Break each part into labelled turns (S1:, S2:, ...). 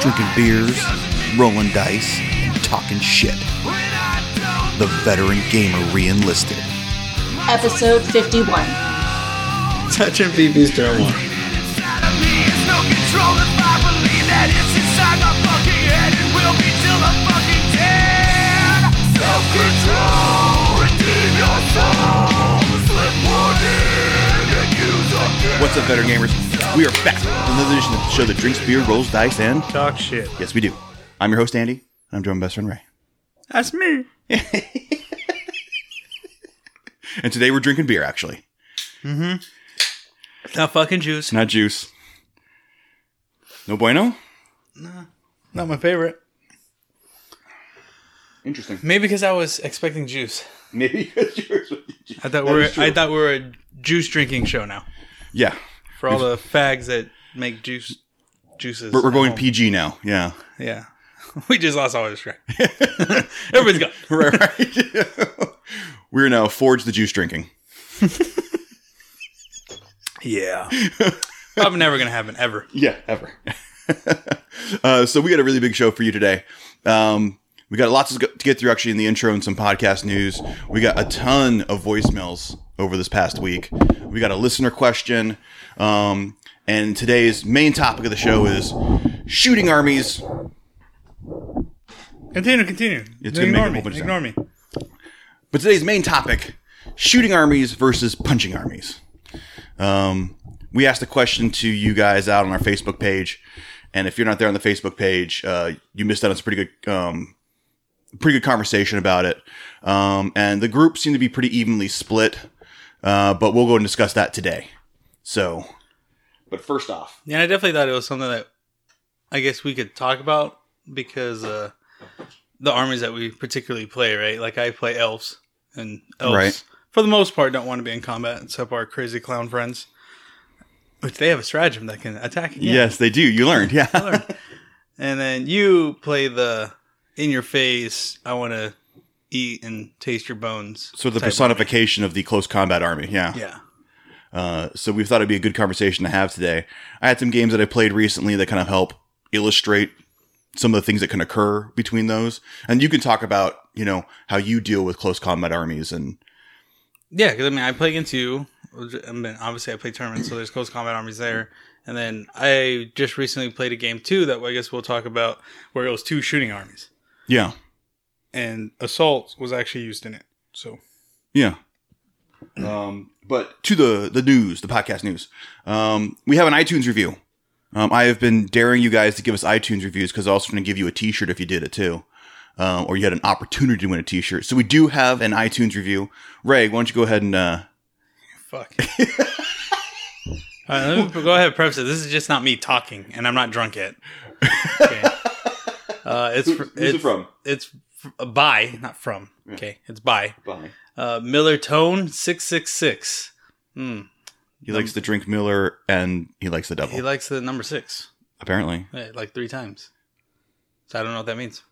S1: drinking beers, rolling dice, and talking shit. The veteran gamer re enlisted.
S2: Episode 51.
S3: Touch and BB's Joe one.
S1: What's up, veteran gamers? We are back with another edition of the show that drinks beer, rolls dice, and
S4: Talk shit.
S1: yes, we do. I'm your host, Andy, and I'm joined by best friend Ray.
S4: That's me.
S1: And today we're drinking beer, actually.
S4: Not fucking juice.
S1: It's not juice. No bueno?
S4: Not my favorite.
S1: Interesting.
S4: Maybe because I was expecting juice.
S1: Maybe because yours was juice.
S4: I thought
S1: That
S4: we're
S1: is true.
S4: I thought we were a juice drinking show now
S1: Yeah.
S4: for all the fags that make juice juices.
S1: We're, we're
S4: at
S1: going
S4: home.
S1: PG now. Yeah.
S4: Yeah, we just lost all our track. Everybody's gone.
S1: right, right. we're now Forge the Juice drinking.
S4: Yeah, probably never gonna happen ever.
S1: Yeah, ever. uh, so we got a really big show for you today. Um, we got lots to go- to get through actually in the intro and some podcast news. We got a ton of voicemails over this past week. We got a listener question. Um, and today's main topic of the show is shooting armies.
S4: Continue, continue.
S1: It's gonna make a
S4: ignore
S1: whole
S4: me.
S1: bunch of
S4: Ignore me.
S1: But today's main topic shooting armies versus punching armies. Um, we asked a question to you guys out on our Facebook page. And if you're not there on the Facebook page, uh, you missed out on some pretty good, um, pretty good conversation about it. Um, and the group seemed to be pretty evenly split. Uh, but we'll go and discuss that today. So, but first off,
S4: Yeah, I definitely thought it was something that I guess we could talk about because uh, the armies that we particularly play, right? Like I play elves, and elves
S1: Right.
S4: for the most part don't want to be in combat except our crazy clown friends, which they have a stratagem that can attack. Again.
S1: yes, they do. You learned, yeah.
S4: And then you play the in your face. I want to eat and taste your bones.
S1: So the
S4: type
S1: personification of the close combat army, yeah.
S4: of- Yeah.
S1: Uh, so we thought it'd be a good conversation to have today. I had some games that I played recently that kind of help illustrate some of the things that can occur between those. And you can talk about, you know, how you deal with close combat armies and
S4: Yeah, because I mean, I play against you. I mean, obviously, I play tournaments, so there's close combat armies there. And then I just recently played a game too that I guess we'll talk about where it was two shooting armies,
S1: yeah,
S4: and assault was actually used in it. So
S1: yeah. Um, but to the the news, the podcast news. Um, we have an iTunes review. Um, I have been daring you guys to give us iTunes reviews because I was going to give you a T-shirt if you did it too, um, or you had an opportunity to win a T-shirt. So we do have an iTunes review. Ray, why don't you go ahead and uh,
S4: fuck. All right, let me go ahead and preface it. This is just not me talking, and I'm not drunk yet. Okay. Uh, it's fr-
S1: who's it
S4: it's-
S1: from?
S4: It's fr- uh, by, not from. Okay, it's by
S1: Bye.
S4: uh, Miller Tone six six six.
S1: He likes to drink Miller and Um, he likes the devil.
S4: He likes the number six.
S1: apparently,
S4: Right, like three times. So I don't know what that means.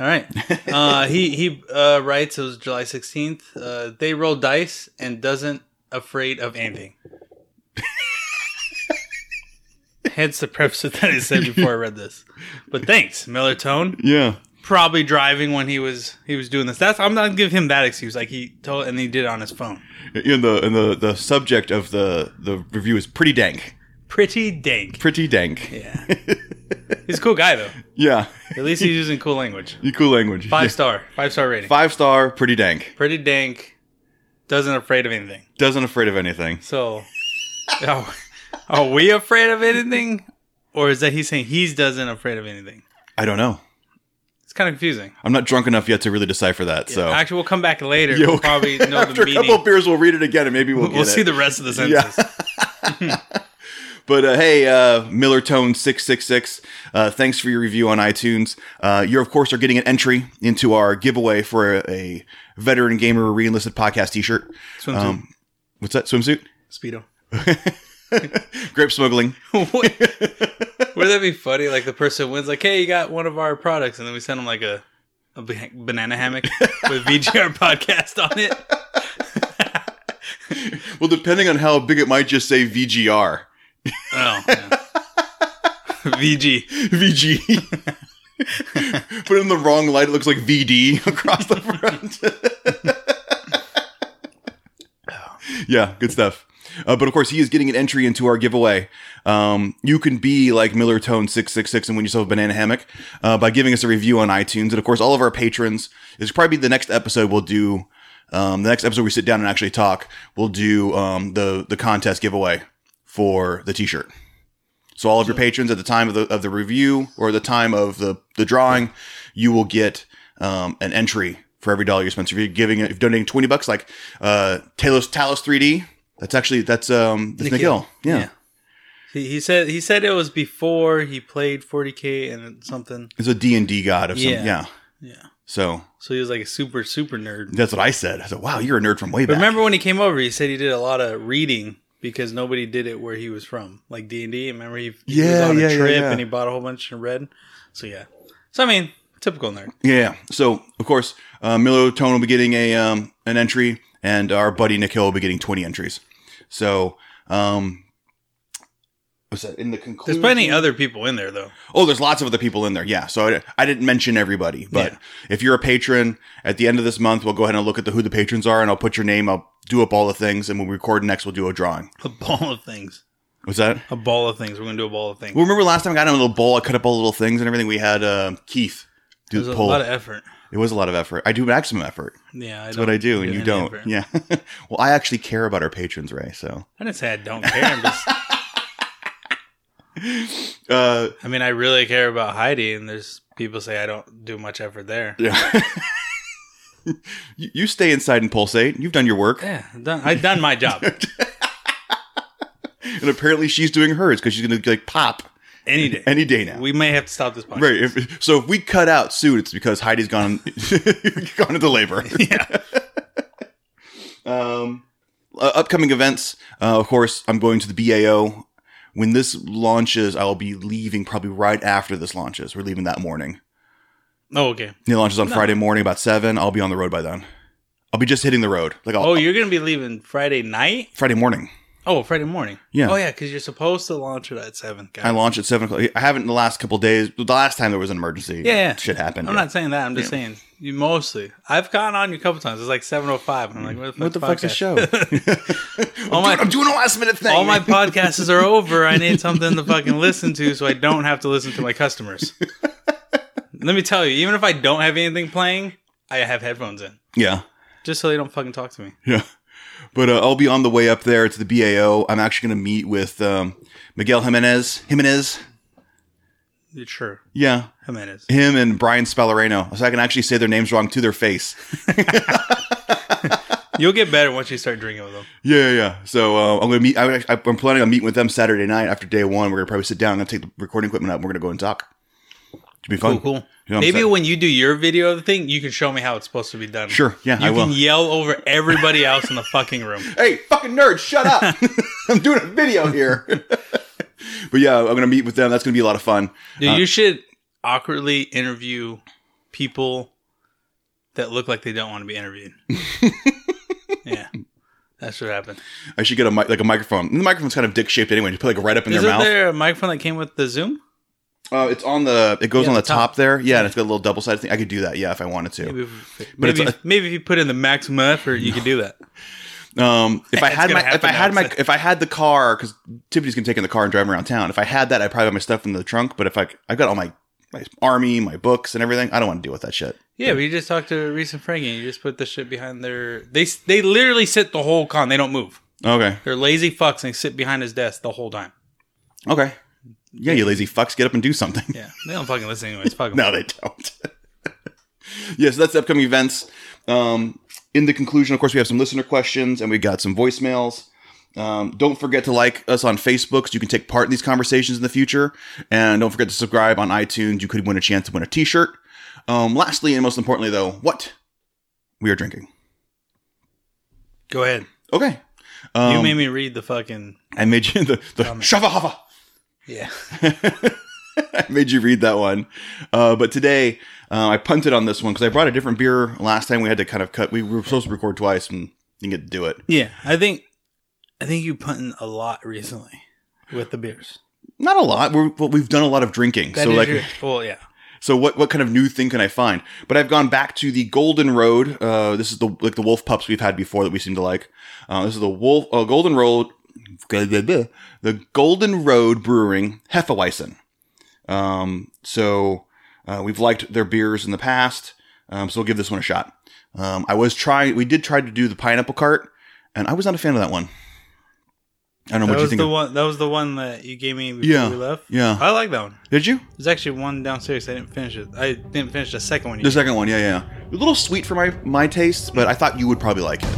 S4: All right. Uh, he he uh, writes it was July 16th. Uh, they roll dice and doesn't afraid of anything. Hence the preface that I said before I read this. But thanks, Miller Tone.
S1: yeah,
S4: Probably driving when he was he was doing this. That's I'm not gonna give him that excuse. Like he told and he did it on his phone.
S1: and the and the the subject of the the review is pretty dank,
S4: Pretty dank.
S1: pretty dank.
S4: Yeah. He's a cool guy though.
S1: Yeah,
S4: At least he's using cool language.
S1: you cool language.
S4: Five
S1: Yeah.
S4: star. Five star rating.
S1: Five star, pretty dank.
S4: pretty dank, doesn't afraid of anything.
S1: Doesn't afraid of anything.
S4: So, are, are we afraid of anything, or is that he's saying he's doesn't afraid of anything?
S1: I don't know.
S4: It's kind of confusing.
S1: I'm not drunk enough yet to really decipher that. So
S4: Actually, we'll come back later.
S1: Yeah,
S4: we'll
S1: okay.
S4: probably know
S1: after
S4: the
S1: a couple of
S4: meaning.
S1: beers, we'll read it again and maybe we'll,
S4: We'll
S1: get
S4: see
S1: it.
S4: the rest of the sentences.
S1: But uh, hey, uh, Miller Tone six six six, uh, thanks for your review on iTunes. Uh, you of course are getting an entry into our giveaway for a, a veteran gamer reenlisted podcast T-shirt.
S4: Swimsuit.
S1: Um, what's that swimsuit?
S4: Speedo.
S1: Grape smuggling.
S4: Wouldn't that be funny? Like the person wins, like, hey, you got one of our products, and then we send them like a, a ba- banana hammock with VGR podcast on it.
S1: Well, depending on how big it might just say VGR.
S4: Oh, yeah. VG.
S1: VG. Put it in the wrong light, it looks like VD across the front. yeah, good stuff. Uh, but of course, he is getting an entry into our giveaway. Um, you can be like Miller Tone six six six and win yourself a banana hammock uh, by giving us a review on iTunes. And of course, all of our patrons is probably the next episode we'll do. Um, the next episode we sit down and actually talk, we'll do um, the the contest giveaway for the T-shirt. So all of your patrons at the time of the of the review or the time of the the drawing, you will get um, an entry for every dollar you spend. So if you're giving if you're donating twenty bucks, like uh, Talos Talos 3D, that's actually that's um that's
S4: Nick
S1: Nick Hill. Yeah.
S4: Yeah. He, he said he said it was before he played 40k and something.
S1: it's a D and D god of some yeah.
S4: Yeah. Yeah.
S1: So
S4: So he was like a super super nerd.
S1: that's what I said. I said, "Wow, you're a nerd from way back."
S4: Remember when he came over? He said he did a lot of reading because nobody did it where he was from, like D and D. Remember he, he was
S1: Yeah,
S4: on
S1: yeah,
S4: a
S1: yeah,
S4: trip
S1: yeah.
S4: and he bought a whole bunch and read. So yeah. So I mean, typical nerd.
S1: Yeah. So of course, uh, Milo Tone will be getting a um, an entry, and our buddy Nick Hill will be getting twenty entries. So, um, what's that in the
S4: There's
S1: conclusion?
S4: plenty other people in there though.
S1: Oh, there's lots of other people in there. Yeah. So I, I didn't mention everybody, but
S4: Yeah.
S1: if you're a patron, at the end of this month, we'll go ahead and look at the who the patrons are, and I'll put your name. I'll do up all the things, and when we record next, we'll do a drawing.
S4: A ball of things.
S1: What's that?
S4: A ball of things. We're gonna do a ball of things.
S1: Well, remember last time I got in a little bowl, I cut up all the little things and everything. We had uh, Keith do
S4: There's
S1: the
S4: a
S1: poll.
S4: lot of effort.
S1: it was a lot of effort. I do maximum effort.
S4: Yeah, I
S1: That's what I do, and
S4: give
S1: you
S4: any
S1: don't.
S4: effort.
S1: Yeah. well, I actually care about our patrons, Ray. So,
S4: I didn't say I don't care. I'm just,
S1: uh,
S4: I mean, I really care about Heidi, and there's people say I don't do much effort there.
S1: yeah. you, you stay inside and pulsate. You've done your work,
S4: Yeah, I've done, I've done my job
S1: and apparently she's doing hers because she's going to like pop
S4: any day.
S1: any day now.
S4: we may have to stop this podcast.
S1: Right. If, so if we cut out suit, it's because Heidi's gone gone into labor. Yeah. um, uh, upcoming events. Uh, of course, I'm going to the BAO. When this launches, I'll be leaving probably right after this launches. We're leaving that morning.
S4: Oh, okay.
S1: It launches on Friday morning about seven. I'll be on the road by then. I'll be just hitting the road. Like I'll,
S4: Oh, you're gonna be leaving Friday night?
S1: Friday morning.
S4: Oh, Friday morning.
S1: Yeah.
S4: Oh, yeah, because you're supposed to launch it at seven. Got
S1: I
S4: it.
S1: launch at seven o'clock. I haven't in the last couple days. The last time there was an emergency.
S4: Yeah, yeah.
S1: Shit happened.
S4: I'm not saying that. I'm just saying you mostly. I've gone on you a couple times. It's like seven oh five. I'm like, what the,
S1: What the fuck's the
S4: podcast?
S1: show?
S4: All
S1: Dude, I'm
S4: my
S1: doing a last minute thing.
S4: all my
S1: man.
S4: podcasts are over. I need something to fucking listen to, so I don't have to listen to my customers. Let me tell you, even if I don't have anything playing, I have headphones in
S1: yeah.
S4: just so they don't fucking talk to me.
S1: Yeah. But uh, I'll be on the way up there to the BAO. I'm actually going to meet with um, Miguel Jimenez. Jimenez.
S4: You're sure,
S1: Yeah.
S4: Jimenez.
S1: Him and Brian Spallerino. So I can actually say their names wrong to their face.
S4: You'll get better once you start drinking with them.
S1: Yeah, yeah, yeah. So uh, I'm going to meet. I, I- I'm planning on meeting with them Saturday night after day one. We're going to probably sit down. I'm going to take the recording equipment out. and We're going to go and talk. Should be fun.
S4: Cool, cool.
S1: You know what I'm
S4: Maybe
S1: saying?
S4: when you do your video of the thing, you can show me how it's supposed to be done.
S1: Sure. Yeah,
S4: you
S1: I
S4: can
S1: will.
S4: yell over everybody else in the fucking room.
S1: hey, fucking nerd, shut up. I'm doing a video here. but yeah, I'm going to meet with them. That's going to be a lot of fun.
S4: Dude,
S1: Uh,
S4: you should awkwardly interview people that look like they don't want to be interviewed. yeah, that should happen.
S1: I should get a mic, like a microphone. The microphone's kind of dick shaped anyway. Just put like right up in
S4: Isn't
S1: their mouth.
S4: there a microphone that came with the Zoom?
S1: Uh, it's on the. It goes
S4: Yeah,
S1: on the
S4: the
S1: top.
S4: top.
S1: there. Yeah, and it's got a little double sided thing. I could do that. Yeah, if I wanted to.
S4: Maybe, if-
S1: But
S4: maybe,
S1: it's
S4: maybe if you put in the maximum effort, you could do that.
S1: Um, if I
S4: It's
S1: had
S4: gonna
S1: my, if I
S4: happen
S1: had
S4: now,
S1: my, if I had the car, because Tiffany's gonna take in the car and drive around town. If I had that, I'd probably have my stuff in the trunk. But if I, I've got all my my army, my books, and everything. I don't want to deal with that shit.
S4: Yeah, but you just talked to Reese and Frankie. And you just put the shit behind their. They s- they literally sit the whole con. They don't move.
S1: Okay.
S4: They're lazy fucks and sit behind his desk the whole time.
S1: Okay. Yeah, you lazy fucks, get up and do something.
S4: Yeah, they don't fucking listen anyways. Fuck 'em.
S1: No, they don't. yeah, so that's the upcoming events. Um, in the conclusion, of course, we have some listener questions and we got some voicemails. Um, don't forget to like us on Facebook so you can take part in these conversations in the future. And don't forget to subscribe on iTunes. You could win a chance to win a t shirt. Um, lastly, and most importantly, though, what we are drinking.
S4: Go ahead.
S1: Okay. Um,
S4: you made me read the fucking.
S1: I made you the, the Shava Hava.
S4: Yeah.
S1: I made you read that one. Uh, but today, uh, I punted on this one because I brought a different beer last time. We had to kind of cut. We were supposed to record twice and didn't get to do it.
S4: Yeah, I think I think you punting a lot recently with the beers.
S1: Not a lot. We're, well, we've done a lot of drinking.
S4: That
S1: so
S4: is
S1: like,
S4: your- well, yeah.
S1: so what what kind of new thing can I find? But I've gone back to the Golden Road. Uh, this is the like the wolf pups we've had before that we seem to like. Uh, this is the wolf uh, Golden Road, the Golden Road Brewing Hefeweizen. Um, so uh, we've liked their beers in the past. Um, so we'll give this one a shot. Um, I was trying. We did try to do the pineapple cart, and I was not a fan of that one. I don't know
S4: That
S1: what you
S4: was
S1: think.
S4: the
S1: of-
S4: one. That was the one that you gave me before
S1: Yeah.
S4: we left.
S1: Yeah.
S4: I like that one.
S1: Did you?
S4: There's actually one downstairs. I didn't finish it. I didn't finish the second one. You,
S1: The second one, yeah, yeah. A little sweet for my my taste, but I thought you would probably like it.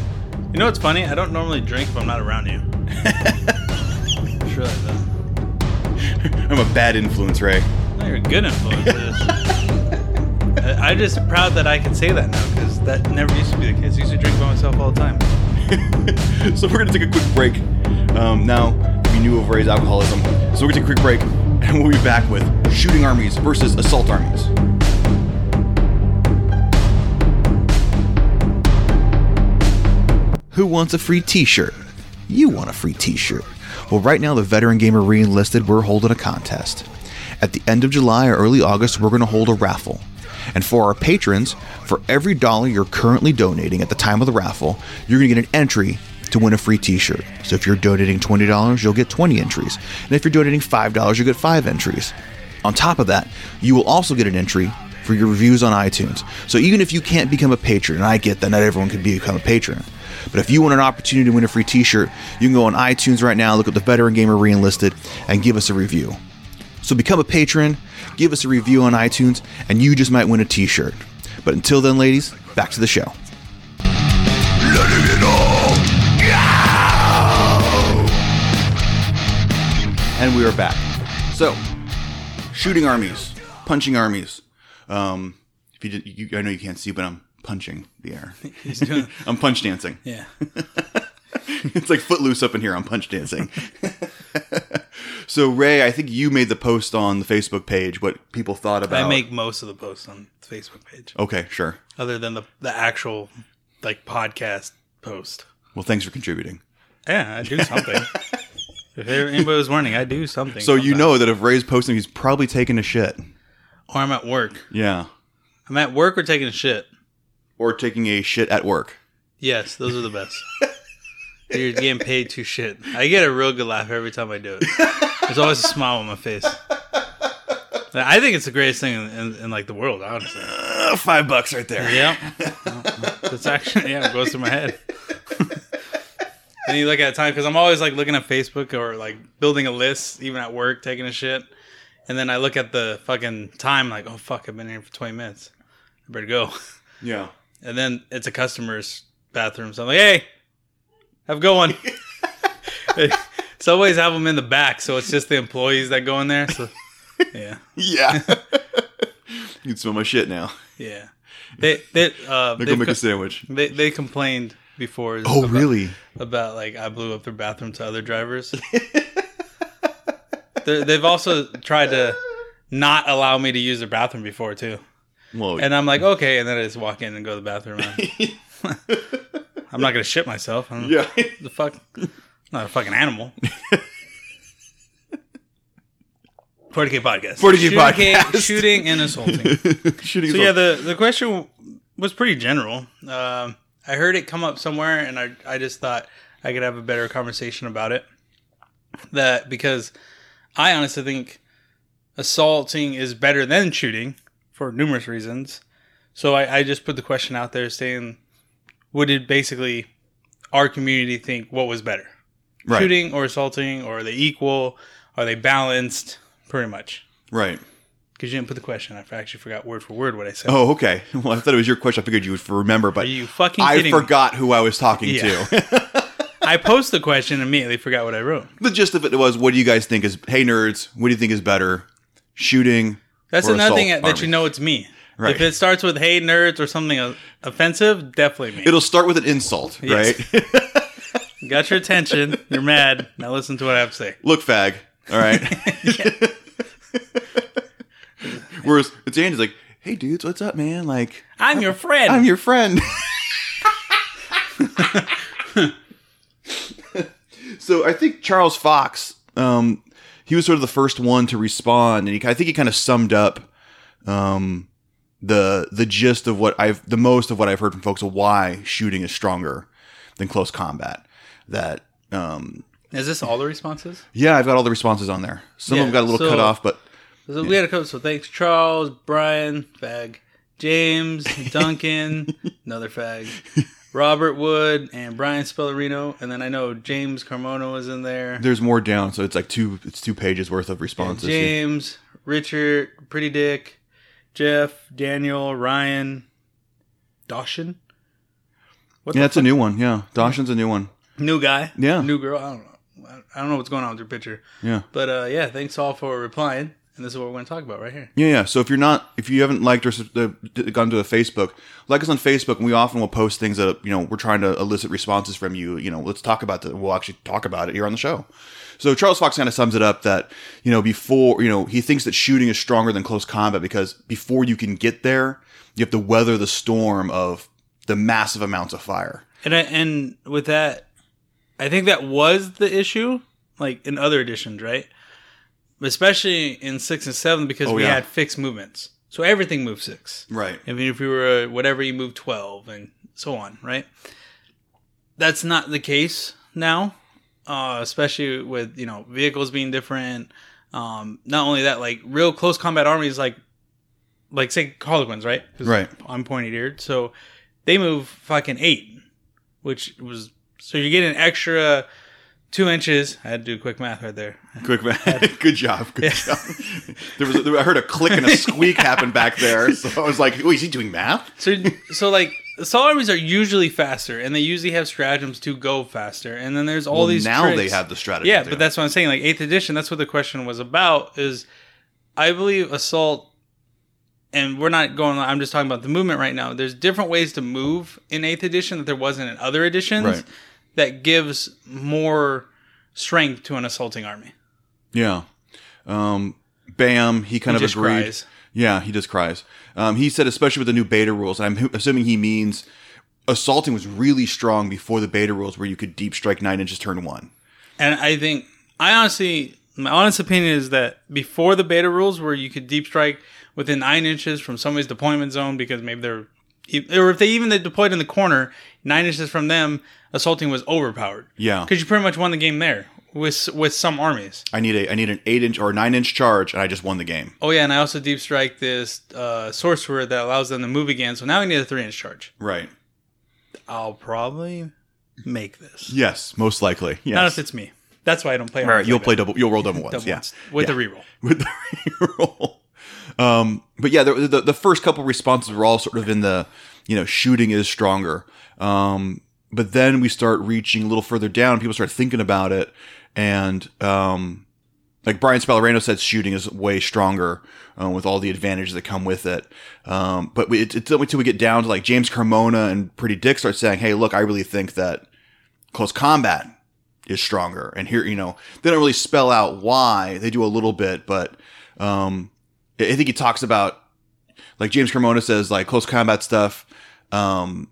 S4: you know what's funny? I don't normally drink if I'm not around you. Just realized that.
S1: I'm a bad influence, Ray.
S4: No, you're a good influence. I- I'm just proud that I can say that now because that never used to be the case. I used to drink by myself all the time.
S1: so we're gonna take a quick break. Um, now that we knew of Ray's alcoholism, so we're gonna take a quick break, and we'll be back with shooting armies versus assault armies. Who wants a free T-shirt? You want a free T-shirt? Well, right now the veteran gamer re-enlisted. We're holding a contest. At the end of July or early August, we're going to hold a raffle. And for our patrons, for every dollar you're currently donating at the time of the raffle, you're going to get an entry to win a free t-shirt. So if you're donating $20, you'll get 20 entries. And if you're donating $5, you'll get 5 entries. On top of that, you will also get an entry for your reviews on iTunes. So even if you can't become a patron, and I get that not everyone can become a patron, but if you want an opportunity to win a free t-shirt, you can go on iTunes right now, look up the Veteran Gamer Reenlisted, and give us a review. So become a patron, give us a review on iTunes, and you just might win a t-shirt. But until then, ladies, back to the show. And we are back. So, shooting armies, punching armies. Um, if you, did, you, I know you can't see, but I'm punching the air.
S4: He's doing,
S1: I'm punch dancing.
S4: yeah.
S1: it's like footloose up in here. I'm punch dancing. so Ray, I think you made the post on the Facebook page what people thought about.
S4: I make most of the posts on the Facebook page,
S1: okay, sure.
S4: other than the the actual like podcast post.
S1: Well, thanks for contributing.
S4: Yeah, I do something. if there- anybody was wondering, I do something.
S1: So you
S4: sometimes.
S1: know that if Ray's posting, he's probably taking a shit.
S4: or I'm at work.
S1: Yeah,
S4: I'm at work or taking a shit.
S1: or taking a shit at work.
S4: Yes, those are the best. You're getting paid to shit. I get a real good laugh every time I do it. There's always a smile on my face. I think it's the greatest thing in, in, in like the world, honestly.
S1: Uh, five bucks right there.
S4: Yeah, that's actually yeah, it goes through my head. and you look at time because I'm always like looking at Facebook or like building a list, even at work, taking a shit. And then I look at the fucking time, like, oh fuck, I've been here for 20 minutes. I better go.
S1: Yeah.
S4: And then it's a customer's bathroom, so I'm like, hey, have a good one. Subways have them in the back, so it's just the employees that go in there. So yeah.
S1: Yeah. you can smell my shit now.
S4: Yeah. They they uh
S1: Now go
S4: they've
S1: make
S4: co-
S1: a sandwich.
S4: they, they complained before
S1: Oh,
S4: about-
S1: really?
S4: about like I blew up their bathroom to other drivers. They're- they've also tried to not allow me to use their bathroom before too,
S1: Well,
S4: and uh, I'm like, okay, and then I just walk in and go to the bathroom. I'm not gonna shit myself. I'm
S1: yeah.
S4: the fuck, I'm not a fucking animal. 40k podcast.
S1: 40K
S4: Shooting-
S1: podcast.
S4: Shooting and assaulting.
S1: Shooting. is
S4: So yeah,
S1: all-
S4: the the question was pretty general. Um, I heard it come up somewhere, and I I just thought I could have a better conversation about it. That because I honestly think assaulting is better than shooting for numerous reasons. So I, I just put the question out there, saying, would it basically our community think what was better,
S1: right.
S4: shooting or assaulting, or are they equal? Are they balanced? Pretty much.
S1: Right.
S4: Because you didn't put the question. I actually forgot word for word what I said.
S1: Oh, okay. Well, I thought it was your question. I figured you would remember,
S4: Are
S1: but
S4: you fucking
S1: I
S4: kidding me?
S1: forgot who I was talking
S4: Yeah.
S1: to.
S4: I post the question and immediately forgot what I wrote.
S1: the gist of it was, what do you guys think is? Hey, nerds, what do you think is better, shooting?
S4: That's
S1: or
S4: another thing
S1: assault
S4: that you
S1: army?
S4: know it's me.
S1: Right.
S4: If it starts with "Hey nerds" or something o- offensive, definitely me.
S1: It'll start with an insult,
S4: Yes.
S1: right?
S4: Got your attention. You're mad. Now listen to what I have to say.
S1: Look, fag. All right. Whereas it's Andy's like, hey, dudes, what's up, man? Like,
S4: I'm your friend.
S1: I'm your friend. so I think Charles Fox um, he was sort of the first one to respond, and he, I think he kind of summed up um, the the gist of what I've the most of what I've heard from folks of why shooting is stronger than close combat. That um,
S4: Is this all the responses?
S1: yeah, I've got all the responses on there. Some of them
S4: Yeah,
S1: got a little
S4: so-
S1: cut off, but
S4: So we had a couple. So thanks, Charles, Brian, fag, James, Duncan, another fag, Robert Wood, and Brian Spellerino. And then I know James Carmona was in there.
S1: there's more down, so it's like two it's two pages worth of responses.
S4: James, Richard, Pretty Dick, Jeff, Daniel, Ryan, Dawson,
S1: yeah, that's a new one. Yeah, Dawson's a new one.
S4: new guy,
S1: Yeah.
S4: new girl. I don't know. I don't know what's going on with your picture,
S1: Yeah.
S4: but uh, yeah, thanks all for replying. And this is what we're going to talk about right here.
S1: Yeah, yeah. So if you're not, if you haven't liked or sus- uh, d- gone to a Facebook, like us on Facebook, and we often will post things that you know we're trying to elicit responses from you. You know, let's talk about that. We'll actually talk about it here on the show. So Charles Fox kind of sums it up that you know before you know he thinks that shooting is stronger than close combat because before you can get there, you have to weather the storm of the massive amounts of fire.
S4: And I, and with that, I think that was the issue, like in other editions, right? Especially in six and seven because
S1: Oh,
S4: we
S1: yeah.
S4: had fixed movements, so everything moved six.
S1: Right.
S4: I mean, if you were uh, whatever, you move 12 and so on, right? That's not the case now, uh, especially with, you know, vehicles being different. Um, not only that, like real close combat armies, like, like say Harlequins, right? 'Cause
S1: Right.
S4: I'm pointed eared. So they move fucking eight, which was, so you get an extra two inches. I had to do quick math right there.
S1: Quick man, good job. Good job. There was a, there, I heard a click and a squeak happen back there, so I was like, "Oh, is he doing math?"
S4: So, so like assault armies are usually faster, and they usually have stratagems to go faster. And then there's all
S1: Well,
S4: these
S1: now they
S4: tricks.
S1: have the strategy.
S4: Yeah, but that's what I'm saying. Like eighth edition, that's what the question was about. Is I believe assault, and we're not going. I'm just talking about the movement right now. There's different ways to move in eighth edition that there wasn't in other editions.
S1: Right.
S4: That gives more strength to an assaulting army.
S1: yeah. Um, bam, he kind
S4: He
S1: of
S4: just
S1: agreed.
S4: cries.
S1: Yeah, he just cries. Um, he said, especially with the new beta rules, and I'm assuming he means assaulting was really strong before the beta rules, where you could deep strike nine inches turn one.
S4: And I think I honestly, my honest opinion is that before the beta rules, where you could deep strike within nine inches from somebody's deployment zone because maybe they're, or if they even they deployed in the corner, nine inches from them, assaulting was overpowered.
S1: Yeah.
S4: because you pretty much won the game there with with some armies.
S1: I need a I need an eight inch or nine inch charge, and I just won the game.
S4: Oh yeah, and I also deep strike this uh, sorcerer that allows them to move again. So now we need a three inch charge.
S1: Right.
S4: I'll probably make this.
S1: Yes, most likely. Yes.
S4: Not if it's me. That's why I don't play.
S1: All right, you'll
S4: like
S1: play
S4: that.
S1: double. You'll roll double ones.
S4: Double
S1: yeah.
S4: ones with
S1: yeah.
S4: a reroll.
S1: with the reroll. Um, but yeah, the, the the first couple responses were all sort of in the you know shooting is stronger. Um, but then we start reaching a little further down. People start thinking about it, and um, like Brian Spallerano said, shooting is way stronger uh, with all the advantages that come with it. Um, but we, it, it's only until we get down to like James Carmona and Pretty Dick start saying, "Hey, look, I really think that close combat is stronger. And here, you know, they don't really spell out why. They do a little bit, but um, I I think he talks about, like James Carmona says, like close combat stuff, um,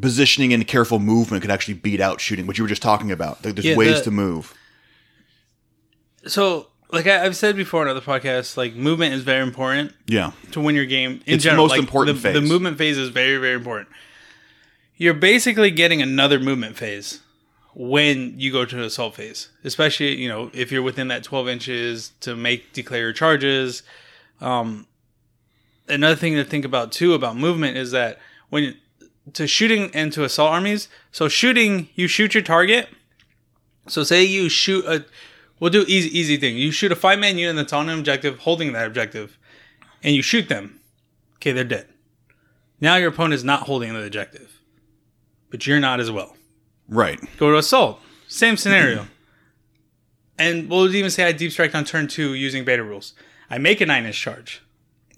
S1: positioning and careful movement could actually beat out shooting, which you were just talking about. Like, there's
S4: Yeah,
S1: ways
S4: the-
S1: to move.
S4: so like I, I've said before in other podcasts, like movement is very important
S1: Yeah.
S4: to win your game in
S1: It's the
S4: general.
S1: most
S4: Like,
S1: important
S4: the, The
S1: phase.
S4: movement phase is very very important. You're basically getting another movement phase when you go to the assault phase, especially you know if you're within that 12 inches to make declare your charges. Um, another thing to think about too about movement is that when to shooting and to assault armies. So shooting, you shoot your target. So say you shoot a, we'll do easy easy thing. You shoot a five man unit that's on an objective, holding that objective, and you shoot them. Okay, they're dead. Now your opponent is not holding the objective, but you're not as well.
S1: Right.
S4: Go to assault, same scenario. and we'll even say I deep strike on turn two using beta rules. I make a nine inch charge,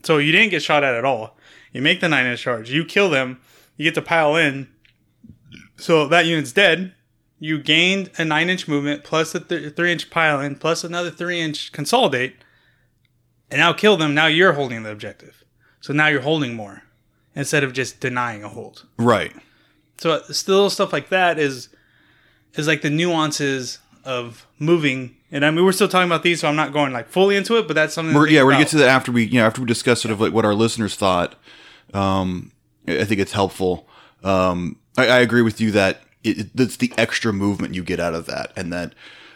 S4: so you didn't get shot at at all. You make the nine inch charge, you kill them, you get to pile in. So that unit's dead. You gained a nine inch movement plus a th- three inch pile in plus another three inch consolidate, and now kill them. Now you're holding the objective, so now you're holding more instead of just denying a hold.
S1: Right.
S4: So uh, still stuff like that is is like the nuances of moving And I mean, we're still talking about these, so I'm not going like fully into it. But that's something.
S1: We're,
S4: think
S1: yeah, we're gonna get
S4: about.
S1: to that after we, you know, after we discuss sort of like what our listeners thought. Um, I I think it's helpful. Um, I, I agree with you that it, it- that's the extra movement you get out of that, and that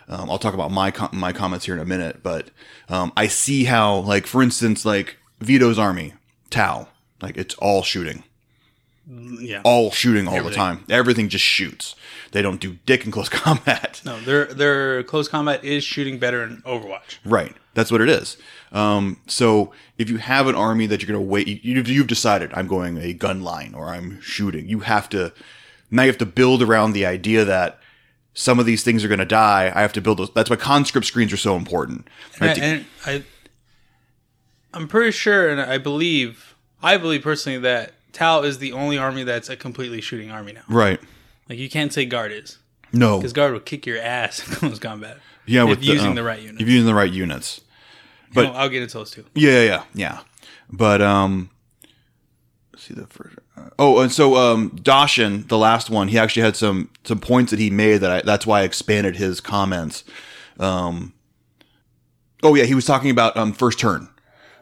S1: um, I'll talk about my com- my comments here in a minute. But um, I see how, like, for instance, like Vito's army, Tau, like it's all shooting,
S4: Yeah.
S1: all shooting all the
S4: Everything.
S1: time. Everything just shoots. They don't do dick in close combat.
S4: No, their their close combat is shooting better in Overwatch.
S1: Right. That's what it is. Um, so if you have an army that you're going to wait, you, you've, you've decided I'm going a gun line or I'm shooting. You have to now you have to build around the idea that some of these things are going to die. I have to build. Those, that's why conscript screens are so important. I
S4: And,
S1: think-
S4: and I, I'm pretty sure, and I believe, I believe personally that Tau is the only army that's a completely shooting army now.
S1: right.
S4: Like you can't say guard is
S1: No.
S4: because guard will kick your ass in close combat.
S1: Yeah.
S4: if using
S1: um,
S4: the right units.
S1: If using the right units.
S4: But
S1: But-
S4: I'll get into those too.
S1: Yeah, yeah, yeah, yeah. But um, let's see the first. uh, oh, and so um, Dashin, the last one, he actually had some some points that he made that I, that's why I expanded his comments. Um, oh yeah, he was talking about um first turn.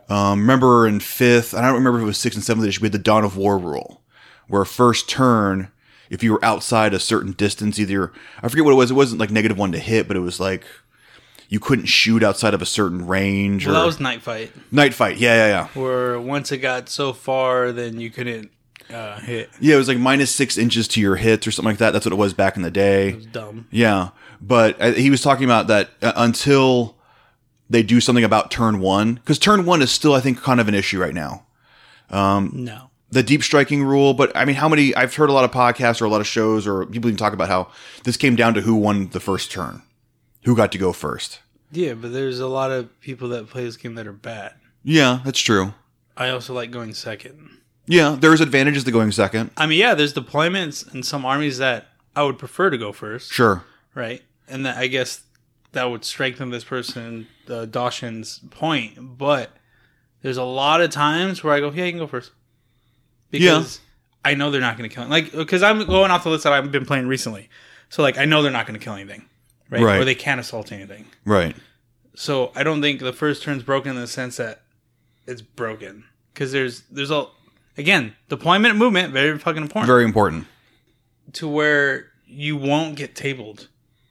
S1: Um, remember in fifth, and I don't remember if it was sixth and seventh edition, we had the Dawn of War rule, where first turn, if you were outside a certain distance, either I forget what it was, it wasn't like negative one to hit, but it was like you couldn't shoot outside of a certain range.
S4: Well,
S1: or,
S4: that was night fight,
S1: Night fight. Yeah, yeah, yeah.
S4: where once it got so far, then you couldn't uh, hit.
S1: Yeah, it was like minus six inches to your hits or something like that. That's what it was back in the day.
S4: It was dumb.
S1: Yeah. But uh, he was talking about that uh, until they do something about turn one, because turn one is still, I think, kind of an issue right now.
S4: No.
S1: The deep striking rule, but I mean, how many? I've heard a lot of podcasts or a lot of shows or people even talk about how this came down to who won the first turn, who got to go first.
S4: Yeah, but there's a lot of people that play this game that are bad.
S1: Yeah, that's true.
S4: I also like going second.
S1: Yeah, there's advantages to going second.
S4: I mean, yeah, there's deployments in some armies that I would prefer to go first,
S1: Sure.
S4: right? And that, I guess that would strengthen this person, uh, Dawson's point. But there's a lot of times where I go, yeah, you can go first. Because I know they're not going to kill Like, because I'm going off the list that I've been playing recently. So, like, I know they're not going to kill anything, right?
S1: Right.
S4: Or they can't assault anything.
S1: Right.
S4: So I don't think the first turn's broken in the sense that it's broken. Because there's, there's a, again, deployment and movement, very fucking important
S1: Very important.
S4: to where you won't get tabled.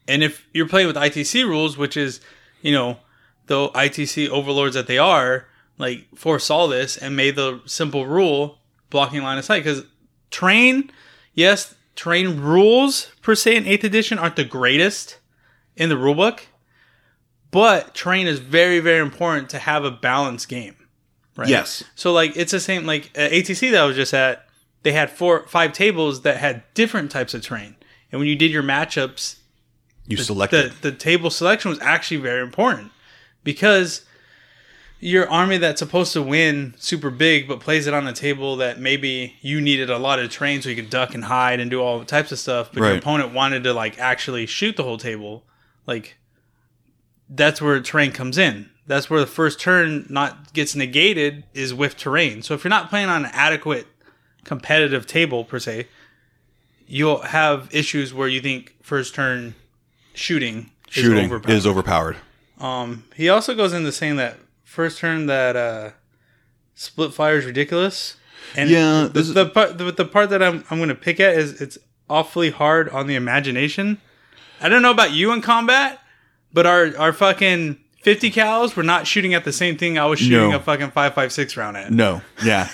S4: And if you're playing with ITC rules, which is, you know, the ITC overlords that they are, like foresaw this and made the simple rule blocking line of sight. Because terrain, yes, terrain rules per se in eighth edition aren't the greatest in the rulebook, but terrain is very, very important to have a balanced game. Right.
S1: Yes.
S4: So like it's the same like at ATC that I was just at. They had four, five tables that had different types of terrain, and when you did your matchups,
S1: You
S4: the
S1: selected.
S4: the table selection was actually very important because your army that's supposed to win super big but plays it on a table that maybe you needed a lot of terrain so you could duck and hide and do all types of stuff, but your
S1: Right.
S4: opponent wanted to like actually shoot the whole table, like that's where terrain comes in. That's where the first turn not gets negated is with terrain. So if you're not playing on an adequate competitive table per se, you'll have issues where you think first turn shooting is
S1: Shooting
S4: overpowered.
S1: is overpowered.
S4: um, he also goes into saying that first turn that uh, split fire is ridiculous. And
S1: Yeah,
S4: the,
S1: this is-
S4: the part the, the part that I'm I'm going to pick at is it's awfully hard on the imagination. I don't know about you in combat, but our our fucking 50 cals were not shooting at the same thing I was shooting
S1: No.
S4: a fucking 556 round at.
S1: No. Yeah.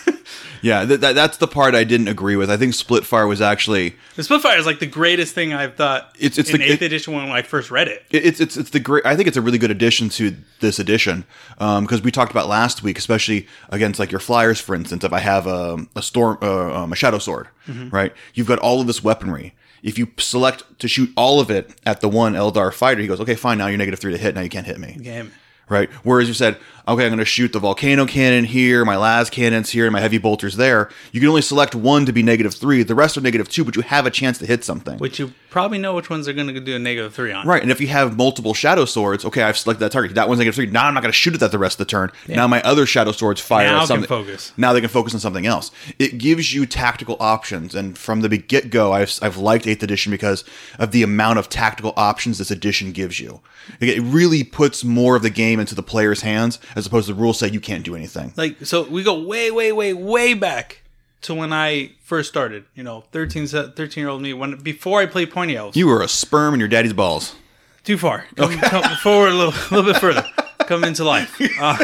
S1: yeah. Th- that, that's the part I didn't agree with. I think Splitfire was actually
S4: The split fire is like the greatest thing I've thought
S1: It's- it's
S4: in
S1: the-
S4: 8th
S1: it-
S4: edition when I first read it.
S1: it- it's it's it's the great. I think it's a really good addition to this edition because we talked about last week, especially against like your flyers, for instance. If I have a a storm uh, um, a shadow sword, right? You've got all of this weaponry. If you select to shoot all of it at the one Eldar fighter, he goes, okay, fine. Now you're negative three to hit. Now you can't hit me.
S4: Game.
S1: right? Whereas you said, okay, I'm going to shoot the volcano cannon here, my las cannons here, and my heavy bolters there. You can only select one to be negative three. The rest are negative two, but you have a chance to hit something.
S4: Which you probably know which ones they're going to do a negative three on.
S1: Right, and if you have multiple shadow swords, okay, I've selected that target. That one's negative three. Now I'm not going to shoot at that the rest of the turn. Now my other shadow swords fire
S4: Now
S1: at
S4: can
S1: something.
S4: focus.
S1: Now they can focus on something else. It gives you tactical options, and from the get go, I've I've liked Eighth Edition because of the amount of tactical options this edition gives you. Like, It really puts more of the game into the player's hands, as opposed to the rules say you can't do anything.
S4: Like, so we go way, way, way, way back to when I first started, you know, 13, 13 year old me, when before I played Pointy Elves.
S1: You were a sperm in your daddy's balls.
S4: too far. Come, come forward a little, little bit further. Come into life. Uh,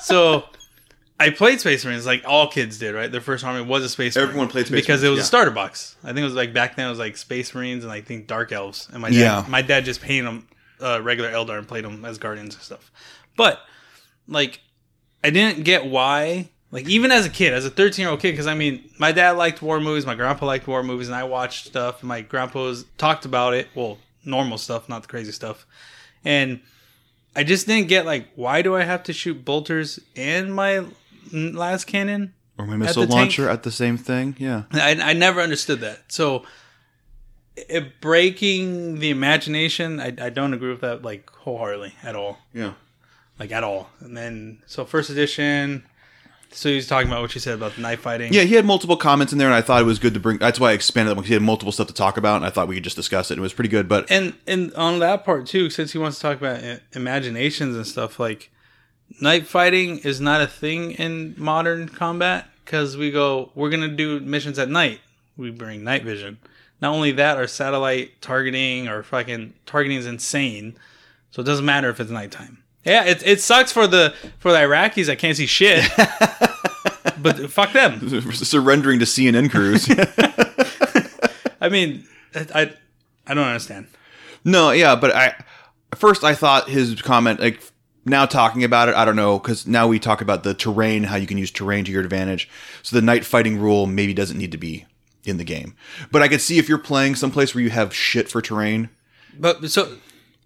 S4: so I played Space Marines like all kids did, right? Their first army was a Space Marine.
S1: Everyone played Space
S4: because it
S1: Marines,
S4: was a
S1: yeah.
S4: starter box. I think it was like back then it was like Space Marines and I think Dark Elves. And my dad,
S1: Yeah.
S4: my dad just painted them uh, regular Eldar and played them as Guardians and stuff. But like I didn't get why. Like even as a kid, as a 13 year old kid, because I mean, my dad liked war movies, my grandpa liked war movies, and I watched stuff. And my grandpa's talked about it. Well, normal stuff, not the crazy stuff. And I just didn't get like, why do I have to shoot bolters and my mm, last cannon?
S1: Or my missile
S4: missile the tank. launcher
S1: launcher at the same thing. Yeah.
S4: I, I never understood that. So, it, breaking the imagination, I, I don't agree with that like wholeheartedly at all.
S1: Yeah.
S4: like at all. And then so first edition. So he was talking about what you said about the knife fighting.
S1: Yeah, he had multiple comments in there, and I thought it was good to bring. That's why I expanded that one 'cause he had multiple stuff to talk about, and I thought we could just discuss it. It was pretty good, but
S4: and and on that part too, since he wants to talk about i- imaginations and stuff, like knife fighting is not a thing in modern combat because we go we're gonna do missions at night. We bring night vision. Not only that, our satellite targeting or fucking targeting is insane. So it doesn't matter if it's nighttime. Yeah, it, it sucks for the for the Iraqis that can't see shit. but fuck them.
S1: surrendering to CNN crews.
S4: I mean, I, I, I don't understand.
S1: no, yeah, but I at first I thought his comment like now talking about it, I don't know because now we talk about the terrain, how you can use terrain to your advantage. So the night fighting rule maybe doesn't need to be in the game, but I could see if you're playing someplace where you have shit for terrain.
S4: But so,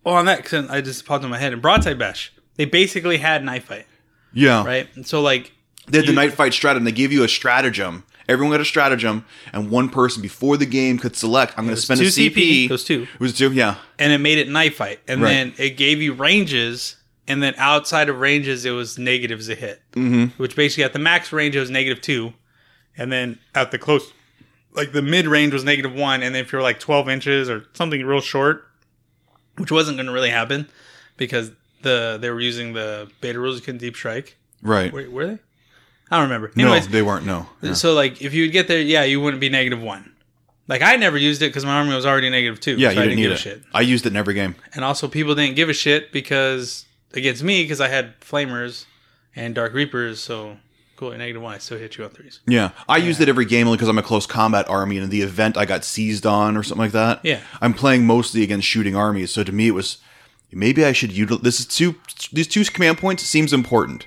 S4: well, on that, 'cause I just popped in my head. In Broadside Bash, they basically had knife fight,
S1: Yeah,
S4: right? And so, like,
S1: They had the
S4: You-
S1: night fight stratagem. They gave you a stratagem. Everyone got a stratagem, and one person before the game could select. I'm going to
S4: was
S1: spend a
S4: two
S1: CP.
S4: CP, those two.
S1: It was two. Yeah.
S4: and it made it knife fight. And
S1: Right.
S4: then it gave you ranges. And then outside of ranges, it was negatives a hit, mm-hmm. which basically at the max range, it was negative two. And then at the close, like the mid range was negative one. And then if you were like 12 inches or something real short, which wasn't going to really happen because the they were using the beta rules, you couldn't deep strike.
S1: Right.
S4: Wait, were they? I don't remember.
S1: no,
S4: Anyways,
S1: they weren't. No. Yeah.
S4: so like if you would get there, yeah, you wouldn't be negative one. Like I never used it because my army was already negative two.
S1: Yeah,
S4: so
S1: you
S4: I
S1: didn't need
S4: give
S1: it.
S4: a shit.
S1: I used it in every game.
S4: And also, people didn't give a shit because against me because I had flamers and dark reapers. So cool, at negative one, I still hit you on threes.
S1: Yeah, I used it every game only because I'm a close combat army, and in the event I got seized on or something like that.
S4: Yeah.
S1: I'm playing mostly against shooting armies, so to me it was maybe I should utilize this is two these two command points seems important.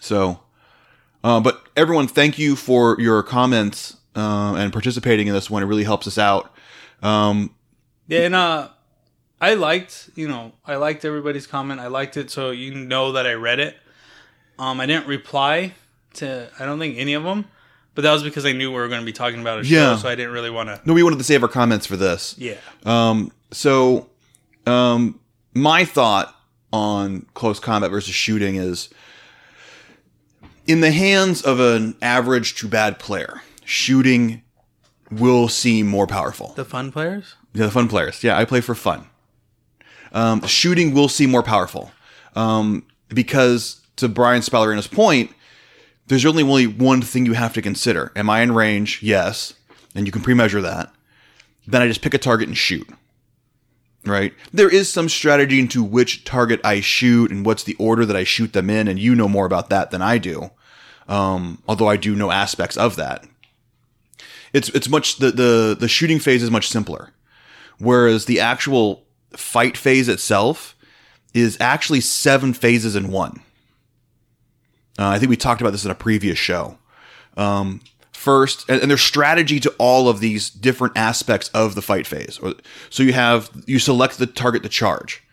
S1: So, uh, but everyone, thank you for your comments uh, and participating in this one. It really helps us out. Um,
S4: Yeah, and uh, I liked you know I liked everybody's comment. I liked it, so you know that I read it. Um, I didn't reply to I don't think any of them, but that was because I knew we were going to be talking about a show,
S1: Yeah.
S4: so I didn't really want to.
S1: no, we wanted to save our comments for this.
S4: Yeah.
S1: Um, so, um, my thought on close combat versus shooting is in the hands of an average to bad player, shooting will seem more powerful.
S4: The fun players?
S1: Yeah, the fun players. Yeah, I play for fun. Um, shooting will seem more powerful um, because, to Brian Spallerino's point, there's only only one thing you have to consider. Am I in range? Yes, and you can pre-measure that. Then I just pick a target and shoot. Right? There is some strategy into which target I shoot and what's the order that I shoot them in, and you know more about that than I do. Um, although I do know aspects of that. It's it's much the the the shooting phase is much simpler whereas the actual fight phase itself is actually seven phases in one. Uh, I think we talked about this in a previous show. Um, first, and, and there's strategy to all of these different aspects of the fight phase. Or- So you have you select the target to charge.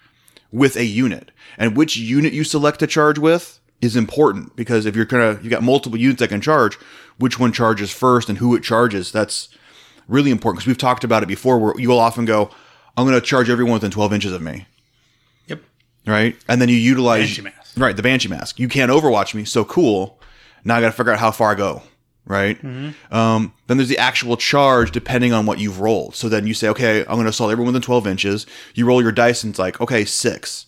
S1: with a unit. And which unit you select to charge with is important because if you're gonna you got multiple units that can charge, which one charges first and who it charges, that's really important because we've talked about it before where you will often go, I'm gonna charge everyone within twelve inches of me.
S4: Yep.
S1: Right? And then you utilize
S4: Banshee mask.
S1: Right, the Banshee mask. You can't overwatch me, so cool. Now I gotta figure out how far I go. Right?
S4: Mm-hmm.
S1: Um, then there's the actual charge depending on what you've rolled. So then you say, okay, I'm gonna assault everyone within twelve inches. You roll your dice and it's like, okay, six.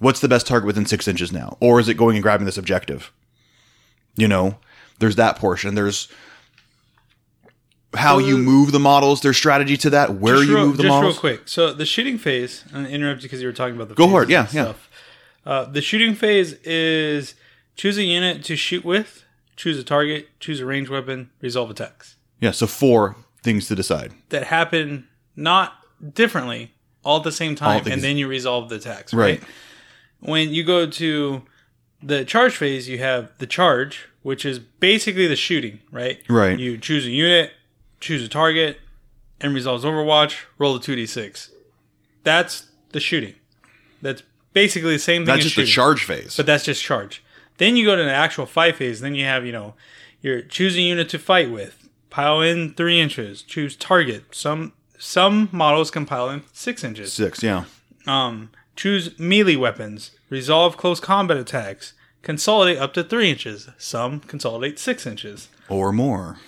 S1: What's the best target within six inches now? Or is it going and grabbing this objective? You know, there's that portion. There's how you
S4: Uh,
S1: move the models, there's strategy to that, where
S4: Just
S1: you
S4: real-
S1: move the
S4: just
S1: models.
S4: real quick. So the shooting phase, and I interrupted because you were talking about the
S1: Go hard,
S4: phases
S1: yeah,
S4: and
S1: yeah.
S4: stuff. Uh, the shooting phase is choose a unit to shoot with, choose a target, choose a range weapon, resolve attacks
S1: Yeah, so four things to decide.
S4: that happen not differently all at the same
S1: All
S4: time,
S1: at the ex-
S4: and then you resolve the attacks.
S1: Right.
S4: When you go to the charge phase, you have the charge, which is basically the shooting. Right.
S1: Right.
S4: You choose a unit, choose a target, and resolves Overwatch. Roll a two d six. That's the shooting. That's basically the same thing.
S1: That's
S4: as
S1: just the
S4: shooting,
S1: charge phase.
S4: but that's just charge. Then you go to the actual fight phase. Then you have you know, you're choose a unit to fight with. Pile in three inches. Choose target. Some some models can pile in six inches.
S1: Six, yeah.
S4: Um, choose melee weapons. Resolve close combat attacks. Consolidate up to three inches. Some consolidate six inches.
S1: Or more.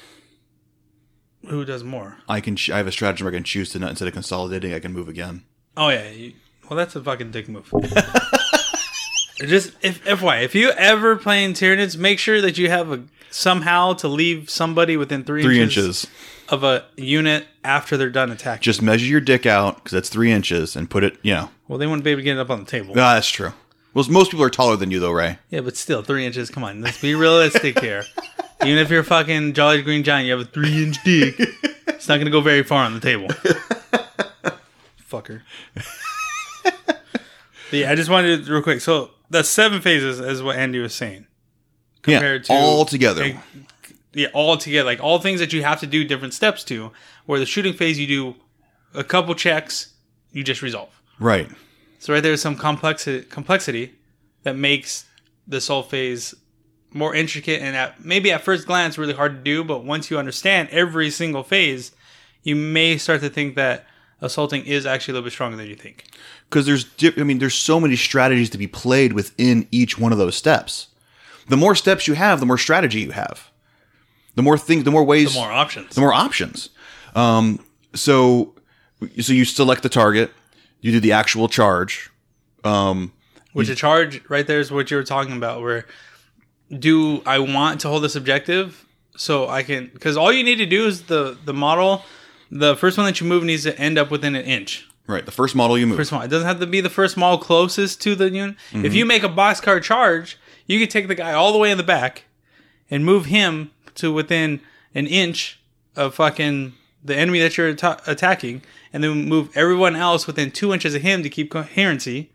S4: Who does more?
S1: I can. Ch- I have a strategy where I can choose to not instead of consolidating, I can move again.
S4: Oh yeah. You, well, that's a fucking dick move. Just if FY, if you ever play in Tyranids, make sure that you have a somehow to leave somebody within three,
S1: Three
S4: inches,
S1: inches.
S4: of a unit after they're done attacking.
S1: Just measure your dick out because that's three inches, and put it. You know,
S4: well, they wouldn't be able to get it up on the table.
S1: ah, that's true. Well, most people are taller than you, though, Ray.
S4: Yeah, but still, three inches. Come on, let's be realistic here. Even if you're fucking Jolly Green Giant, you have a three inch dick. It's not gonna go very far on the table. Fucker. But yeah, I just wanted to real quick. So that's seven phases, is what Andy was saying.
S1: Yeah, all together.
S4: eh, yeah, all together, like all things that you have to do different steps to. Where the shooting phase, you do a couple checks, you just resolve.
S1: right.
S4: So right there's some complexity complexity that makes the soul phase more intricate and at maybe at first glance really hard to do, but once you understand every single phase, you may start to think that assaulting is actually a little bit stronger than you think.
S1: because there's di- I mean there's so many strategies to be played within each one of those steps. The more steps you have, the more strategy you have. The more things, the more ways,
S4: The more options.
S1: the more options. Um, so so you select the target, you do the actual charge. Um,
S4: Which a charge right there is what you were talking about. Where do I want to hold this objective so I can? Because all you need to do is the the model. The first one that you move needs to end up within an inch.
S1: right, the first model you move.
S4: First model. It doesn't have to be the first model closest to the unit. If you make a boxcar charge, you could take the guy all the way in the back and move him to within an inch of fucking the enemy that you're atta- attacking, and then move everyone else within two inches of him to keep coherency,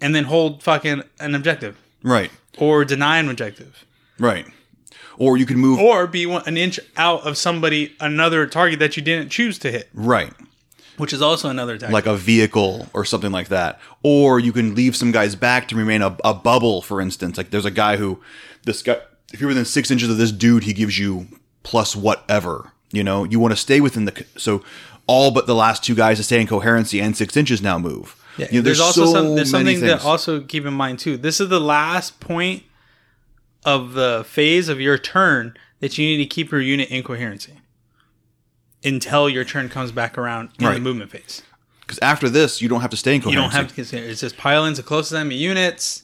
S4: and then hold fucking an objective
S1: right,
S4: or deny an objective.
S1: right. Or you can move
S4: Or be one, an inch out of somebody, another target that you didn't choose to hit,
S1: right,
S4: which is also another attack.
S1: like a vehicle or something like that. Or you can leave some guys back to remain a, a bubble, for instance. Like there's a guy who, this guy, if you're within six inches of this dude, he gives you plus whatever. You know, you want to stay within the. c- So all but the last two guys to stay in coherency and six inches now move.
S4: Yeah,
S1: You know,
S4: there's, also some, there's
S1: many
S4: something that
S1: things.
S4: also keep in mind too. This is the last point of the phase of your turn that you need to keep your unit in coherency until your turn comes back around in the
S1: Right.
S4: movement phase.
S1: 'Cause after this, you don't have to stay in
S4: You
S1: coherency.
S4: don't have to consider it's just pile into closest enemy units.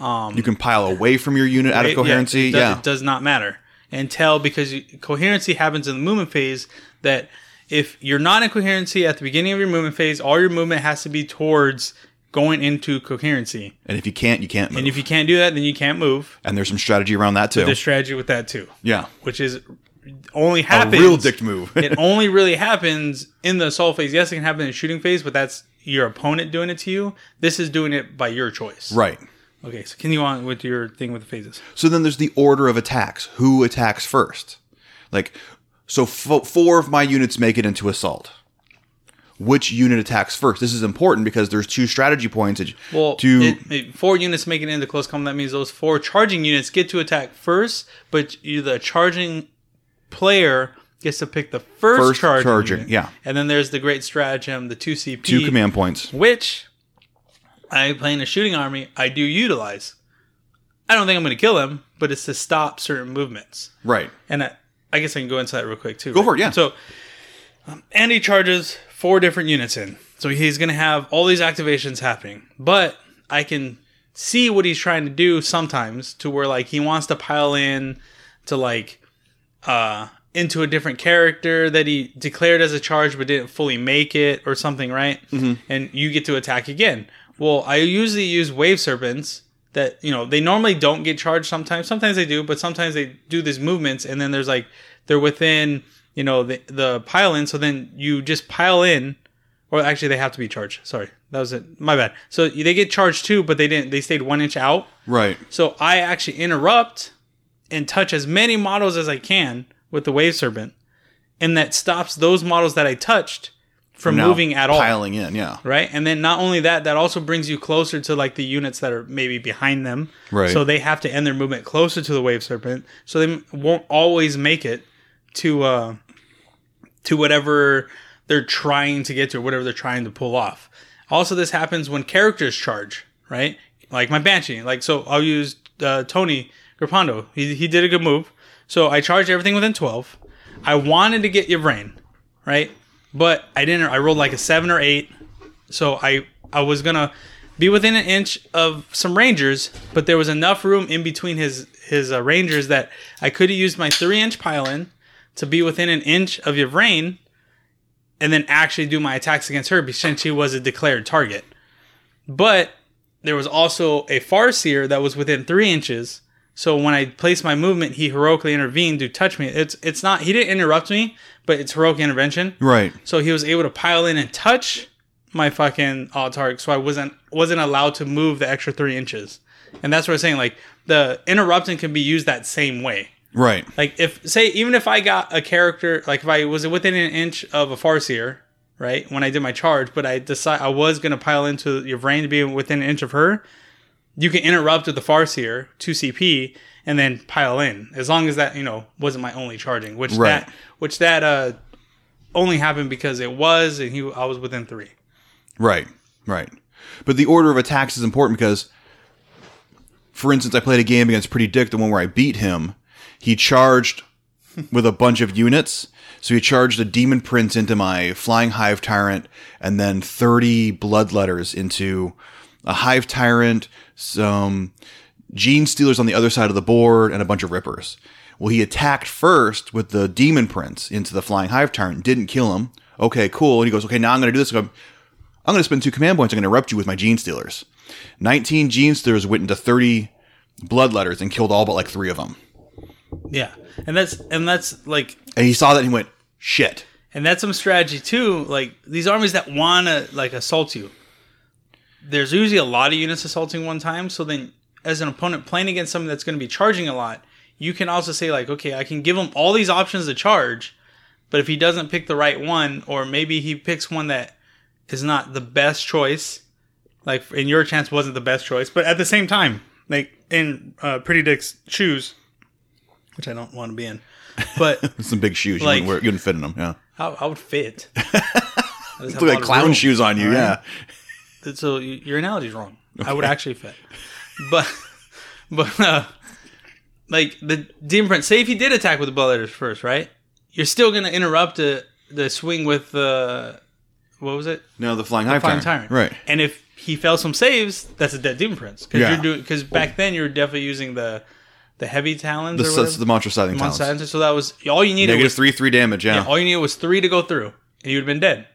S1: You can pile away from your unit out
S4: It-
S1: of coherency.
S4: um, it, does,
S1: Yeah,
S4: it does not matter until because you, coherency happens in the movement phase. That if you're not in coherency at the beginning of your movement phase, all your movement has to be towards going into coherency.
S1: and if you can't, you can't move.
S4: And
S1: And,
S4: if you can't do that, then you can't move.
S1: there's some strategy around that too.
S4: There's strategy with that too,
S1: yeah,
S4: which is only
S1: a
S4: happens.
S1: real dick move.
S4: it only really happens in the assault phase. Yes, it can happen in the shooting phase, but that's your opponent doing it to you. This is doing it by your choice.
S1: right.
S4: Okay, so continue on with your thing with the phases.
S1: So then there's the order of attacks. Who attacks first? Like, so fo- four of my units make it into assault. which unit attacks first. This is important because there's two strategy points. That,
S4: Well,
S1: to
S4: it- it- four units make it into close combat. That means those four charging units get to attack first, but you, the charging player gets to pick the first,
S1: First
S4: charging.
S1: charging,
S4: unit.
S1: yeah.
S4: And then there's the great stratagem, the two CP,
S1: two command points.
S4: which I play in a shooting army. I do utilize. I don't think I'm going to kill him, but it's to stop certain movements.
S1: Right.
S4: And I, I guess I can go into that real quick too.
S1: Go for it, yeah.
S4: So, um, Andy charges four different units in, so he's going to have all these activations happening. But I can see what he's trying to do sometimes, to where like he wants to pile in to like uh into a different character that he declared as a charge but didn't fully make it or something, right?
S1: Mm-hmm.
S4: And you get to attack again. Well, I usually use wave serpents that you know they normally don't get charged sometimes sometimes they do but sometimes they do these movements and then there's like they're within you know the, the pile in so then you just pile in or actually they have to be charged sorry that was it my bad so they get charged too but they didn't they stayed one inch out
S1: Right.
S4: so I actually interrupt and touch as many models as I can with the wave serpent, and that stops those models that I touched from
S1: Now
S4: moving at all, right?
S1: Piling in, yeah.
S4: And then not only that, that also brings you closer to like the units that are maybe behind them,
S1: Right.
S4: So they have to end their movement closer to the wave serpent, so they m- won't always make it to uh, to whatever they're trying to get to, or whatever they're trying to pull off. Also, this happens when characters charge, right? Like my Banshee. Like, so I'll use uh, Tony Grapando. He, he did a good move. So I charged everything within 12. I wanted to get your brain, right? But I didn't. I rolled like a 7 or 8. So I, I was going to be within an inch of some Rangers, but there was enough room in between his, his uh, Rangers that I could have used my 3 inch pile in to be within an inch of your brain and then actually do my attacks against her because- since she was a declared target. But there was also a Farseer that was within three inches. So when I placed my movement, he heroically intervened to touch me. It's it's not he didn't interrupt me, but it's heroic intervention.
S1: Right.
S4: So he was able to pile in and touch my fucking altar, so I wasn't wasn't allowed to move the extra three inches. And that's what I'm saying. Like the interrupting can be used that same way.
S1: Right.
S4: Like if say even if I got a character like if I was within an inch of a farseer, right? When I did my charge, but I decide I was gonna pile into your brain to be within an inch of her, you can interrupt with the farseer, two CP, and then pile in. As long as that, you know, wasn't my only charging, which
S1: Right.
S4: that which that uh only happened because it was and he I was within three.
S1: Right, right. But the order of attacks is important because, for instance, I played a game against Pretty Dick, the one where I beat him. He charged with a bunch of units. So he charged a Demon Prince into my Flying Hive Tyrant and then 30 Bloodletters into a Hive Tyrant, some Gene Stealers on the other side of the board, and a bunch of Rippers. Well, he attacked first with the Demon Prince into the Flying Hive Tyrant, didn't kill him. Okay, cool. And he goes, okay, now I'm going to do this. I'm I'm going to spend two command points. I'm going to interrupt you with my gene stealers. 19 gene stealers went into 30 bloodletters and killed all but like three of them.
S4: Yeah. And that's and that's like
S1: And he saw that and he went, shit.
S4: And that's some strategy too. Like these armies that wanna like assault you. There's usually a lot of units assaulting one time, so then as an opponent playing against someone that's gonna be charging a lot, you can also say like, okay, I can give him all these options to charge, but if he doesn't pick the right one, or maybe he picks one that is not the best choice, like in your chance wasn't the best choice, but at the same time, like in uh, Pretty Dick's shoes, which I don't want to be in, but
S1: Some big shoes. You,
S4: Like-
S1: wouldn't, wear, you wouldn't fit in them. Yeah.
S4: I, I would fit. I just have a
S1: Look
S4: lot
S1: like
S4: of
S1: clown
S4: room.
S1: shoes on you. Yeah.
S4: So y- your analogy's wrong. I would actually fit, but but uh, like the demon prince. Say if he did attack with the bloodletters first, right? You're still gonna interrupt the the swing with the what was it?
S1: No, the flying hive
S4: Flying
S1: tyrant.
S4: tyrant.
S1: Right.
S4: And if he fails some saves, that's a dead demon prince because
S1: Yeah.
S4: you're doing because back then you were definitely using the the heavy talons
S1: The,
S4: or
S1: that's
S4: whatever.
S1: the monster sizing
S4: Monster
S1: talents.
S4: Silencer. So that was all you needed.
S1: Negative
S4: Was,
S1: three, three damage. Yeah.
S4: yeah, all you needed was three to go through, and you'd have been dead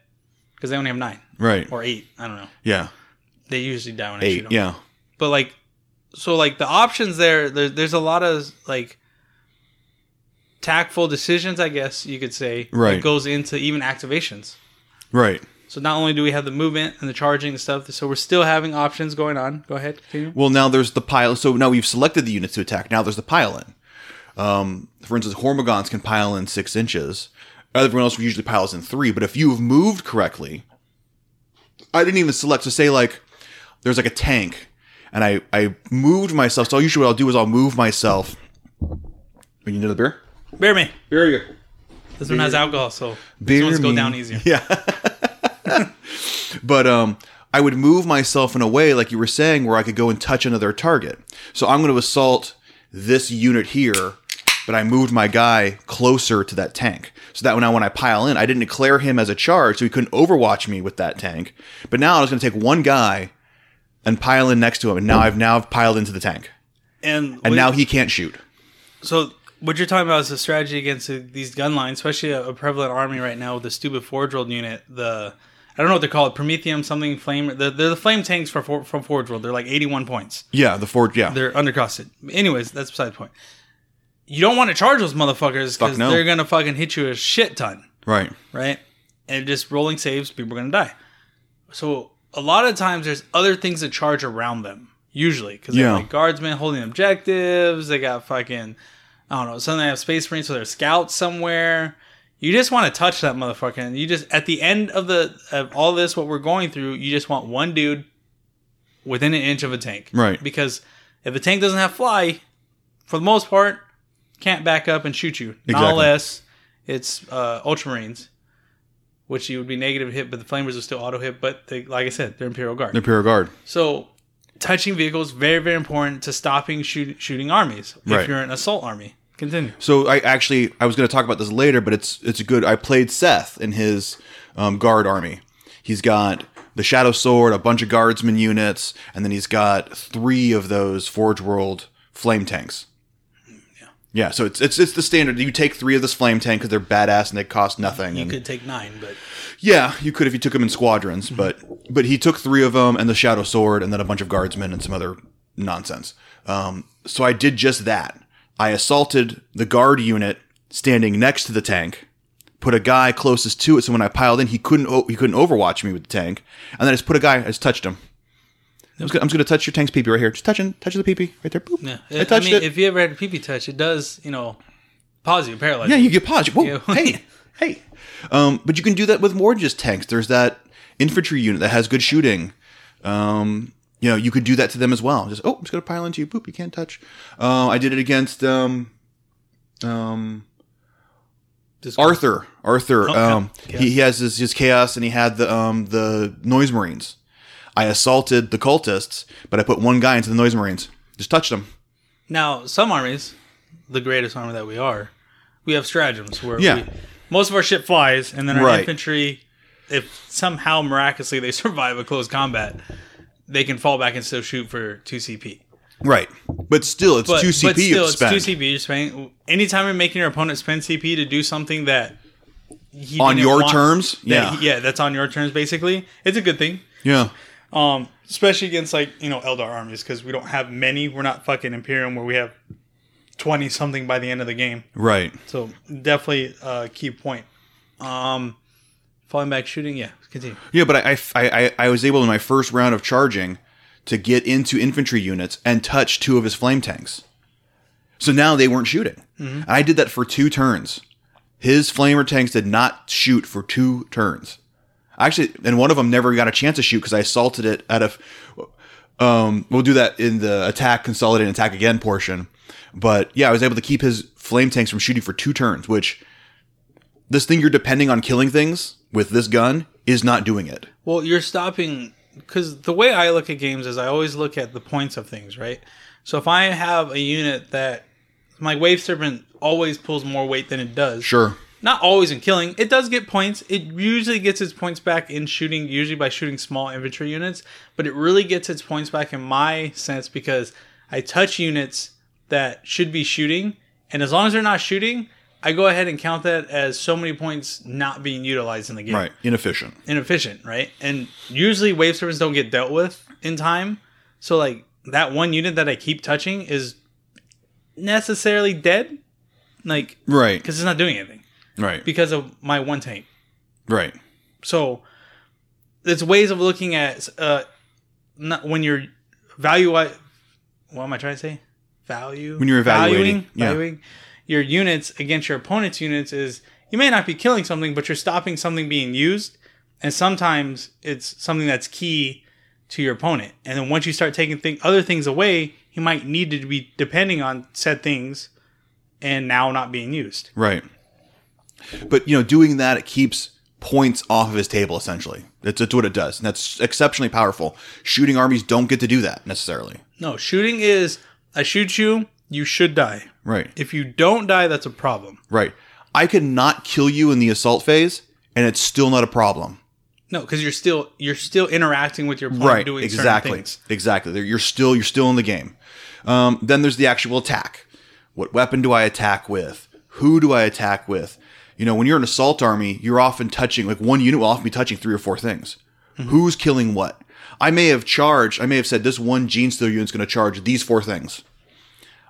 S4: because they only have nine
S1: right.
S4: or eight. I don't know.
S1: Yeah.
S4: They usually die when I shoot
S1: Eight.
S4: them.
S1: Yeah.
S4: But like, so like the options there, there there's a lot of like tactful decisions, I guess you could say.
S1: Right.
S4: That goes into even activations.
S1: Right.
S4: So not only do we have the movement and the charging and stuff, so we're still having options going on. Go ahead, continue.
S1: Well, now there's the pile. So now we've selected the units to attack. Now there's the pile in. Um, for instance, Hormigons can pile in six inches. Everyone else usually piles in three. But if you've moved correctly, I didn't even select. So say like there's like a tank, and I I moved myself. So usually what I'll do is I'll move myself. You need another beer?
S4: Bear me.
S1: Beer here.
S4: This one has alcohol, so
S1: Beer
S4: these ones go
S1: me.
S4: down easier.
S1: Yeah. but um, I would move myself in a way, like you were saying, where I could go and touch another target. So I'm going to assault this unit here, but I moved my guy closer to that tank. So that when I when I pile in, I didn't declare him as a charge, so he couldn't overwatch me with that tank. But now I was going to take one guy and pile in next to him, and now I've now piled into the tank,
S4: And
S1: and
S4: we-
S1: now he can't shoot.
S4: So what you're talking about is a strategy against these gun lines, especially a, a prevalent army right now with the stupid Forge World unit. The I don't know what they're called, Prometheum something flame. They're, they're the flame tanks for, for from Forge World. They're like 81 points.
S1: Yeah, the Ford. Yeah,
S4: They're undercosted. Anyways, that's beside the point. You don't want to charge those motherfuckers
S1: Fuck
S4: because
S1: no.
S4: they're gonna fucking hit you a shit ton,
S1: right.
S4: right? And just rolling saves, people are gonna die. So a lot of times there's other things that charge around them. Usually, because they
S1: Yeah.
S4: have like guardsmen holding objectives, they got fucking I don't know. Sometimes they have space marines, so they're scouts somewhere. You just want to touch that motherfucker, and you just at the end of the of all this, what we're going through, you just want one dude within an inch of a tank,
S1: Right.
S4: Because if the tank doesn't have fly, for the most part, can't back up and shoot you,
S1: Exactly.
S4: not unless it's uh, ultramarines, which you would be negative hit, but the flamers are still auto hit. But they, like I said, they're imperial guard.
S1: The Imperial Guard.
S4: So touching vehicles very very important to stopping shoot, shooting armies if
S1: Right.
S4: you're an assault army. Continue.
S1: So I actually I was going to talk about this later, but it's it's a good. I played Seth in his um, guard army. He's got the Shadow Sword, a bunch of guardsman units, and then he's got three of those Forge World flame tanks.
S4: Hmm,
S1: Yeah. Yeah. So it's it's it's the standard. You take three of this flame tank because they're badass and they cost nothing.
S4: You
S1: and-
S4: could take nine, but
S1: yeah, you could if you took them in
S4: Mm-hmm.
S1: squadrons, but but he took three of them and the shadow sword and then a bunch of guardsmen and some other nonsense. Um, so I did just that. I assaulted the guard unit standing next to the tank, put a guy closest to it, so when I piled in, he couldn't o- he couldn't overwatch me with the tank, and then I just put a guy, I just touched him. I'm just, gonna, I'm just gonna touch your tank's peepee right here. Just touching, touch the peepee right there. Boop.
S4: yeah.
S1: I
S4: I,
S1: touched
S4: mean,
S1: it.
S4: if you ever had a PP touch, it does you know pause you, paralyze
S1: Yeah,
S4: you.
S1: you get paused. Whoa,
S4: Yeah.
S1: hey, hey. Um, but you can do that with more than just tanks. There's that infantry unit that has good shooting. Um, you know, you could do that to them as well. Just oh, I'm just gonna pile into you. Boop, you can't touch. Uh, I did it against um, um,
S4: Just-
S1: Arthur. Arthur.
S4: Oh, yeah.
S1: um, he, he has his, his chaos, and he had the um the noise marines. I assaulted the cultists, but I put one guy into the noise marines. Just touched him.
S4: Now some armies, the greatest army that we are, we have stratagems where
S1: Yeah.
S4: we, most of our shit flies, and then our
S1: Right.
S4: infantry, if somehow miraculously they survive a close combat, they can fall back and still shoot for two CP.
S1: Right, but still, it's
S4: But,
S1: two CP.
S4: but still,
S1: you've
S4: it's
S1: spent.
S4: two CP. You're spending anytime you're making your opponent spend CP to do something that he
S1: On
S4: didn't
S1: your
S4: want-
S1: terms?
S4: that
S1: Yeah.
S4: he- yeah, that's on your terms. Basically, it's a good thing,
S1: Yeah.
S4: um, especially against like you know Eldar armies because we don't have many. We're not fucking Imperium where we have twenty something by the end of the game.
S1: Right.
S4: So definitely a key point. Um, falling back shooting. Yeah, continue.
S1: Yeah, but I, I, I, I was able in my first round of charging to get into infantry units and touch two of his flame tanks. So now they weren't shooting. And I did that for two turns. His flamer tanks did not shoot for two turns. Actually, and one of them never got a chance to shoot because I assaulted it out of. Um, we'll do that in the attack, consolidate, and attack again portion. But yeah, I was able to keep his flame tanks from shooting for two turns, which this thing you're depending on killing things with this gun is not doing it.
S4: Well, you're stopping because the way I look at games is I always look at the points of things, right? So if I have a unit that my wave serpent always pulls more weight than it does.
S1: Sure.
S4: Not always in killing. It does get points. It usually gets its points back in shooting, usually by shooting small infantry units, but it really gets its points back in my sense because I touch units that should be shooting, and as long as they're not shooting, I go ahead and count that as so many points not being utilized in the game
S1: Right. Inefficient.
S4: inefficient, right? And usually wave serpents don't get dealt with in time. So like that one unit that I keep touching is necessarily dead, like
S1: Right.
S4: because it's not doing anything
S1: Right.
S4: because of my one tank.
S1: right.
S4: So it's ways of looking at uh, not when you're value. What am I trying to say? Value
S1: When you're evaluating,
S4: valuing,
S1: yeah.
S4: valuing your units against your opponent's units is you may not be killing something, but you're stopping something being used, and sometimes it's something that's key to your opponent. And then once you start taking thing, other things away, he might need to be depending on said things, and now not being used.
S1: Right. But you know, doing that it keeps points off of his table essentially. That's, that's what it does. And that's exceptionally powerful. Shooting armies don't get to do that necessarily.
S4: No, shooting is I shoot you, you should die.
S1: Right.
S4: If you don't die, that's a problem.
S1: Right. I could not kill you in the assault phase and it's still not a problem.
S4: No, because you're still you're still interacting with your opponent
S1: Right.
S4: doing certain
S1: Exactly.
S4: things.
S1: Exactly. There- You're still you're still in the game. Um, then there's the actual attack. What weapon do I attack with? Who do I attack with? You know, when you're an assault army, you're often touching like one unit will often be touching three or four things.
S4: Mm-hmm.
S1: Who's killing what? I may have charged. I may have said this one gene steal unit's going to charge these four things.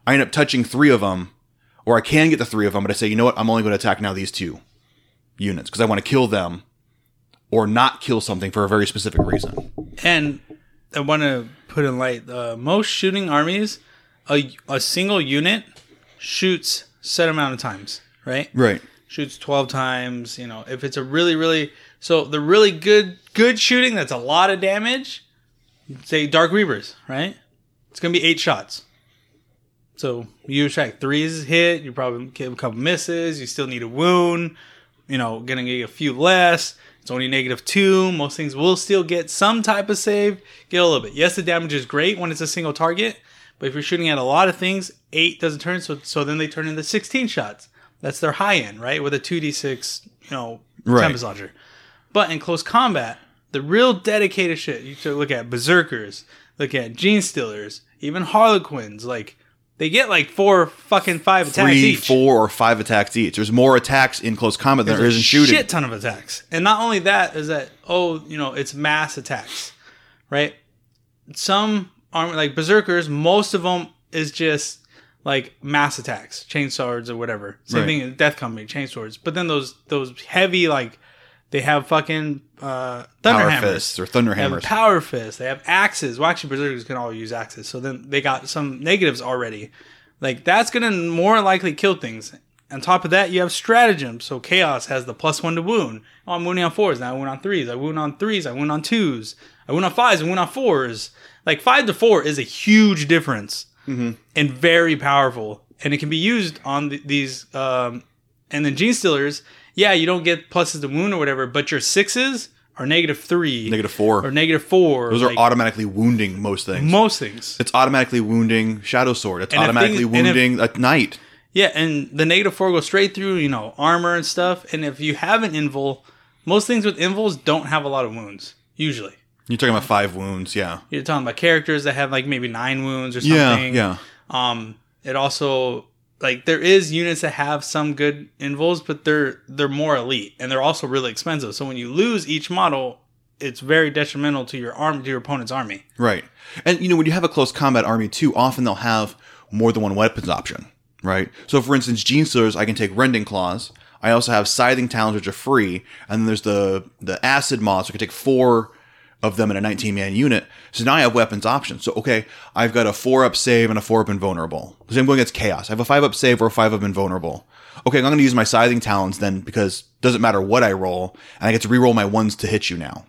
S1: I end up touching three of them, or I can get the three of them, but I say, you know what? I'm only going to attack now these two units because I want to kill them, or not kill something for a very specific reason.
S4: And I want to put in light uh, most shooting armies, a, a single unit shoots set amount of times, right?
S1: Right.
S4: Shoots 12 times, you know. If it's a really really so the really good good shooting that's a lot of damage, say dark reavers, right? It's going to be 8 shots. So you attract threes hit, you probably get a couple misses, you still need a wound, you know, gonna get a few less. It's only negative two. Most things will still get some type of save, get a little bit. Yes, the damage is great when it's a single target, but if you're shooting at a lot of things, eight doesn't turn, so so then they turn into sixteen shots. That's their high end, right? With a two D six, you know,
S1: Right.
S4: tempest launcher. But in close combat, the real dedicated shit, you should look at berserkers, look at gene stealers, even harlequins, like they get like four fucking five attacks
S1: three,
S4: each.
S1: four, or five attacks each. There's more attacks in close combat than there is in shooting.
S4: shit ton of attacks. And not only that is that oh, you know, it's mass attacks, right? Some armor like berserkers, most of them is just like mass attacks, chainswords or whatever. Same
S1: Right.
S4: thing in Death Company, chainswords. But then those those heavy like they have fucking uh thunder
S1: Power
S4: hammers.
S1: fists or thunder
S4: They have
S1: hammers.
S4: power fists. They have axes. Well, actually, berserkers can all use axes. So then they got some negatives already. Like that's gonna more likely kill things. On top of that, you have stratagem. So chaos has the plus one to wound. Oh, I'm wounding on fours. Now I wound on threes. I wound on threes. I wound on twos. I wound on fives. I wound on fours. Like five to four is a huge difference and very powerful. And it can be used on th- these. Um, and then gene stealers. Yeah, you don't get pluses to wound or whatever, but your sixes are negative three,
S1: Negative four.
S4: or negative four.
S1: Those
S4: like,
S1: are automatically wounding most things.
S4: most things.
S1: it's automatically wounding Shadow Sword. It's
S4: And if
S1: automatically
S4: things- and if-
S1: wounding a knight.
S4: Yeah, and the negative four goes straight through, you know, armor and stuff. And if you have an invul, most things with invuls don't have a lot of wounds usually.
S1: You're talking about five wounds, yeah.
S4: You're talking about characters that have like maybe nine wounds or something.
S1: Yeah, yeah.
S4: Um, it also like there is units that have some good invuls, but they're they're more elite and they're also really expensive. So when you lose each model, it's very detrimental to your arm to your opponent's army.
S1: Right. And you know, when you have a close combat army too, often they'll have more than one weapons option, right? So for instance, Gene Stealers, I can take Rending Claws. I also have Scything Talons, which are free, and then there's the the Acid Mods, which I can take four of them in a 19 man unit. So now I have weapons options. So okay, I've got a four up save and a four up invulnerable. So I'm going against chaos. I have a five up save or a five up invulnerable. Okay, I'm going to use my Scything Talons then because doesn't matter what I roll, and I get to reroll my ones to hit you now.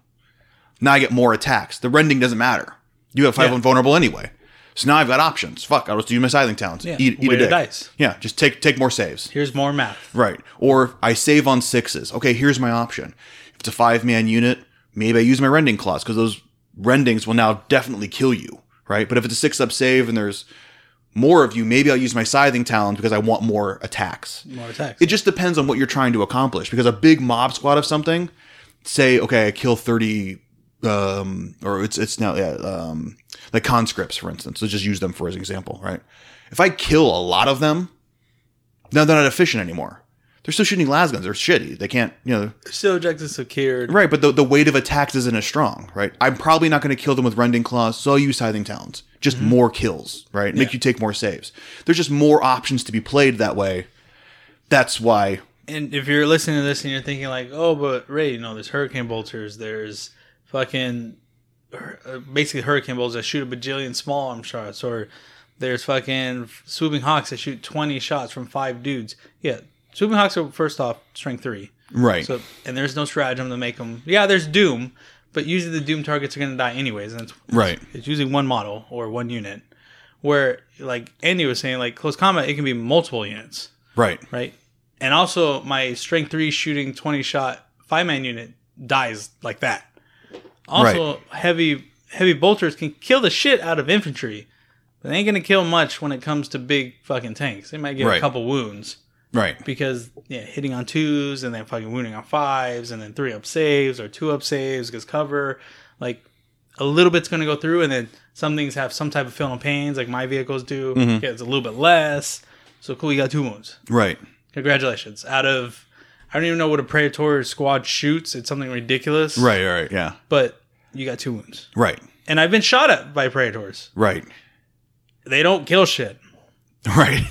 S1: Now I get more attacks. The rending doesn't matter. You have five
S4: Yeah.
S1: invulnerable anyway. So now I've got options. Fuck, I'll just do my Scything Talons.
S4: Yeah,
S1: Eat, eat
S4: way
S1: a
S4: to
S1: dick.
S4: dice.
S1: Yeah, just take take more saves.
S4: Here's more math.
S1: Right. Or I save on sixes. Okay, here's my option. If it's a five man unit, maybe I use my rending claws because those rendings will now definitely kill you. Right. But if it's a six up save and there's more of you, maybe I'll use my Scything Talons because I want more attacks.
S4: More attacks.
S1: It just depends on what you're trying to accomplish. Because a big mob squad of something, say, okay, I kill thirty, um, or it's it's now yeah, um, like conscripts, for instance. Let's just use them for as an example, right? If I kill a lot of them, now they're not efficient anymore. They're still shooting lasguns. They're shitty. They can't, you know,
S4: Still objectives secured.
S1: right? But the, the weight of attacks isn't as strong, right? I'm probably not going to kill them with rending claws, so I'll use scything talons. Just more kills, right? Make
S4: Mm-hmm. Yeah.
S1: you take more saves. There's just more options to be played that way. That's why
S4: and if you're listening to this and you're thinking like, oh, but Ray, you know, there's hurricane bolters, there's fucking hur- uh, basically hurricane bolters that shoot a bajillion small arm shots, or there's fucking swooping hawks that shoot 20 shots from five dudes. Yeah, swooping hawks are first off strength three.
S1: Right.
S4: So and there's no stratagem to make them. Yeah, there's doom, but usually the doom targets are going to die anyways, and it's
S1: right.
S4: it's usually one model or one unit. Where like Andy was saying, like close combat, it can be multiple units,
S1: Right.
S4: right? And also my strength three shooting twenty shot five man unit dies like that. Also heavy heavy bolters can kill the shit out of infantry, but they ain't gonna kill much when it comes to big fucking tanks. They might get
S1: Right.
S4: a couple wounds
S1: Right.
S4: because yeah, hitting on twos and then fucking wounding on fives and then three up saves or two up saves gets cover. Like a little bit's gonna go through and then some things have some type of fill and pains like my vehicles do. Yeah, it's a little bit less. So cool, you got two wounds.
S1: Right.
S4: Congratulations. Out of I don't even know what a predatory squad shoots. It's something ridiculous.
S1: Right. Right. Yeah.
S4: But you got two wounds.
S1: Right.
S4: And I've been shot at by predators.
S1: Right.
S4: They don't kill shit
S1: Right.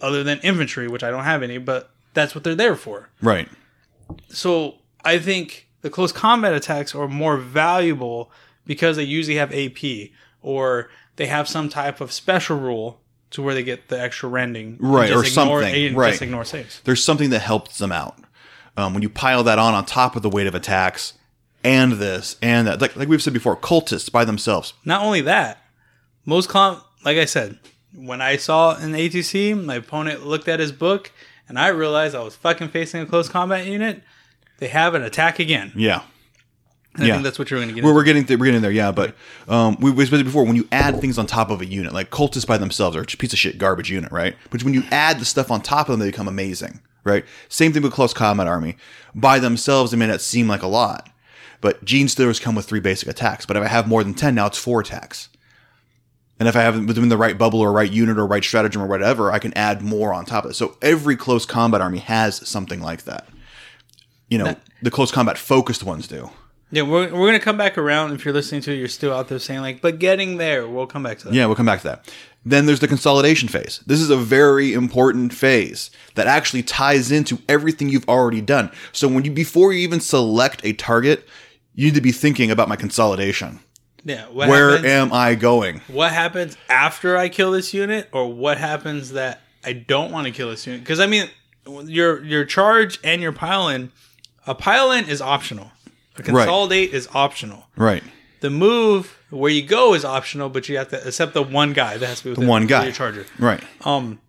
S4: other than infantry, which I don't have any, but that's what they're there for.
S1: Right.
S4: So I think the close combat attacks are more valuable because they usually have AP or they have some type of special rule to where they get the extra rending, and
S1: Right,
S4: just
S1: or
S4: ignore-
S1: something,
S4: and
S1: right.
S4: Just ignore saves.
S1: There's something that helps them out. Um, when you pile that on on top of the weight of attacks and this and that, like like we've said before, cultists by themselves.
S4: Not only that, most com like I said, when I saw an ATC, my opponent looked at his book, and I realized I was fucking facing a close combat unit. They have an attack again.
S1: Yeah.
S4: And
S1: Yeah.
S4: I think that's what you're going to get.
S1: We're,
S4: into.
S1: we're getting th- we're getting there, yeah. But um, we we said before when you add things on top of a unit, like cultists by themselves are just piece of shit garbage unit, right? But when you add the stuff on top of them, they become amazing, right? Same thing with close combat army. By themselves, they may not seem like a lot, but gene stealers come with three basic attacks. But if I have more than ten now, it's four attacks. And if I have within the right bubble or right unit or right stratagem or whatever, I can add more on top of it. So every close combat army has something like that. You know, the close combat focused ones do.
S4: Yeah, we're, we're going to come back around. If you're listening to it, you're still out there saying, like, but getting there, we'll come back to that.
S1: Yeah, we'll come back to that. Then there's the consolidation phase. This is a very important phase that actually ties into everything you've already done. So when you before you even select a target, you need to be thinking about my consolidation.
S4: Yeah. What
S1: Where
S4: happens,
S1: am I going?
S4: what happens after I kill this unit, or what happens that I don't want to kill this unit? Because I mean, your your charge and your pile in, a pile in is optional. A consolidate is optional.
S1: Right.
S4: The move where you go is optional, but you have to accept the one guy that has to be with
S1: The one guy.
S4: your charger.
S1: Right.
S4: Um,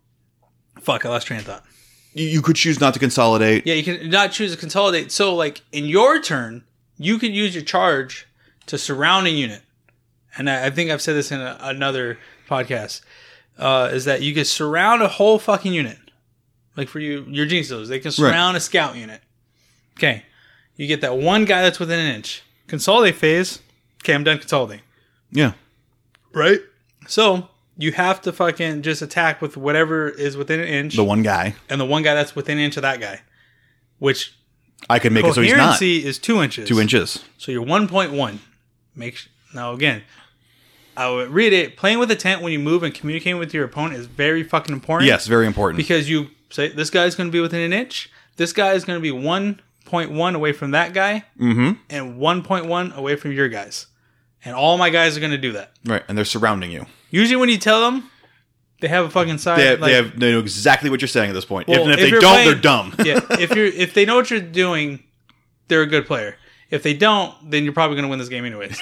S4: fuck, I lost train of thought.
S1: You, you could choose not to consolidate.
S4: Yeah, you can not choose to consolidate. So, like in your turn, you can use your charge to surround a unit. And I, I think I've said this in a, another podcast uh, is that you can surround a whole fucking unit. Like for you, your gene stealers, they can surround a scout unit. Okay, you get that one guy that's within an inch. Consolidate phase. Okay, I'm done consolidating.
S1: Yeah.
S4: Right. So you have to fucking just attack with whatever is within an inch,
S1: The one guy.
S4: and the one guy that's within an inch of that guy, which
S1: I could make it so he's not
S4: coherency is two inches.
S1: two inches.
S4: So you're one point one. Make sh- now again. I would read it. Playing with intent when you move and communicating with your opponent is very fucking important.
S1: Yes, very important.
S4: because you say this guy's going to be within an inch. This guy is going to be one point one away from that guy,
S1: Mhm.
S4: and one point one away from your guys. And all my guys are going to do that.
S1: right, and they're surrounding you.
S4: Usually, when you tell them, they have a fucking side.
S1: They have,
S4: like-
S1: they have they know exactly what you're saying at this point. If-
S4: Well,
S1: and if,
S4: if
S1: they
S4: you're
S1: don't,
S4: playing-
S1: they're dumb.
S4: yeah, if you're if they know what you're doing, they're a good player. If they don't, then you're probably gonna win this game anyways.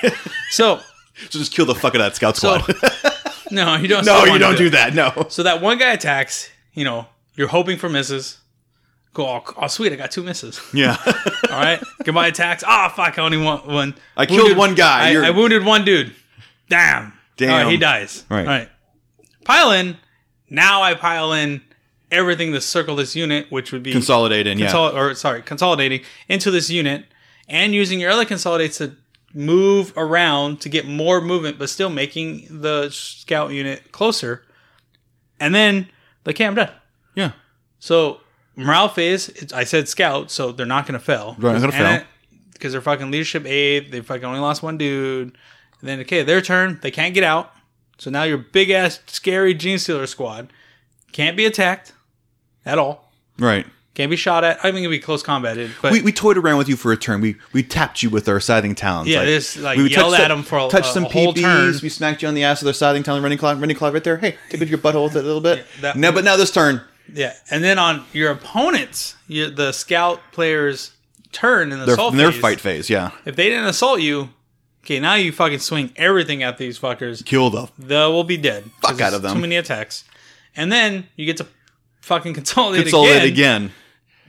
S4: So
S1: so just kill the fuck out of that scout
S4: so
S1: squad.
S4: no, you don't.
S1: no,
S4: still
S1: you
S4: wanna
S1: don't do
S4: it.
S1: that. No.
S4: So that one guy attacks. You know, you're hoping for misses. Go, oh, oh sweet, I got two misses.
S1: Yeah.
S4: All right, goodbye attacks. Ah, fuck, I only want one.
S1: I killed one guy,
S4: I,
S1: you're-
S4: I wounded one dude. Damn.
S1: Damn.
S4: All right, he dies.
S1: Right.
S4: All right. Pile in. Now I pile in everything to circle this unit, which would be
S1: consolidate in, yeah.
S4: consol- or sorry, consolidating into this unit and using your other consolidates to move around to get more movement, but still making the scout unit closer. And then, like, okay, I'm done.
S1: Yeah.
S4: So morale phase. It's, I said scout, so they're not gonna fail.
S1: Right, they're gonna fail.
S4: because they're fucking leadership aid. They fucking only lost one dude. And then okay, their turn. They can't get out. So now your big ass scary gene stealer squad can't be attacked at all.
S1: Right.
S4: Can't be shot at. I mean, it can be close combated, but
S1: We, we toyed around with you for a turn. We we tapped you with our siding talons.
S4: Yeah, this, like, yelled
S1: touch
S4: at
S1: some-
S4: 'em for a-
S1: touched
S4: a-
S1: some
S4: a whole
S1: PBs.
S4: turn.
S1: We smacked you on the ass with our siding talon, running clock, running clock right there. Hey, tip it to your butthole a little bit.
S4: that-
S1: no, but now this turn.
S4: yeah. And then on your opponents, your, the scout players turn in the
S1: Their,
S4: assault
S1: their
S4: phase,
S1: fight phase, yeah.
S4: If they didn't assault you, okay, now you fucking swing everything at these fuckers.
S1: Kill the
S4: They will be dead.
S1: Fuck
S4: 'cause
S1: out
S4: there's
S1: of them.
S4: Too many attacks, and then you get to fucking consolidate,
S1: consolidate
S4: again,
S1: again.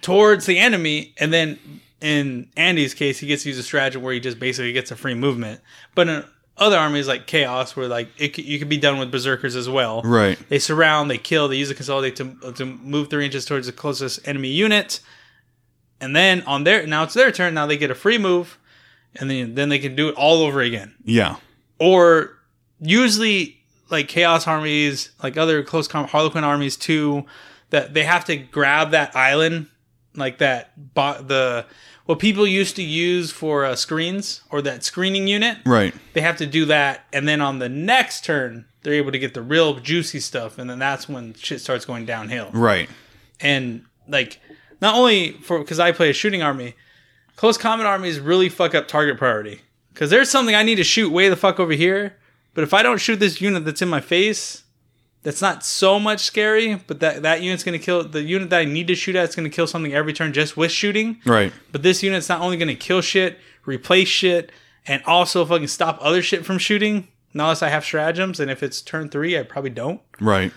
S4: towards the enemy, and then in Andy's case, he gets to use a stratagem where he just basically gets a free movement. But in other armies like Chaos, where like it, c- you could be done with berserkers as well,
S1: Right.
S4: they surround, they kill, they use a consolidate to, to move three inches towards the closest enemy unit. And then on their now it's their turn. Now they get a free move, and then then they can do it all over again.
S1: Yeah.
S4: Or usually like chaos armies, like other close com- Harlequin armies too, that they have to grab that island, like that bo- the what people used to use for uh, screens or that screening unit
S1: Right.
S4: they have to do that and then on the next turn they're able to get the real juicy stuff and then that's when shit starts going downhill
S1: Right.
S4: and like not only for because i play a shooting army close combat armies really fuck up target priority because there's something i need to shoot way the fuck over here but if i don't shoot this unit that's in my face that's not so much scary but that that unit's gonna kill the unit that i need to shoot at is gonna kill something every turn just with shooting
S1: Right.
S4: but this unit's not only going to kill shit, replace shit, and also fucking stop other shit from shooting. Not unless I have stratagems, and if it's turn three, I probably don't.
S1: Right.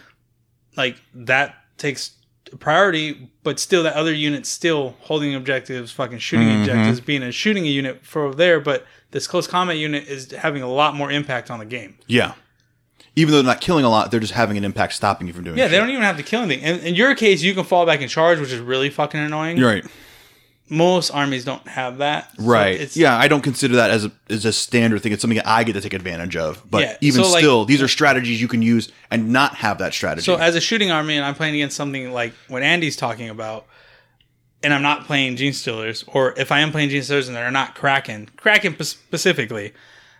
S4: Like that takes priority, but still that other unit's still holding objectives, fucking shooting
S1: Mm-hmm.
S4: objectives, being a shooting unit for over there. But this close combat unit is having a lot more impact on the game.
S1: Yeah. Even though they're not killing a lot, they're just having an impact stopping you from doing
S4: Yeah, they
S1: shit.
S4: don't even have to kill anything. In, in your case, you can fall back and charge, which is really fucking annoying.
S1: You're right.
S4: Most armies don't have that. So
S1: Right.
S4: it's-
S1: yeah, I don't consider that as a as a standard thing. It's something that I get to take advantage of. But
S4: Yeah,
S1: even
S4: so, like-
S1: still, these are strategies you can use and not have that strategy.
S4: So as a shooting army, and I'm playing against something like what Andy's talking about, and I'm not playing Gene Stealers, or if I am playing Gene Stealers and they're not Kraken, Kraken p- specifically,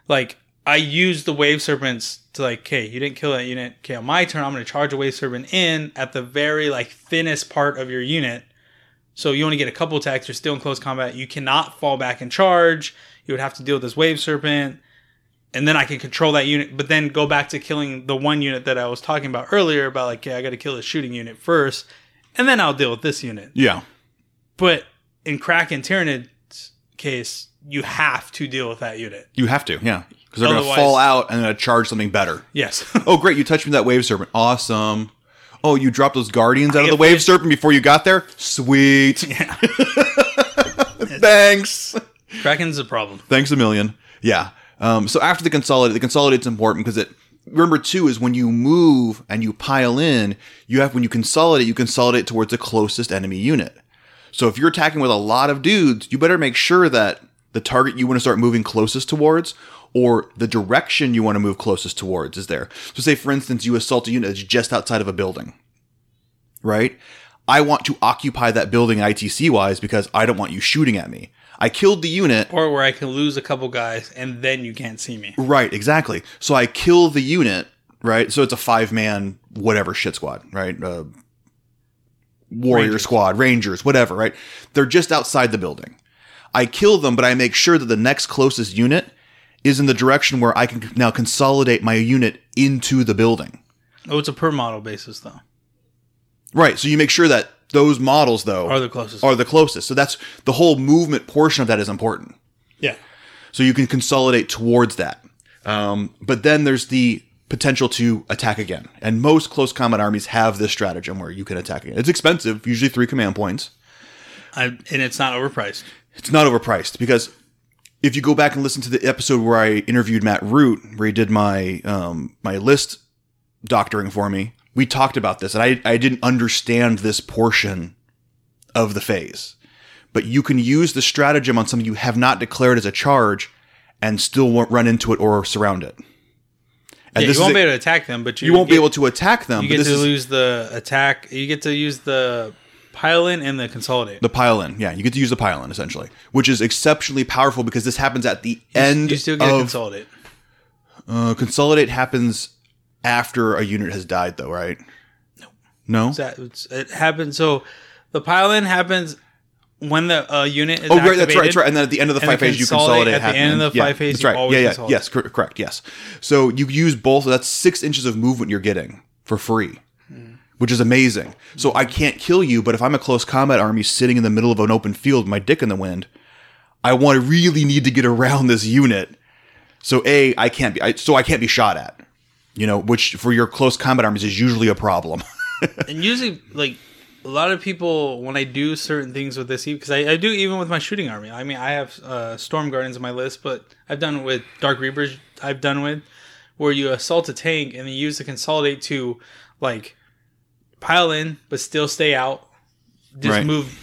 S4: like I use the Wave Serpents to like, okay, you didn't kill that unit. Okay, on my turn, I'm going to charge a Wave Serpent in at the very like thinnest part of your unit. So you only get a couple attacks. You're still in close combat. You cannot fall back and charge. You would have to deal with this Wave Serpent and then I can control that unit, but then go back to killing the one unit that I was talking about earlier about like, okay, I got to kill the shooting unit first, and then I'll deal with this unit.
S1: yeah.
S4: But in Kraken Tyranid's case, you have to deal with that unit.
S1: You have to, yeah. Because they're gonna
S4: Otherwise-
S1: fall out and then charge something better.
S4: Yes.
S1: Oh great, you touched me with that wave serpent. Awesome. Oh, you dropped those guardians out of
S4: get
S1: the wave
S4: finished.
S1: serpent before you got there? Sweet. Yeah. Thanks.
S4: Kraken's a problem.
S1: Thanks a million. Yeah. Um, so after the consolidate, the consolidate's important because it. Remember too is when you move and you pile in, you have when you consolidate, you consolidate towards the closest enemy unit. So if you're attacking with a lot of dudes, you better make sure that the target you want to start moving closest towards or the direction you want to move closest towards is there. So say for instance you assault a unit that's just outside of a building. Right? I want to occupy that building ITC wise because I don't want you shooting at me. I killed the unit.
S4: Or where I can lose a couple guys and then you can't see me.
S1: Right, exactly. So I kill the unit, right? So it's a five man whatever shit squad, right? Uh, warrior
S4: Rangers.
S1: squad, rangers, whatever, right? They're just outside the building. I kill them, but I make sure that the next closest unit is in the direction where I can now consolidate my unit into the building.
S4: Oh, it's a per model basis though.
S1: Right. So you make sure that those models though
S4: Are the closest.
S1: are the closest. So that's the whole movement portion of that is important.
S4: yeah.
S1: so you can consolidate towards that. Um, but then there's the potential to attack again, and most close combat armies have this stratagem where you can attack again. It's expensive, usually three command points.
S4: I, and it's not overpriced.
S1: It's not overpriced because if you go back and listen to the episode where I interviewed Matt Root, where he did my um, my list doctoring for me, we talked about this, and I I didn't understand this portion of the phase. But you can use the stratagem on something you have not declared as a charge, and still won't run into it or surround it. And this
S4: Yeah, you
S1: is
S4: won't
S1: a-
S4: be able to attack them, but you,
S1: you won't be
S4: get-
S1: able to attack them.
S4: You
S1: but
S4: get
S1: this
S4: to
S1: is
S4: lose the attack. You get to use the pylon and the consolidate.
S1: the pile-in. Yeah, you get to use the pile-in essentially, which is exceptionally powerful because this happens at the end
S4: you still get to
S1: of
S4: consolidate.
S1: Uh, consolidate happens after a unit has died, though, right? No. No.
S4: That it's- it happens. So the pile-in happens when the uh, unit is
S1: Oh, right. That's right.
S4: activated.
S1: That's right. And then at the end of the
S4: And
S1: fight
S4: the
S1: phase, you
S4: consolidate
S1: consolidate.
S4: at the
S1: happening.
S4: end of the
S1: yeah,
S4: fight phase,
S1: That's
S4: you
S1: right.
S4: always
S1: yeah. Yeah.
S4: consolidate.
S1: Yes. Cor- correct. Yes. So you use both. That's six inches of movement you're getting for free, which is amazing. So I can't kill you, but if I'm a close combat army sitting in the middle of an open field, my dick in the wind, I want to really need to get around this unit. So a I can't be I, so I can't be shot at. You know, which for your close combat armies is usually a problem.
S4: And usually, like a lot of people, when I do certain things with this, because I, I do even with my shooting army. I mean, I have uh, storm guardians on my list, but I've done with dark reapers. I've done with where you assault a tank and then you use the consolidate to like pile in, but still stay out. Just
S1: Right.
S4: move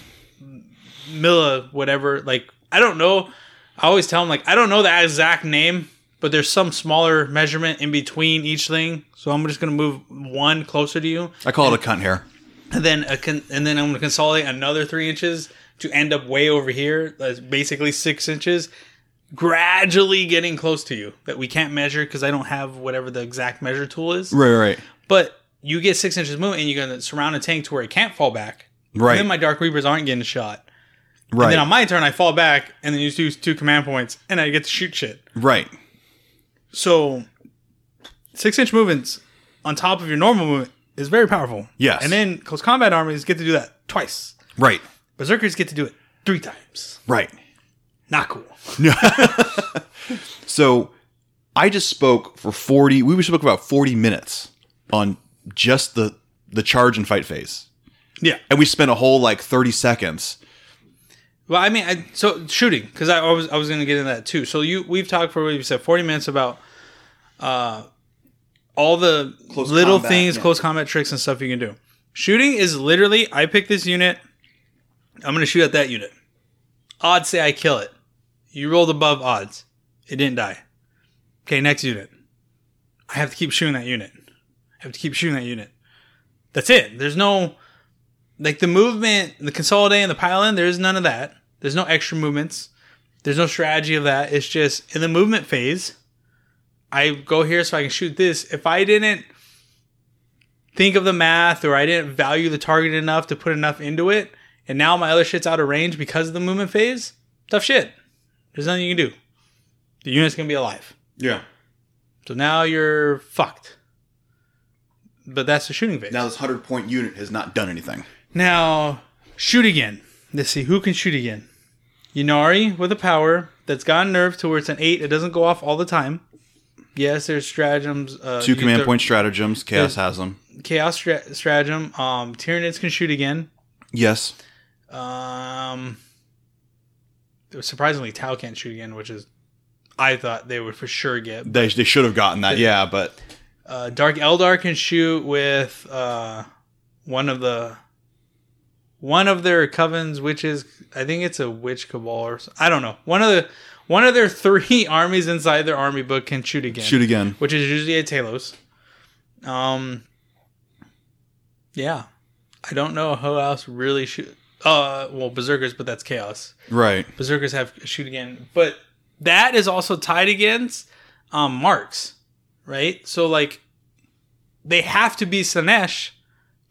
S4: Milla, whatever. Like I don't know. I always tell them like I don't know the exact name, but there's some smaller measurement in between each thing. So I'm just gonna move one closer to you
S1: I call it a cunt hair.
S4: and then a con- and then I'm gonna consolidate another three inches to end up way over here. That's basically six inches, gradually getting close to you that we can't measure because I don't have whatever the exact measure tool is.
S1: Right, right,
S4: But you get six inches movement, and you're gonna surround a tank to where it can't fall back.
S1: right,
S4: And then my dark reapers aren't getting shot.
S1: right,
S4: And then on my turn, I fall back, and then you use two command points, and I get to shoot shit.
S1: right.
S4: So six inch movements on top of your normal movement is very powerful.
S1: Yes.
S4: And then close combat armies get to do that twice.
S1: Right.
S4: Berserkers get to do it three times.
S1: Right.
S4: Not cool.
S1: So I just spoke for 40 we spoke about 40 minutes on just the the charge and fight phase.
S4: Yeah.
S1: And we spent a whole like 30 seconds.
S4: Well, I mean, I, so shooting because I, I was I was going to get into that too. So you we've talked for what you said forty minutes about uh, all the
S1: Close
S4: little
S1: combat,
S4: things,
S1: yeah.
S4: close combat tricks and stuff you can do. Shooting is literally I pick this unit, I'm going to shoot at that unit. Odds say I kill it. You rolled above odds, it didn't die. Okay, next unit. I have to keep shooting that unit. I have to keep shooting that unit. That's it. There's no like the movement, the consolidate and the pile in, there is none of that. There's no extra movements. There's no strategy of that. It's just in the movement phase, I go here so I can shoot this. If I didn't think of the math or I didn't value the target enough to put enough into it, and now my other shit's out of range because of the movement phase, tough shit. There's nothing you can do. The unit's gonna be alive.
S1: Yeah.
S4: So now you're fucked. But that's the shooting phase.
S1: Now this 100 point unit has not done anything.
S4: Now, shoot again. Let's see who can shoot again. Yunari with a power that's got nerve to where it's an eight. It doesn't go off all the time. Yes, there's stratagems. Uh,
S1: Two
S4: you
S1: command
S4: throw-
S1: point strategems, chaos has them.
S4: Chaos stra- stratagem. Um, Tyranids can shoot again.
S1: Yes.
S4: Um, surprisingly, Tau can't shoot again, which is I thought they would for sure get.
S1: They, they should have gotten that. Yeah, but
S4: Uh, Dark Eldar can shoot with uh, one of the one of their covens, which is I think it's a witch cabal or s- I don't know. One of the one of their three armies inside their army book can shoot again,
S1: shoot again.
S4: which is usually a Talos. Um, yeah, I don't know who else really shoot. Uh, well, berserkers, but that's chaos.
S1: Right.
S4: Berserkers have shoot again, but that is also tied against um, marks, right? So like they have to be Sinesh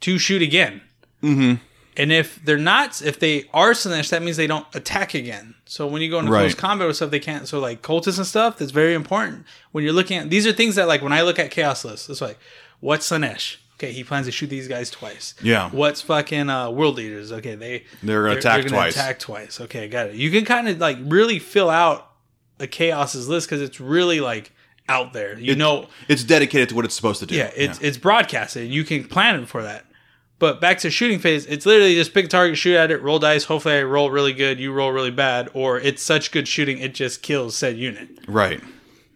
S4: to shoot again,
S1: Mhm.
S4: and if they're not, if they are Sinesh, that means they don't attack again. So when you go into close
S1: Right.
S4: combat with stuff, they can't. So like cultists and stuff, that's very important when you're looking at these are things that like when I look at chaos lists, it's like what's Sinesh? Okay, he plans to shoot these guys twice.
S1: Yeah.
S4: What's fucking uh, world leaders? Okay, they
S1: They're gonna attack
S4: gonna
S1: twice.
S4: Attack twice. Okay, got it. You can kind of like really fill out a chaos's list because it's really like out there. You
S1: It-
S4: know,
S1: It's dedicated to what it's supposed to do.
S4: yeah, it's it's broadcasted. You can plan it for that. But back to shooting phase, it's literally just pick a target, shoot at it, roll dice. Hopefully, I roll really good. You roll really bad, or it's such good shooting it just kills said unit
S1: right.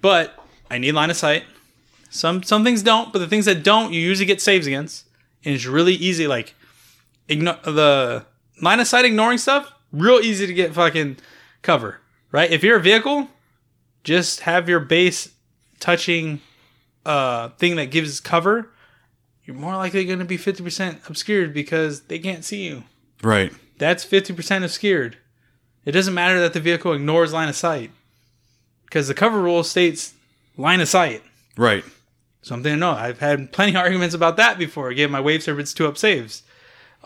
S4: but I need line of sight. Some some things don't, but the things that don't, you usually get saves against, and it's really easy. Like igno- the line of sight ignoring stuff, real easy to get fucking cover. Right? If you're a vehicle, just have your base touching uh thing that gives cover. You're more likely going to be fifty percent obscured because they can't see you.
S1: Right.
S4: That's 50% obscured. It doesn't matter that the vehicle ignores line of sight because the cover rule states line of sight.
S1: Right.
S4: Something to know. I've had plenty of arguments about that before. Giving my wave servants two up saves.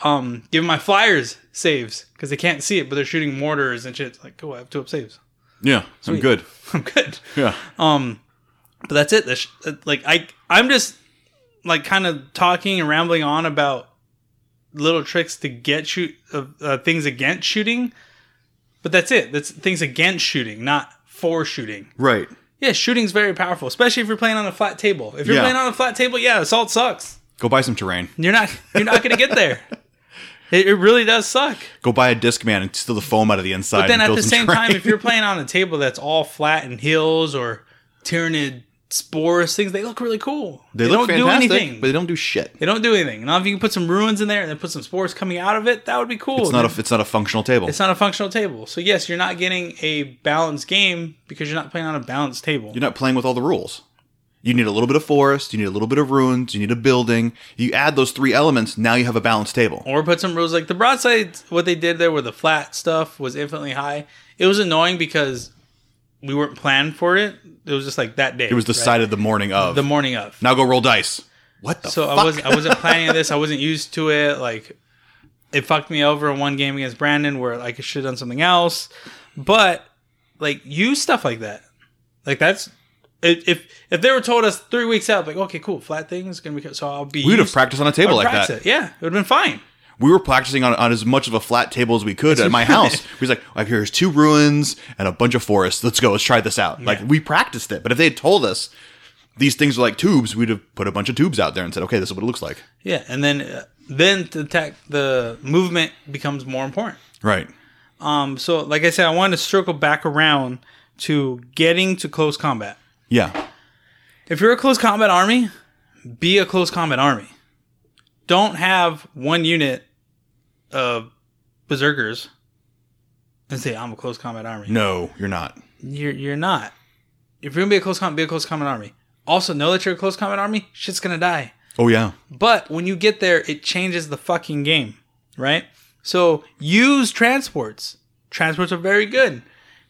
S4: Um, giving my flyers saves because they can't see it, but they're shooting mortars and shit. It's like, cool, I have two up saves.
S1: Yeah. I'm good.
S4: I'm good.
S1: Yeah.
S4: Um, but that's it. That's, that- like I, I'm just like kind of talking and rambling on about little tricks to get shoot uh, uh, things against shooting, But that's it. That's things against shooting, not for shooting.
S1: Right.
S4: Yeah, shooting's very powerful, especially if you're playing on a flat table. If you're
S1: Yeah.
S4: playing on a flat table, yeah, assault sucks.
S1: Go buy some terrain.
S4: You're not you're not gonna get there. It, it really does suck.
S1: Go buy a disc man and steal the foam out of the inside.
S4: But then
S1: and
S4: at
S1: build
S4: the
S1: some
S4: same
S1: terrain.
S4: time, if you're playing on a table that's all flat and hills or tyrannid spores, things they look really cool.
S1: they, look
S4: don't
S1: fantastic,
S4: do anything.
S1: but they don't do shit.
S4: They don't do anything. Now, if you can put some ruins in there and then put some spores coming out of it, that would be cool.
S1: It's not a it's not a functional table.
S4: it's not a functional table. So yes, you're not getting a balanced game because you're not playing on a balanced table.
S1: you're not playing with all the rules. You need a little bit of forest. You need a little bit of ruins. You need a building. You add those three elements. Now you have a balanced table.
S4: Or put some rules like the broadside. What they did there, where the flat stuff was infinitely high, it was annoying because we weren't planned for it. It was just like that day.
S1: It was decided the morning of.
S4: the morning of.
S1: now go roll dice. What the
S4: so
S1: fuck?
S4: I was I wasn't planning this. I wasn't used to it. Like it fucked me over in one game against Brandon where like I should have done something else. But like use stuff like that. Like that's if if if they were told us three weeks out, like okay, cool, flat things gonna be so I'll be.
S1: we would have
S4: used-
S1: practiced on a
S4: I
S1: table
S4: would
S1: like
S4: practice
S1: that.
S4: it. Yeah, it would have been fine.
S1: we were practicing on, on as much of a flat table as we could at my house. We was like, like here's two ruins and a bunch of forests. Let's go. Let's try this out. Like we practiced it. But if they had told us these things are like tubes, we'd have put a bunch of tubes out there and said, okay, this is what it looks like.
S4: Yeah, and then uh, then the tech, the movement becomes more important.
S1: Right.
S4: Um, so like I said, I wanted to circle back around to getting to close combat.
S1: Yeah.
S4: If you're a close combat army, be a close combat army. Don't have one unit of berserkers and say I'm a close combat army.
S1: No, you're not.
S4: You're you're not. If you're gonna be a close combat, be a close combat army. Also know that you're a close combat army. Shit's gonna die.
S1: Oh yeah.
S4: But when you get there, it changes the fucking game, right? So use transports. Transports are very good.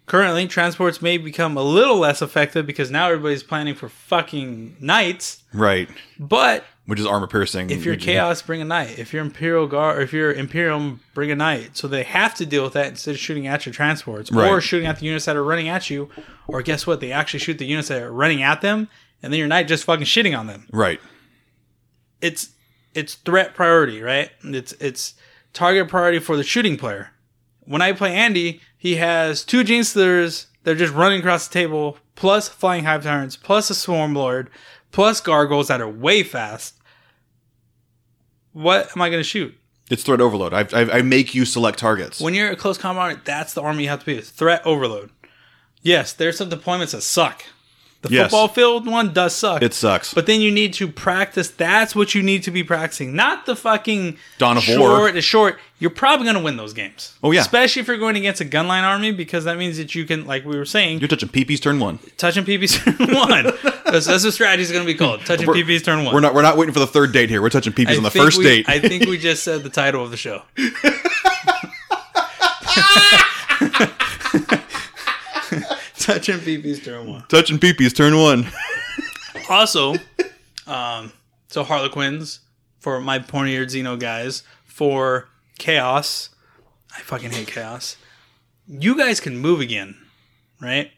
S4: Currently, transports may become a little less effective because now everybody's planning for fucking knights.
S1: Right.
S4: But
S1: Which is armor piercing.
S4: if you're
S1: Which is-
S4: chaos, bring a knight. If you're imperial guard, or if you're imperium, bring a knight. So they have to deal with that instead of shooting at your transports or
S1: Right.
S4: shooting at the units that are running at you. Or guess what? They actually shoot the units that are running at them, and then your knight just fucking shitting on them
S1: Right.
S4: it's it's threat priority, right? It's it's target priority for the shooting player. When I play Andy, he has two gene slithers that are just running across the table, plus flying hive tyrants, plus a swarm lord, plus gargoyles that are way fast. What am I gonna shoot?
S1: It's threat overload. I, I, I make you select targets.
S4: When you're a close combat, that's the army you have to be. It's threat overload. Yes, there's some deployments that suck. The
S1: Yes.
S4: football field one does suck.
S1: it sucks.
S4: But then you need to practice. That's what you need to be practicing, not the fucking
S1: Dawn of
S4: short
S1: War.
S4: to short. You're probably going to win those games.
S1: Oh, yeah.
S4: especially if you're going against a gunline army because that means that you can, like we were saying,
S1: you're touching peepees turn one.
S4: touching PBs turn one. that's, that's what strategy is going to be called: touching
S1: We're-
S4: PBs turn one.
S1: We're not we're not waiting for the third date here. We're touching peepees
S4: I
S1: on the
S4: think
S1: first
S4: we-
S1: date.
S4: I think we just said the title of the show.
S3: Touching BB's turn one.
S1: touching peepees turn one.
S4: Also, um, so Harlequins for my pointy eared Xeno guys for Chaos. I fucking hate Chaos. You guys can move again, right?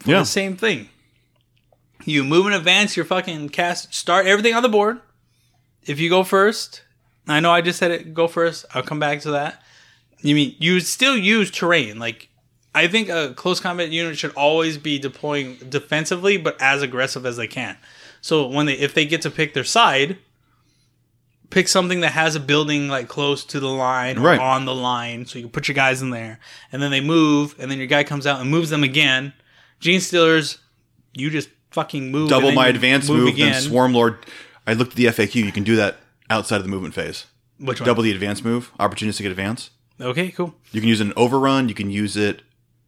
S4: For
S1: Yeah.
S4: The same thing. You move in advance. Your fucking cast start everything on the board. If you go first, I know I just said it. Go first. I'll come back to that. You mean you would still use terrain? Like I think a close combat unit should always be deploying defensively, but as aggressive as they can. So when they if they get to pick their side, pick something that has a building like close to the line or
S1: Right.
S4: on the line, so you can put your guys in there, and then they move, and then your guy comes out and moves them again. Gene Stealers, you just fucking move. and
S1: double
S4: then
S1: my
S4: you
S1: advanced move, then swarm lord. I looked at the FAQ. You can do that outside of the movement phase.
S4: Which one?
S1: Double the advanced move, opportunistic advance.
S4: Okay, cool.
S1: You can use an overrun. You can use it.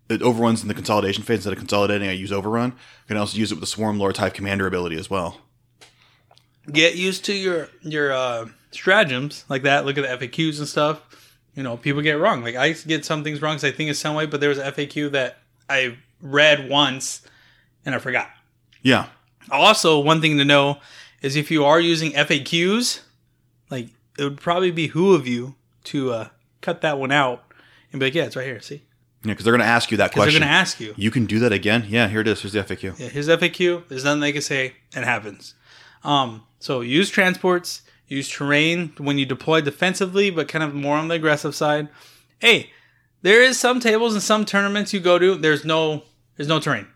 S1: It overruns in the consolidation phase instead of consolidating. I use overrun. I can also use it with the swarm lord type commander ability as well.
S4: get used to your your uh, stratagems like that. Look at the FAQs and stuff. You know, people get it wrong. Like I get some things wrong because I think it's some way, but there was an FAQ that I read once and I forgot.
S1: Yeah,
S4: Also, one thing to know is if you are using FAQs, like it would probably be who of you to uh, cut that one out and be like, yeah, it's right here. See,
S1: yeah, because they're going to ask you that
S4: because they're
S1: question.
S4: going to ask you.
S1: you can do that again. Yeah, here it is. Here's the FAQ.
S4: Yeah, here's FAQ. There's nothing they can say. It happens. Um, so use transports, use terrain when you deploy defensively, but kind of more on the aggressive side. Hey, There is some tables and some tournaments you go to. There's no there's no terrain.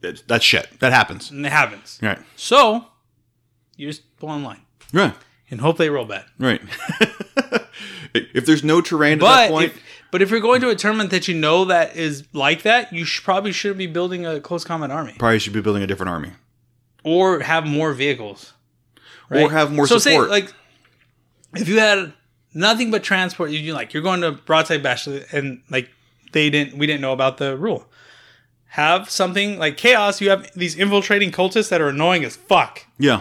S1: That- That's shit. That happens.
S4: And it happens.
S1: Right.
S4: So you just go online
S1: Right.
S4: and hope they roll bad.
S1: Right. if there's no terrain at that
S4: But
S1: point,
S4: if, but if you're going to a tournament that you know that is like that, you should, probably shouldn't be building a close combat army
S1: probably should be building a different army.
S4: or have more vehicles
S1: Or have more
S4: so
S1: support.
S4: Say, like if you had nothing but transport, you you like you're going to broadside bash and like they didn't we didn't know about the rule. Have something like chaos. You have these infiltrating cultists that are annoying as fuck.
S1: yeah.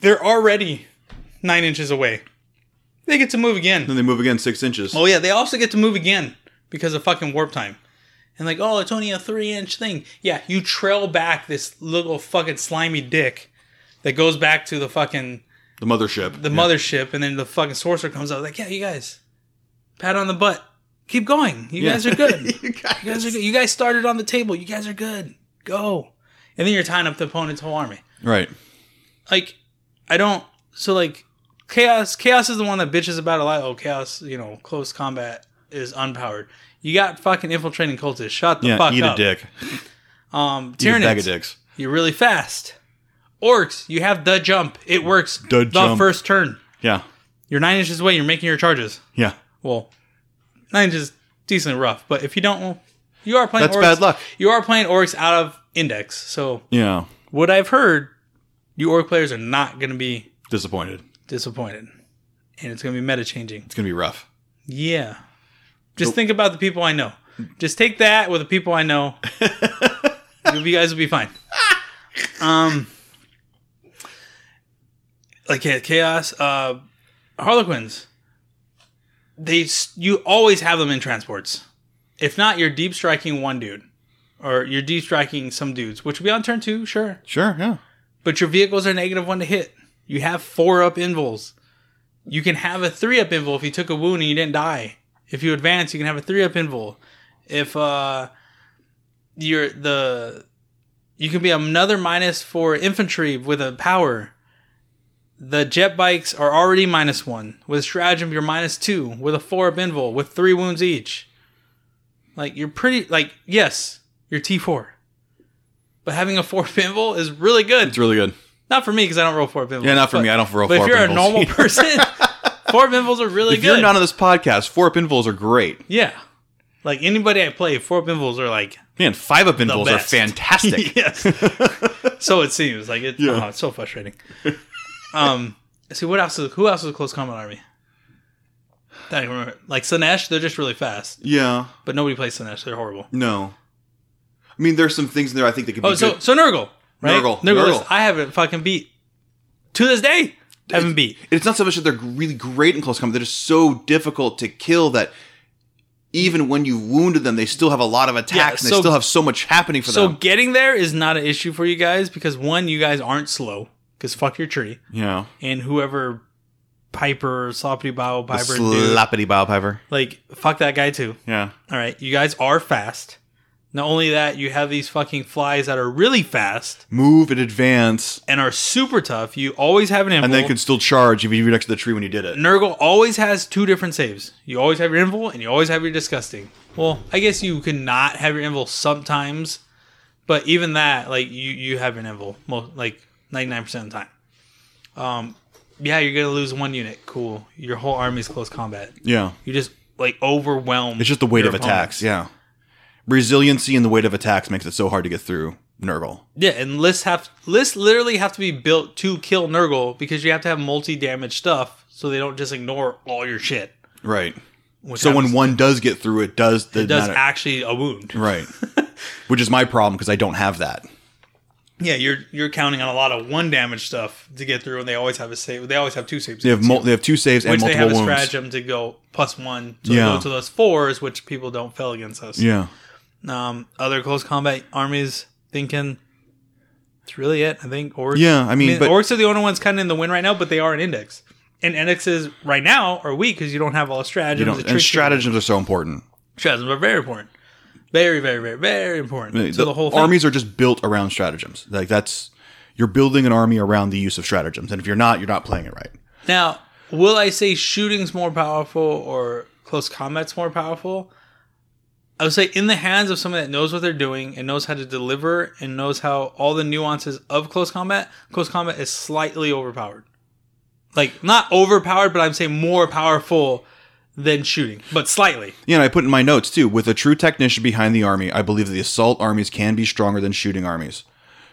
S4: They're already nine inches away. They get to move again.
S1: Then they move again six inches.
S4: Oh yeah, they also get to move again because of fucking warp time. And like, oh, it's only a three inch thing. Yeah, you trail back this little fucking slimy dick that goes back to the fucking
S1: The mothership.
S4: the mothership, and then the fucking sorcerer comes out like, yeah, you guys, pat on the butt, keep going. You
S1: Yeah.
S4: guys are good.
S1: You guys-
S4: you guys are good. You guys started on the table. You guys are good. Go. And then you're tying up the opponent's whole army
S1: right.
S4: like I don't so like chaos chaos is the one that bitches about a lot. Oh chaos, you know, close combat is unpowered. You got fucking infiltrating cultists. Shut the
S1: Yeah.
S4: fuck
S1: eat
S4: up.
S1: a dick.
S4: Um
S1: Eat a bag of
S4: Tyranids,
S1: dicks.
S4: you're really fast. Orcs, you have the jump. It works
S1: The
S4: the,
S1: jump.
S4: first turn.
S1: Yeah.
S4: You're nine inches away, you're making your charges.
S1: Yeah.
S4: Well, nine inches is decently rough, but if you don't well, you are playing
S1: That's
S4: orcs.
S1: bad luck.
S4: You are playing orcs out of index. So
S1: Yeah.
S4: what I've heard, you orc players are not gonna be
S1: Disappointed.
S4: disappointed. And it's going to be meta changing.
S1: It's gonna be rough.
S4: Yeah. Just think about the people I know. Just take that with the people I know. You'll be- you guys will be fine. Um, like yeah, chaos, uh, harlequins. They s- you always have them in transports. If not, you're deep striking one dude, or you're deep striking some dudes, which will be on turn two, sure
S1: Sure. Yeah.
S4: but your vehicles are negative one to hit. You have four up invols. You can have a three up invol if you took a wound and you didn't die. If you advance, you can have a three up invol. If uh, you're the, you can be another minus for infantry with a power. The jet bikes are already minus one. With stratagem, you're minus two. With a four up invol, with three wounds each. Like you're pretty. Like yes, you're T four. But having a four up invol is really good.
S1: It's really good.
S4: Not for me because I don't roll four bimbles.
S1: Yeah. Not for
S4: but,
S1: me. I don't roll.
S4: But if
S1: four
S4: you're
S1: pinballs.
S4: a normal person, four bimbles are really
S1: if
S4: good.
S1: you're not on this podcast, four pinballs are great.
S4: yeah, like anybody I play, four bimbles are like
S1: Man, five up pinballs are
S4: best.
S1: fantastic.
S4: yes. so it seems like it,
S1: Yeah.
S4: oh, it's so frustrating. um, see what else? Is, who else is a close combat army? I don't remember. Like Sinesh, they're just really fast,
S1: yeah.
S4: but nobody plays Sinesh. They're horrible.
S1: No. I mean, there's some things in there I think that could be
S4: Oh, so
S1: good.
S4: so Nurgle, right?
S1: Nurgle,
S4: Nurgle.
S1: Nurgle.
S4: is- I haven't fucking beat to this day. Haven't beat.
S1: It's not so much that they're really great in close combat; they're just so difficult to kill that even when you've wounded them, they still have a lot of attacks
S4: Yeah,
S1: and they
S4: so-
S1: still have so much happening for
S4: So
S1: them.
S4: getting there is not an issue for you guys because one, you guys aren't slow because fuck your tree
S1: Yeah,
S4: and whoever Piper or Sloppity Bow
S1: The
S4: Piper dude,
S1: slappity bow piper.
S4: like fuck that guy too.
S1: Yeah,
S4: All right, you guys are fast. Not only that, you have these fucking flies that are really fast
S1: move in advance,
S4: and are super tough. You always have an invul.
S1: and they could still charge if you were next to the tree when you did it.
S4: Nurgle always has two different saves. You always have your invul and you always have your disgusting. Well, I guess you can not have your invul sometimes, but even that, like you you have your invul most like ninety nine percent of the time. Um, yeah, you're gonna lose one unit. Cool. Your whole army's close combat.
S1: Yeah,
S4: You just like overwhelm.
S1: it's just the weight
S4: your
S1: of
S4: opponent.
S1: attacks. Yeah, resiliency and the weight of attacks makes it so hard to get through Nurgle.
S4: Yeah, and lists have lists literally have to be built to kill Nurgle because you have to have multi damage stuff so they don't just ignore all your shit.
S1: Right.
S4: which
S1: So when
S4: happens-
S1: one does get through, it does. The
S4: it does
S1: amount of-
S4: actually a wound.
S1: right, which is my problem because I don't have that.
S4: Yeah, you're you're counting on a lot of one damage stuff to get through, and they always have a save. They always have two saves.
S1: They have mul- they have two saves and
S4: which they
S1: multiple
S4: have a
S1: wounds.
S4: stratagem to go plus one to
S1: Yeah.
S4: go to those fours, which people don't fail against us.
S1: Yeah.
S4: Um, other close combat armies thinking it's really it. I think orcs.
S1: Yeah, I mean, but-
S4: orcs are the only ones kind of in the win right now, but they are an index, and indexes right now are weak because you don't have all the stratagems.
S1: You don't,
S4: the
S1: and
S4: trick-
S1: stratagems are so important.
S4: stratagems are very important. Very, very, very, very important to the, whole thing.
S1: armies are just built around stratagems. Like that's you're building an army around the use of stratagems, and if you're not, you're not playing it right.
S4: Now, will I say shooting's more powerful or close combat's more powerful. I would say in the hands of someone that knows what they're doing and knows how to deliver and knows how all the nuances of close combat, close combat is slightly overpowered. Like not overpowered, but I'm saying more powerful than shooting, but slightly.
S1: You know, I put in my notes too. With a true technician behind the army, I believe that the assault armies can be stronger than shooting armies,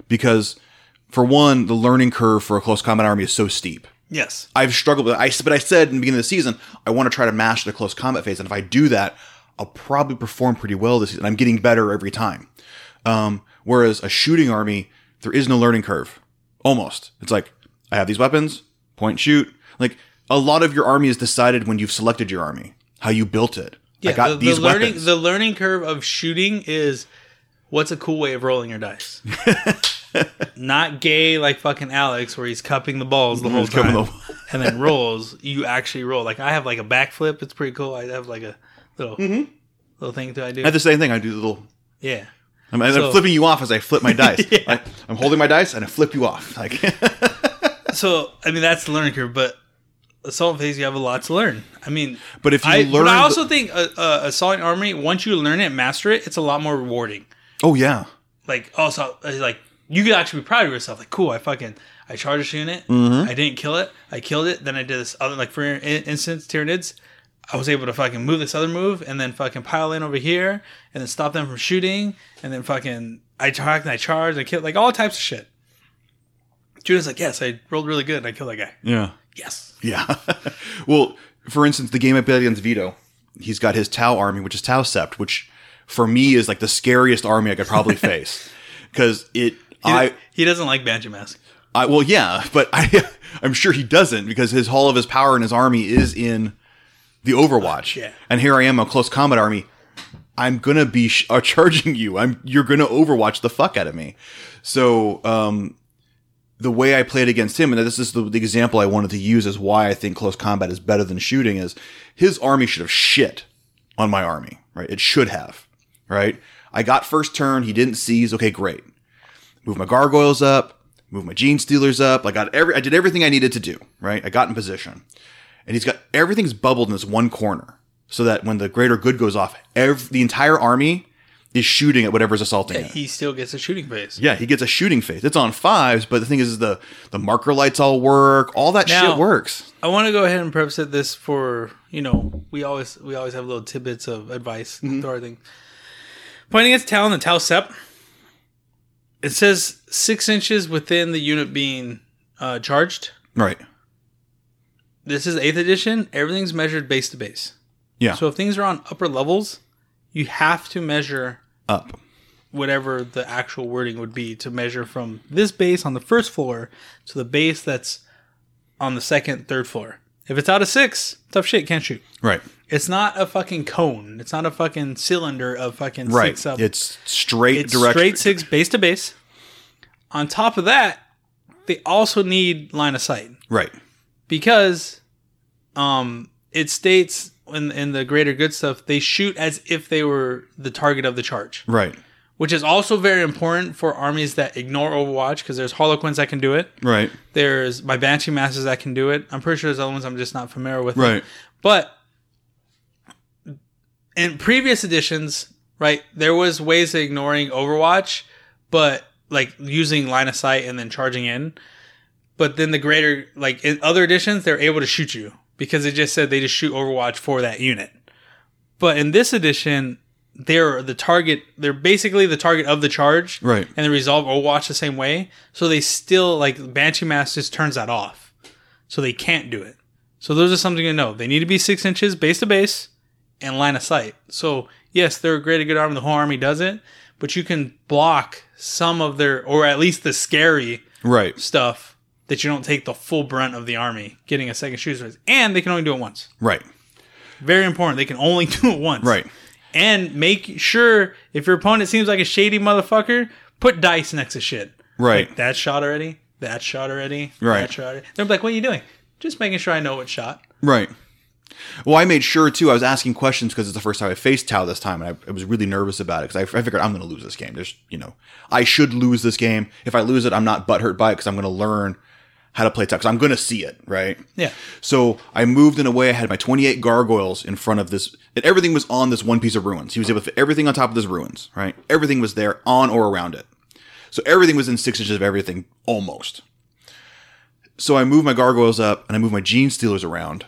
S1: because for one, the learning curve for a close combat army is so steep.
S4: Yes.
S1: I've struggled with. I but I said in the beginning of the season I want to try to master the close combat phase, and if I do that, I'll probably perform pretty well this season. I'm getting better every time. Um, whereas a shooting army, there is no learning curve. Almost, it's like I have these weapons, point shoot. Like a lot of your army is decided when you've selected your army, how you built it. I got
S4: the, the
S1: these
S4: learning
S1: weapons.
S4: the learning curve of shooting is what's a cool way of rolling your dice. Not gay like fucking Alex, where he's cupping the balls the whole
S1: He's cupping
S4: time,
S1: the-
S4: and then rolls. You actually roll. Like I have like a backflip. It's pretty cool. I have like a little little thing that I do.
S1: I have Mm-hmm. the same thing. I do the little.
S4: yeah,
S1: I'm, I'm
S4: So-
S1: flipping you off as I flip my dice.
S4: Yeah.
S1: I, I'm holding my dice and I flip you off. Like
S4: so I mean that's the learning curve, but assault phase you have a lot to learn. I mean,
S1: But if you
S4: I,
S1: learn
S4: but I
S1: the-
S4: also think uh, uh, assault armory once you learn it, master it, it's a lot more rewarding.
S1: oh yeah,
S4: like also uh, like you could actually be proud of yourself. Like, cool, I fucking I charged a unit.
S1: Mm-hmm.
S4: I didn't kill it. I killed it. Then I did this other like for in- instance, Tyranids. I was able to fucking move this other move and then fucking pile in over here and then stop them from shooting and then fucking I talked and I charged and I killed like all types of shit. Judas like, yes, I rolled really good and I killed that guy.
S1: yeah.
S4: Yes.
S1: Yeah. well, for instance, the game I played against Vito, he's got his Tau army, which is Tau Sept, which for me is like the scariest army I could probably face because it.
S4: He,
S1: I,
S4: he doesn't like Banjo Mask.
S1: I well yeah, but I I'm sure he doesn't because his all of his power in his army is in the Overwatch.
S4: Yeah.
S1: And here I am, a close combat army. I'm gonna be sh- uh, charging you. I'm you're gonna Overwatch the fuck out of me. So um, the way I played against him, and this is the, the example I wanted to use, is why I think close combat is better than shooting. Is his army should have shit on my army, right? It should have, right? I got first turn. He didn't seize. Okay, great. Move my gargoyles up. Move my gene stealers up. I got every. I did everything I needed to do. Right. I got in position and he's got everything's bubbled in this one corner so that when the greater good goes off ev- the entire army is shooting at whatever's assaulting it
S4: He still gets a shooting phase.
S1: yeah he gets a shooting phase it's on fives but the thing is, is the the marker lights all work all that
S4: Now-
S1: shit works
S4: I want to go ahead and preface it this for you know we always we always have little tidbits of advice through our thing. Pointing at Talon and Tau Sep, it says six inches within the unit being uh, charged.
S1: right
S4: This is eighth edition. Everything's measured base to base.
S1: Yeah.
S4: So if things are on upper levels, you have to measure
S1: up
S4: whatever the actual wording would be to measure from this base on the first floor to the base that's on the second, third floor. If it's out of six, tough shit, can't shoot.
S1: right
S4: It's not a fucking cone. It's not a fucking cylinder of fucking
S1: right
S4: six up.
S1: it's straight
S4: It's
S1: direction
S4: straight six base to base. On top of that, they also need line of sight
S1: right
S4: because um, it states in, in the greater good stuff they shoot as if they were the target of the charge,
S1: right
S4: which is also very important for armies that ignore Overwatch because there's Harlequins that can do it.
S1: right
S4: There's my Banshee Masters that can do it. I'm pretty sure there's other ones I'm just not familiar with.
S1: right
S4: But in previous editions, right, there was ways of ignoring Overwatch, but like using line of sight and then charging in. But then the greater like in other editions, they're able to shoot you because it just said they just shoot Overwatch for that unit. But in this edition, they're the target. They're basically the target of the charge,
S1: Right.
S4: And they resolve Overwatch the same way. So they still like Banshee Masters turns that off, so they can't do it. So those are something to know. They need to be six inches base to base and line of sight. So yes, they're a great, a good army. The whole army does it, but you can block some of their, or at least the scary
S1: right
S4: stuff that you don't take the full brunt of the army getting a second shooter's raise. And they can only do it once.
S1: right
S4: Very important. They can only do it once.
S1: right
S4: And make sure if your opponent seems like a shady motherfucker, put dice next to shit.
S1: right
S4: That shot already. That shot already.
S1: Right.
S4: That shot already. They're like, what are you doing? Just making sure I know what shot.
S1: Right. Well, I made sure too. I was asking questions because it's the first time I faced Tao this time, and I, I was really nervous about it because I, I figured I'm going to lose this game. There's, you know, I should lose this game. If I lose it, I'm not butthurt by it because I'm going to learn how to play Texas. I'm going to see it, right?
S4: Yeah.
S1: So I moved in a way I had my 28 gargoyles in front of this, and everything was on this one piece of ruins. He was able to fit everything on top of this ruins, right? Everything was there on or around it. So everything was in six inches of everything almost. So I moved my gargoyles up and I moved my gene stealers around.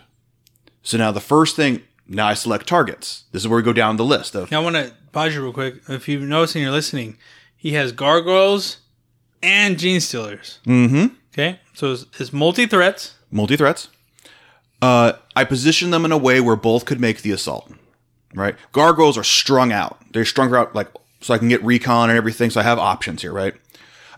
S1: So now the first thing, now I select targets. This is where we go down the list of
S4: Now I want to pause you real quick. If you've noticed and you're listening, he has gargoyles and gene stealers. Mm-hmm. Okay, so it's, it's multi threats.
S1: multi threats. Uh, I positioned them in a way where both could make the assault. Right, gargoyles are strung out. They're strung out like so I can get recon and everything. So I have options here, right?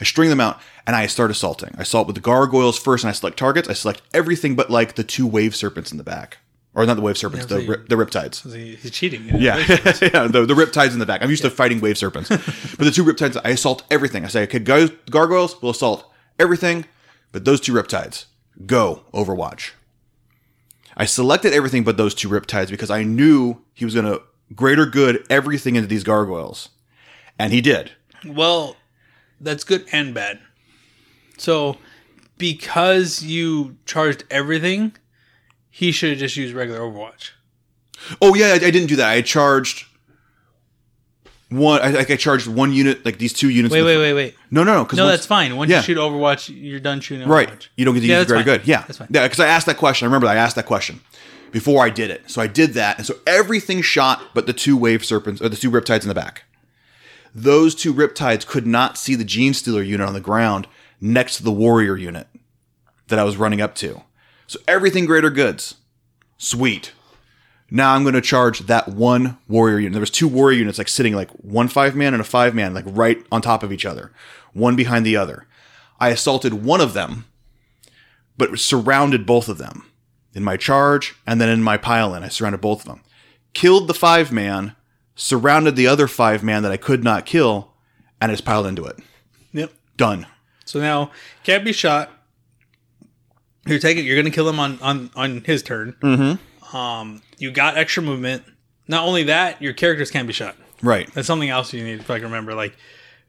S1: I string them out and I start assaulting. I assault with the gargoyles first, and I select targets. I select everything but like the two wave serpents in the back, or not the wave serpents,
S4: so
S1: the
S4: you-
S1: rip, the riptides.
S4: He- He's cheating.
S1: Yeah, yeah the, the riptides in the back. I'm used to fighting wave serpents. but the two riptides, I assault everything. I say, okay, guys, gargoyles, we'll assault everything, but those two riptides, go Overwatch. I selected everything but those two riptides because I knew he was going to greater good everything into these gargoyles. And he did.
S4: Well, that's good and bad. So, because you charged everything, he should have just used regular Overwatch.
S1: Oh, yeah, I, I didn't do that. I charged one, I, I charged one unit, like these two units.
S4: Wait,
S1: with-
S4: wait, wait, wait.
S1: No, no, no. 'cause
S4: No,
S1: once-
S4: that's fine. Once
S1: yeah.
S4: you shoot Overwatch, you're done shooting Overwatch.
S1: Right. You don't get to
S4: Yeah,
S1: use the
S4: that's
S1: greater
S4: fine.
S1: good. Yeah.
S4: That's fine.
S1: Yeah, because I asked that question. I remember that I asked that question before I did it. So I did that. And so everything shot but the two wave serpents or the two riptides in the back. Those two riptides could not see the gene stealer unit on the ground next to the warrior unit that I was running up to. So everything greater goods. Sweet. Now I'm going to charge that one warrior unit. There was two warrior units like sitting like one five man and a five man like right on top of each other, one behind the other. I assaulted one of them but surrounded both of them in my charge and then in my pile in. I surrounded both of them. Killed the five man, surrounded the other five man that I could not kill, and I just piled into it.
S4: Yep.
S1: Done.
S4: So now can't be shot. You're taking. You're gonna kill him on on on his turn. Mm-hmm. Um, you got extra movement. Not only that, your characters can't be shot.
S1: Right.
S4: That's something else you need to like remember. Like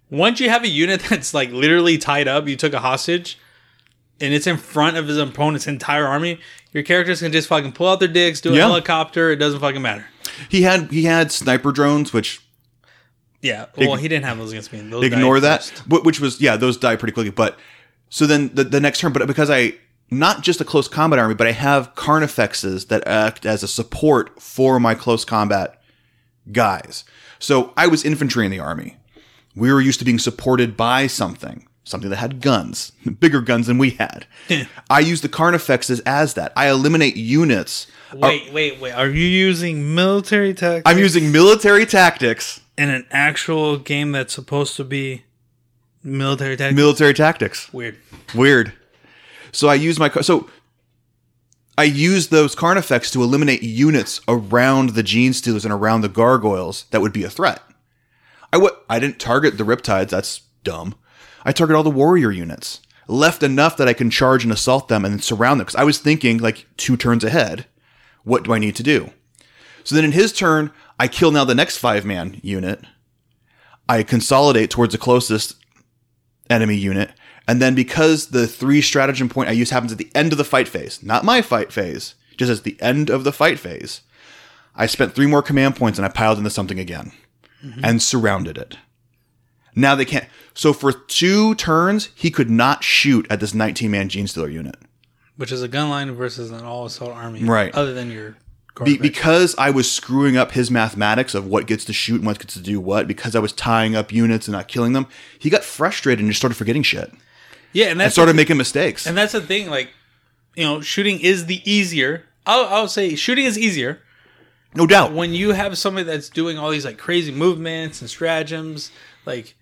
S4: once you have a unit that's like literally tied up, you took a hostage, and it's in front of his opponent's entire army. Your characters can just fucking pull out their dicks, do a
S1: Yeah.
S4: helicopter. It doesn't fucking matter.
S1: He had he had sniper drones, which
S4: Yeah. Well, he didn't have those against me. Those
S1: ignore
S4: died
S1: that,
S4: first.
S1: wh- which was yeah, those die pretty quickly. But so then the, the next turn, but because I not just a close combat army, but I have carnifexes that act as a support for my close combat guys. So I was infantry in the army. We were used to being supported by something, something that had guns, bigger guns than we had. I use the carnifexes as that. I eliminate units.
S4: Wait, wait, wait. Are you using military tactics?
S1: I'm using military tactics.
S4: in an actual game that's supposed to be military tactics.
S1: Military tactics.
S4: Weird.
S1: Weird. So I use my car- so I use those carnifex to eliminate units around the gene stealers and around the gargoyles that would be a threat. I w- I didn't target the riptides. That's dumb. I target all the warrior units. Left enough that I can charge and assault them and surround them because I was thinking like two turns ahead. What do I need to do? So then in his turn, I kill now the next five man unit. I consolidate towards the closest enemy unit. And then because the three stratagem point I use happens at the end of the fight phase, not my fight phase, just at the end of the fight phase, I spent three more command points and I piled into something again
S4: Mm-hmm.
S1: and surrounded it. Now they can't. So for two turns, he could not shoot at this 19 man gene stealer unit.
S4: Which is a gun line versus an all assault army.
S1: Right.
S4: Other than your
S1: Be-
S4: Corvette.
S1: because I was screwing up his mathematics of what gets to shoot and what gets to do what, because I was tying up units and not killing them, he got frustrated and just started forgetting shit
S4: yeah, and
S1: and
S4: that's
S1: started making mistakes.
S4: and that's the thing, like you know, shooting is the easier I'll, I'll say shooting is easier
S1: No doubt.
S4: when you have somebody that's doing all these like crazy movements and stratagems, like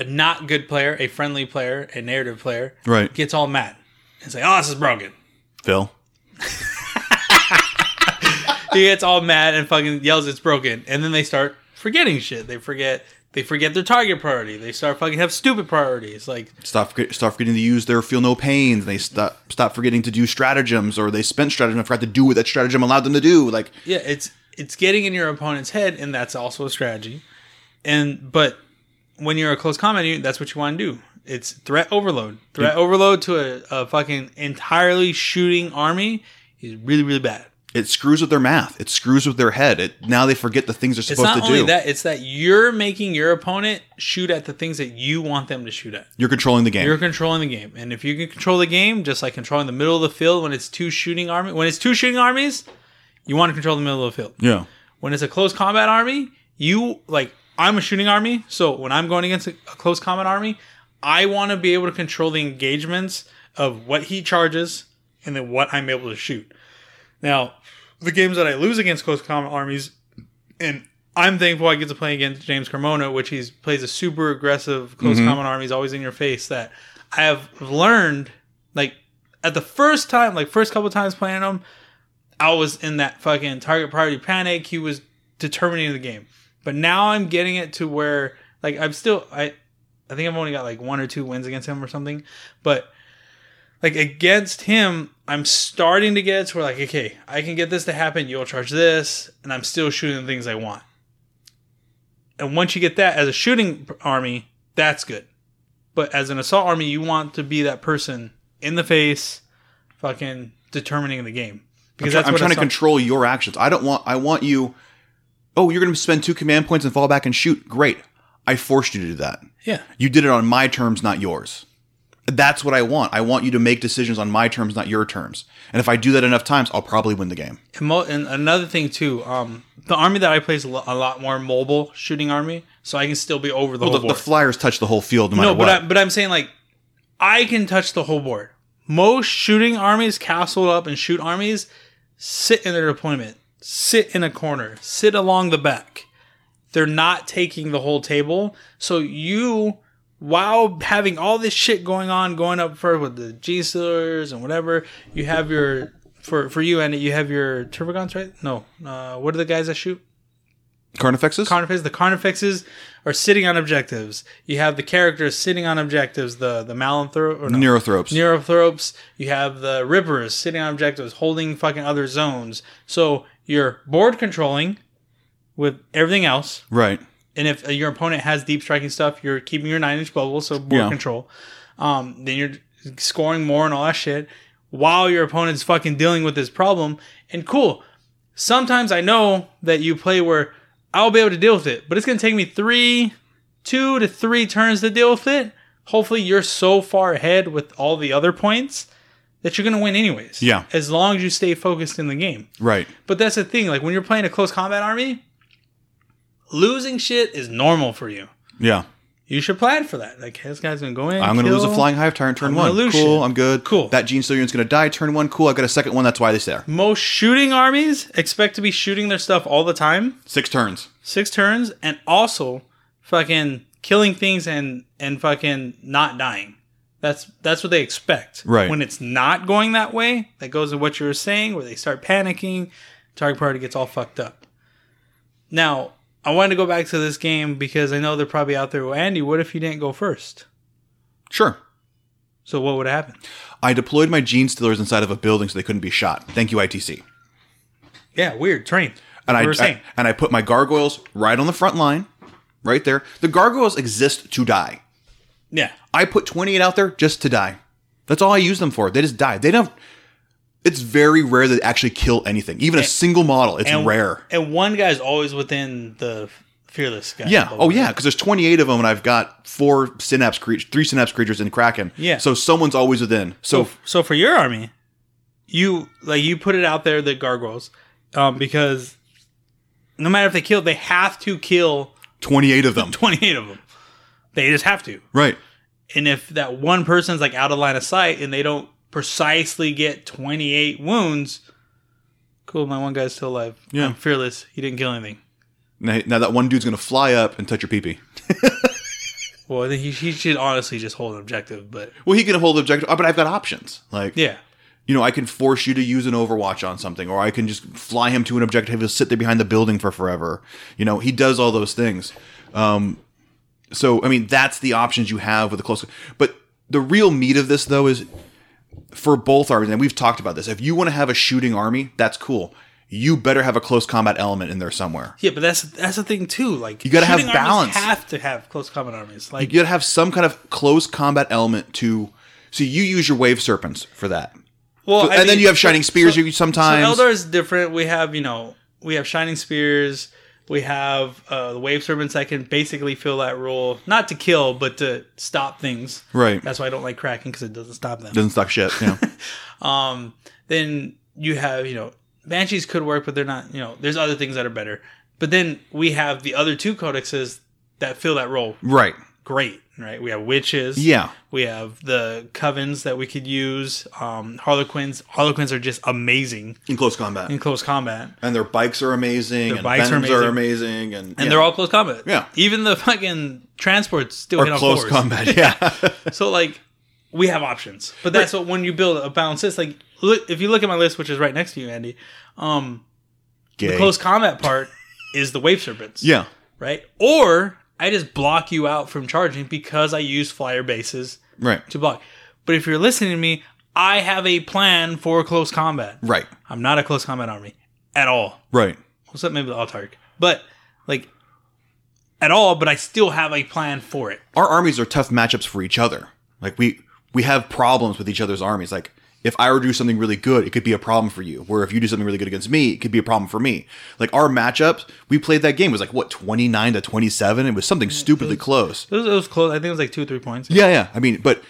S4: a not good player, a friendly player, a narrative player,
S1: Right.
S4: gets all mad and say, "Oh, this is broken."
S1: Phil.
S4: he gets all mad and fucking yells it's broken and then they start forgetting shit they forget they forget their target priority they start fucking have stupid priorities like
S1: stop forget, stop forgetting to use their feel no pains. They stop stop forgetting to do stratagems, or they spent stratagem and forgot to do what that stratagem allowed them to do. Like
S4: yeah it's it's getting in your opponent's head and that's also a strategy and but when you're a close combat unit that's what you want to do It's threat overload. Threat overload to a, a fucking entirely shooting army is really, really bad.
S1: It screws with their math. It screws with their head. It now they forget the things they're
S4: It's
S1: supposed to
S4: not only
S1: do.
S4: that, it's that you're making your opponent shoot at the things that you want them to shoot at.
S1: You're controlling the game.
S4: You're controlling the game. And if you can control the game, just like controlling the middle of the field when it's two shooting army when it's two shooting armies, you want to control the middle of the field.
S1: yeah.
S4: When it's a close combat army, you like I'm a shooting army, so when I'm going against a, a close combat army, I want to be able to control the engagements of what he charges and then what I'm able to shoot. Now, the games that I lose against close combat armies, and I'm thankful I get to play against James Carmona, which he's plays a super aggressive close combat army. He's always in your face. That I have learned, like at the first time, like first couple times playing him, I was in that fucking target priority panic. He was determining the game. But now I'm getting it to where like I'm still I I think I've only got like one or two wins against him or something. But like against him, I'm starting to get to where like, okay, I can get this to happen, you'll charge this, and I'm still shooting the things I want. And once you get that as a shooting army, that's good. But as an assault army, you want to be that person in the face, fucking determining the game.
S1: I'm, try- I'm
S4: what
S1: trying to
S4: assault-
S1: control your actions. I don't want. I want you. Oh, you're going to spend two command points and fall back and shoot. Great. I forced you to do that.
S4: Yeah.
S1: You did it on my terms, not yours. That's what I want. I want you to make decisions on my terms, not your terms. And if I do that enough times, I'll probably win the game.
S4: And, mo- and another thing too, um, the army that I play is a lo- a lot more mobile shooting army, so I can still be over the
S1: Well,
S4: whole
S1: Oh, the, the
S4: board.
S1: Flyers touch the whole field no matter
S4: no,
S1: what.
S4: but I, but I'm saying like I can touch the whole board. Most shooting armies, castled up and shoot armies, sit in their deployment, sit in a corner, sit along the back. They're not taking the whole table. So you, while having all this shit going on, going up first with the G Steelers and whatever, you have your for for you and you have your turbogons, right? No, uh, what are the guys that shoot?
S1: Carnifexes?
S4: Carnifex. The Carnifexes are sitting on objectives. You have the characters sitting on objectives. The the Malanthro or no,
S1: Neurothropes.
S4: Neurothropes. You have the Rippers sitting on objectives, holding fucking other zones. So you're board controlling with everything else.
S1: right.
S4: And if uh, your opponent has deep striking stuff, you're keeping your nine inch bubble, so board
S1: Yeah.
S4: control. Um, then you're scoring more and all that shit while your opponent's fucking dealing with this problem. And cool, sometimes I know that you play where I'll be able to deal with it, but it's gonna take me three, two to three turns to deal with it. Hopefully, you're so far ahead with all the other points that you're gonna win anyways.
S1: Yeah.
S4: as long as you stay focused in the game.
S1: Right.
S4: But that's the thing, like when you're playing a close combat army, losing shit is normal for you.
S1: Yeah.
S4: You should plan for that. Like this guy's gonna go in.
S1: I'm going to lose a
S4: kill.
S1: flying hive tire in turn
S4: I'm gonna
S1: one.
S4: lose
S1: cool.
S4: shit.
S1: I'm good.
S4: Cool.
S1: That gene unit's going to die turn one. Cool. I got a second one. That's why they're there.
S4: Most shooting armies expect to be shooting their stuff all the time,
S1: Six turns.
S4: six turns, and also fucking killing things and and fucking not dying. That's that's what they expect.
S1: Right.
S4: When it's not going that way, that goes to what you were saying, where they start panicking, target party gets all fucked up. Now, I wanted to go back to this game because I know they're probably out there. Well, Andy, what if you didn't go first?
S1: Sure.
S4: So what would happen?
S1: I deployed my gene stealers inside of a building so they couldn't be shot. Thank you, ITC.
S4: Yeah, weird train.
S1: And
S4: We
S1: I,
S4: were saying.
S1: I- and I put my gargoyles right on the front line, right there. The gargoyles exist to die.
S4: yeah,
S1: I put 28 out there just to die. That's all I use them for. They just die. They don't. It's very rare that they actually kill anything, even a single model. It's
S4: and
S1: rare.
S4: And one guy's always within the fearless guy.
S1: Yeah. Oh, yeah. Because there's 28 of them, and I've got four synapse creatures, three synapse creatures in Kraken.
S4: Yeah.
S1: So someone's always within. So,
S4: So, so for your army, you like you put it out there the gargoyles, um, because no matter if they kill, they have to kill
S1: 28 of them.
S4: twenty eight of them. They just have to.
S1: right.
S4: And if that one person's like out of line of sight and they don't precisely get twenty eight wounds, cool. My one guy's still alive.
S1: Yeah.
S4: I'm fearless. He didn't kill anything.
S1: Now, now that one dude's gonna fly up and touch your peepee.
S4: Well, I think he, he should honestly just hold an objective, but
S1: Well, he can hold the objective, but I've got options. Like,
S4: yeah.
S1: you know, I can force you to use an Overwatch on something, or I can just fly him to an objective. He'll sit there behind the building for forever. You know, he does all those things. Um, so, I mean, that's the options you have with the close. But the real meat of this, though, is for both armies, and we've talked about this. If you want to have a shooting army, that's cool. you better have a close combat element in there somewhere.
S4: Yeah, but that's that's the thing too. Like
S1: You gotta have
S4: shooting armies
S1: balance.
S4: Have to have close combat armies. Like
S1: You gotta have some kind of close combat element to. So you use your wave serpents for that.
S4: well,
S1: So-
S4: I
S1: and then
S4: mean,
S1: you have shining
S4: so-
S1: spears
S4: so-
S1: you sometimes.
S4: So Eldar is different. We have you know we have shining spears. We have uh, the wave serpents that can basically fill that role, not to kill, but to stop things.
S1: Right.
S4: That's why I don't like cracking because it doesn't stop them.
S1: Doesn't stop shit. Yeah.
S4: Um, then you have, you know, Banshees could work, but they're not, you know, there's other things that are better. But then we have the other two codexes that fill that role
S1: right.
S4: great, right? We have witches.
S1: Yeah.
S4: We have the covens that we could use. Um, Harlequins. Harlequins are just amazing
S1: In close combat.
S4: in close combat.
S1: and their bikes are amazing. and
S4: bikes are
S1: Venoms are amazing. And,
S4: And they're all close combat.
S1: Yeah.
S4: Even the fucking transports still hit
S1: or
S4: on
S1: close
S4: fours.
S1: combat. Yeah.
S4: So like we have options, but that's what when you build a balanced list. Like look, if you look at my list, which is right next to you, Andy, um, the
S1: Gay.
S4: close combat part is the wave serpents,
S1: yeah.
S4: right? Or I just block you out from charging because I use flyer bases
S1: Right.
S4: to block. But if you're listening to me, I have a plan for close combat.
S1: Right.
S4: I'm not a close combat army at all.
S1: Right.
S4: What's up, maybe the autark, but like at all. But I still have a plan for it.
S1: Our armies are tough matchups for each other. Like we we have problems with each other's armies. Like if I were to do something really good, it could be a problem for you. Where if you do something really good against me, it could be a problem for me. Like our matchups, we played that game it was like what twenty nine to twenty seven. It was something stupidly close.
S4: It was, it was close. I think it was like two or three points.
S1: Yeah, yeah. I mean, but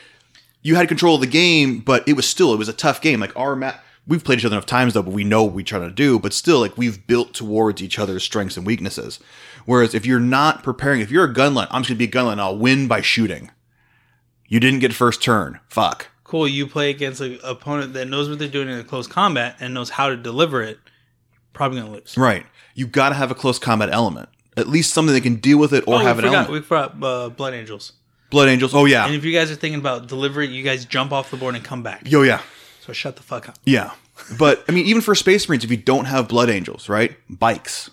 S1: you had control of the game, but it was still it was a tough game. Like our map, we've played each other enough times though, but we know what we try to do. But still, like we've built towards each other's strengths and weaknesses. Whereas if you're not preparing, if you're a gunline, I'm just gonna be a gunline. and I'll win by shooting. You didn't get first turn. Fuck.
S4: cool you play against an opponent that knows what they're doing in a close combat and knows how to deliver it probably gonna lose
S1: Right. You gotta have a close combat element. At least something that can deal with it or
S4: oh,
S1: have
S4: we
S1: an
S4: forgot
S1: element.
S4: we forgot uh, blood angels
S1: Blood Angels. Oh
S4: and
S1: yeah.
S4: if you guys are thinking about delivery you guys jump off the board and come back
S1: Yo yeah.
S4: so shut the fuck up
S1: Yeah. But I mean, even for Space Marines, if you don't have Blood Angels, right? Bikes.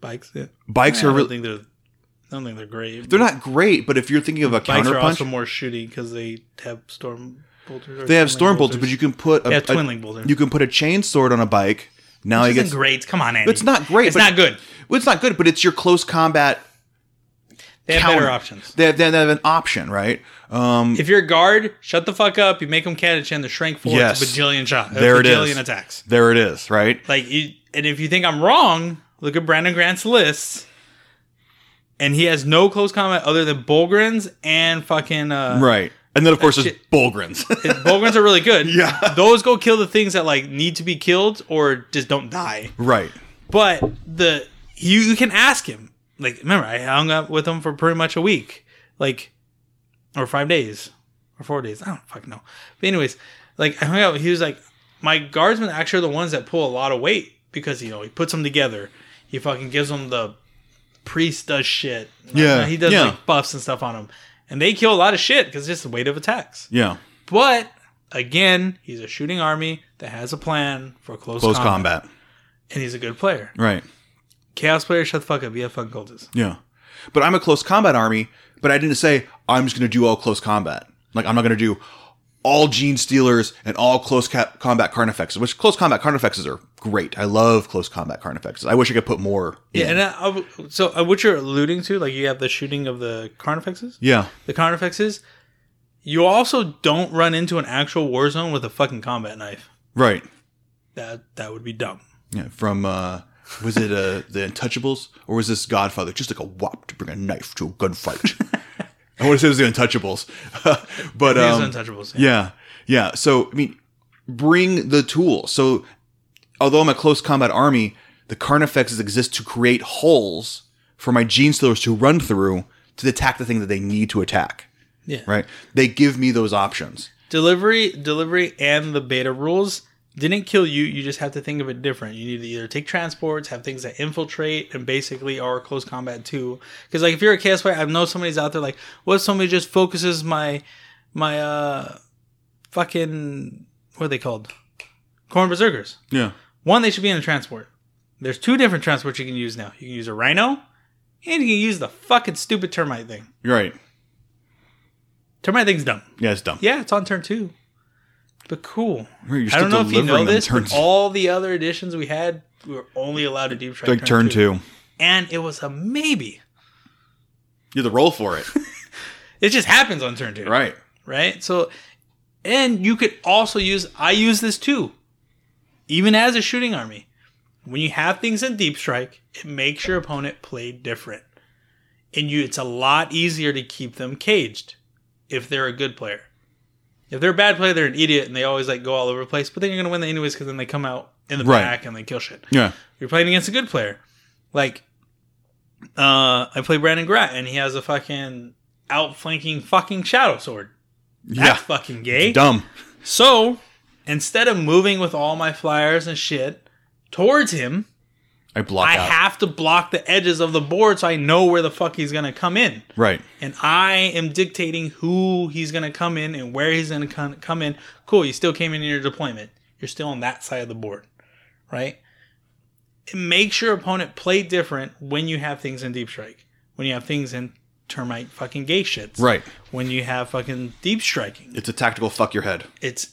S4: bikes yeah
S1: Bikes
S4: Yeah,
S1: are
S4: i don't
S1: really
S4: think they're i don't think they're great
S1: They're not great, but if you're thinking of a
S4: bikes are
S1: counterpunch,
S4: also more shooty because they have storm bolters or
S1: they have
S4: twinling
S1: storm bolters, but you can put a,
S4: yeah,
S1: a-
S4: twinling bolter.
S1: you can put a chain sword on a bike. Now
S4: Which
S1: you
S4: isn't
S1: get
S4: great. Come on, Andy.
S1: Oh, It's not great,
S4: It's
S1: but-
S4: not good.
S1: well, it's not good, but it's your close combat.
S4: They have
S1: counter.
S4: better options.
S1: They have, they have an option, right? Um,
S4: If you're a guard, shut the fuck up. You make them catch and they're shrink four.
S1: Yes.
S4: It's a bajillion shot.
S1: There
S4: a
S1: it
S4: bajillion
S1: is.
S4: attacks.
S1: there it is, right?
S4: Like, you, and if you think I'm wrong, look at Brandon Grant's list, and he has no close combat other than Bolgrins and fucking uh,
S1: Right, and then of course there's Bolgrins.
S4: his- Bolgrins are really good.
S1: Yeah.
S4: those go kill the things that like need to be killed or just don't die.
S1: right,
S4: But the you, you can ask him. Like, remember, I hung up with him for pretty much a week, like, or five days, or four days. I don't fucking know. But anyways, like I hung out. He was like, my guardsmen actually are the ones that pull a lot of weight because you know he puts them together. He fucking gives them the priest does shit.
S1: Yeah,
S4: he does
S1: yeah.
S4: like buffs and stuff on them, and they kill a lot of shit because it's just the weight of attacks.
S1: yeah,
S4: But again, he's a shooting army that has a plan for close,
S1: close
S4: combat,
S1: combat.
S4: and he's a good player.
S1: right?
S4: Chaos player, shut the fuck up. You have fun cultists.
S1: Yeah, but I'm a close combat army, but I didn't say I'm just going to do all close combat. Like I'm not going to do all gene stealers and all close ca- combat carnifexes, which close combat carnifexes are great. I love close combat carnifexes. I wish I could put more.
S4: Yeah,
S1: in.
S4: and I, I w- so uh, what you're alluding to, like you have the shooting of the carnifexes,
S1: yeah,
S4: the carnifexes. You also don't run into an actual war zone with a fucking combat knife.
S1: right.
S4: That that would be dumb.
S1: Yeah, from uh, was it uh, the Untouchables or was this Godfather? Just like a wop to bring a knife to a gunfight. I want to say it was the Untouchables, but
S4: These
S1: um,
S4: untouchables.
S1: Yeah. Yeah. So, I mean, bring the tool. So, although I'm a close combat army, the Carnifexes exist to create holes for my Gene Stealers to run through to attack the thing that they need to attack.
S4: Yeah.
S1: Right. They give me those options.
S4: Delivery, delivery, and the beta rules didn't kill you. You just have to think of it different. You need to either take transports, have things that infiltrate, and basically are close combat too. Because like if you're a chaos player, I know somebody's out there like, what if somebody just focuses my my uh fucking what are they called? Corn berserkers.
S1: Yeah.
S4: One, they should be in a transport. There's two different transports you can use now. You can use a rhino, and you can use the fucking stupid termite thing.
S1: You're right.
S4: Termite thing's dumb.
S1: Yeah, it's dumb.
S4: Yeah, it's on turn two. But cool.
S1: You're
S4: I
S1: still
S4: don't know if you know
S1: delivering them
S4: this, but
S1: turns-
S4: all the other editions we had, we were only allowed to deep strike
S1: like turn two.
S4: and it was a maybe.
S1: You have to roll for it,
S4: It just happens on turn two,
S1: right?
S4: right? So, and you could also use. I use this too, even as a shooting army. When you have things in deep strike, it makes your opponent play different, and you. It's a lot easier to keep them caged if they're a good player. If they're a bad player, they're an idiot, and they always like go all over the place. But then you're gonna win that anyways because then they come out in the
S1: Right.
S4: back and they kill shit.
S1: Yeah.
S4: You're playing against a good player. Like, uh, I play Brandon Grat, and he has a fucking outflanking fucking shadow sword. That's
S1: Yeah.
S4: fucking gay.
S1: Dumb.
S4: So instead of moving with all my flyers and shit towards him,
S1: I block
S4: I
S1: out.
S4: have to block the edges of the board so I know where the fuck he's gonna come in.
S1: right.
S4: And I am dictating who he's gonna come in and where he's gonna come, come in. Cool, you still came in your deployment. You're still on that side of the board, right? It makes your opponent play different when you have things in deep strike, when you have things in termite fucking gay shits,
S1: Right.
S4: When you have fucking deep striking,
S1: It's a tactical fuck your head.
S4: it's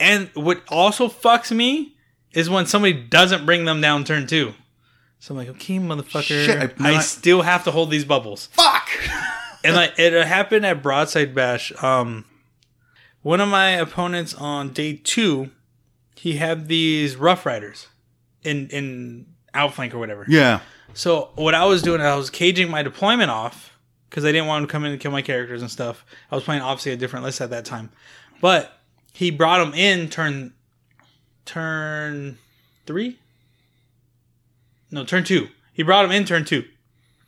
S4: and what also fucks me is when somebody doesn't bring them down turn two. So I'm like, okay, motherfucker,
S1: Shit, I'm
S4: I
S1: not-
S4: still have to hold these bubbles.
S1: Fuck.
S4: and like it happened at Broadside Bash. Um, one of my opponents on day two, he had these Rough Riders in in outflank or whatever.
S1: Yeah.
S4: So what I was doing, I was caging my deployment off because I didn't want him to come in and kill my characters and stuff. I was playing obviously a different list at that time, but he brought him in turn turn three. No, turn two. He brought him in turn two,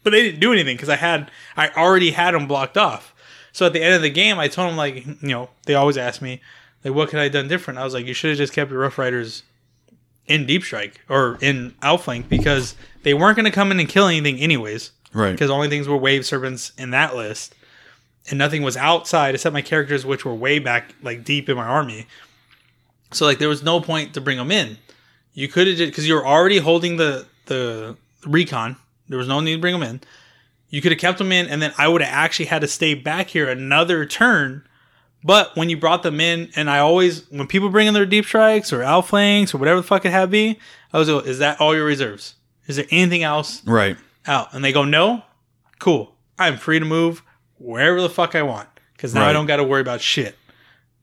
S4: but they didn't do anything because I had I already had him blocked off. So at the end of the game, I told him like you know they always ask me like what could I have done different. I was like you should have just kept your Rough Riders in deep strike or in outflank because they weren't going to come in and kill anything anyways
S1: Right.
S4: because only things were wave serpents in that list and nothing was outside except my characters which were way back like deep in my army so like there was no point to bring them in you could have just because you were already holding the the recon there was no need to bring them in you could have kept them in and then i would have actually had to stay back here another turn but when you brought them in, and I always, when people bring in their deep strikes or outflanks or whatever the fuck it had be, I was like, is that all your reserves? Is there anything else
S1: Right.
S4: out? And they go, no, cool. I'm free to move wherever the fuck I want because now
S1: Right.
S4: I don't got to worry about shit.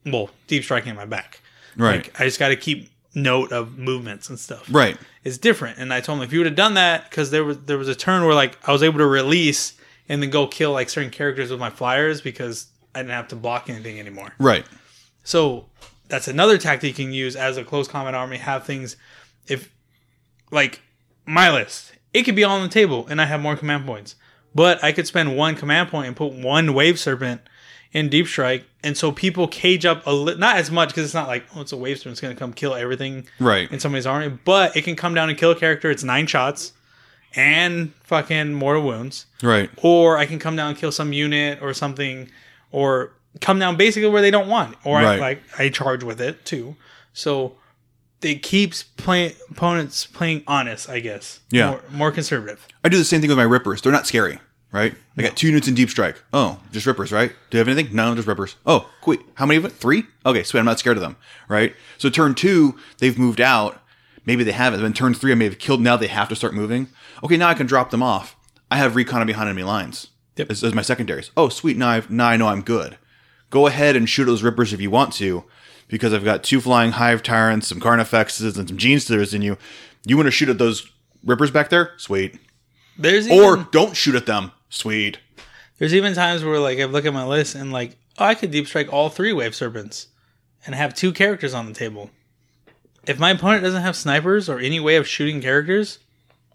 S4: Well, deep striking in my back.
S1: Right.
S4: I just got to keep note of movements and stuff
S1: right.
S4: is different. And I told him if you would have done that, because there was there was a turn where like I was able to release and then go kill like certain characters with my flyers because I didn't have to block anything anymore.
S1: Right.
S4: So that's another tactic you can use as a close combat army. Have things if like my list, it could be all on the table and I have more command points. But I could spend one command point and put one wave serpent in deep strike, and so people cage up a li- not as much because it's not like oh it's a wave serpent it's gonna come kill everything
S1: Right.
S4: in somebody's army, but it can come down and kill a character. It's nine shots and fucking mortal wounds.
S1: Right.
S4: Or I can come down and kill some unit or something, or come down basically where they don't want. Or I
S1: Right.
S4: like I charge with it too. So it keeps play, opponents playing honest, I guess.
S1: Yeah.
S4: More, more conservative.
S1: I do the same thing with my rippers. They're not scary, right? I got two units in deep strike. Oh, just rippers, right? Do you have anything? No, just rippers. Oh, quick. How many of it? Three? Okay, sweet. I'm not scared of them, right? So turn two, they've moved out. Maybe they haven't. Then turn three, I may have killed. Now they have to start moving. Okay, now I can drop them off. I have recon behind enemy lines
S4: Yep.
S1: as, as my secondaries. Oh, sweet. Now, I've, now I know I'm good. Go ahead and shoot those rippers if you want to, because I've got two flying hive tyrants, some carnifexes, and some gene stealers in you. You want to shoot at those rippers back there? Sweet
S4: There's even,
S1: or don't shoot at them. Sweet.
S4: there's even times where like I look at my list and like oh, I could deep strike all three wave serpents and have two characters on the table. If my opponent doesn't have snipers or any way of shooting characters,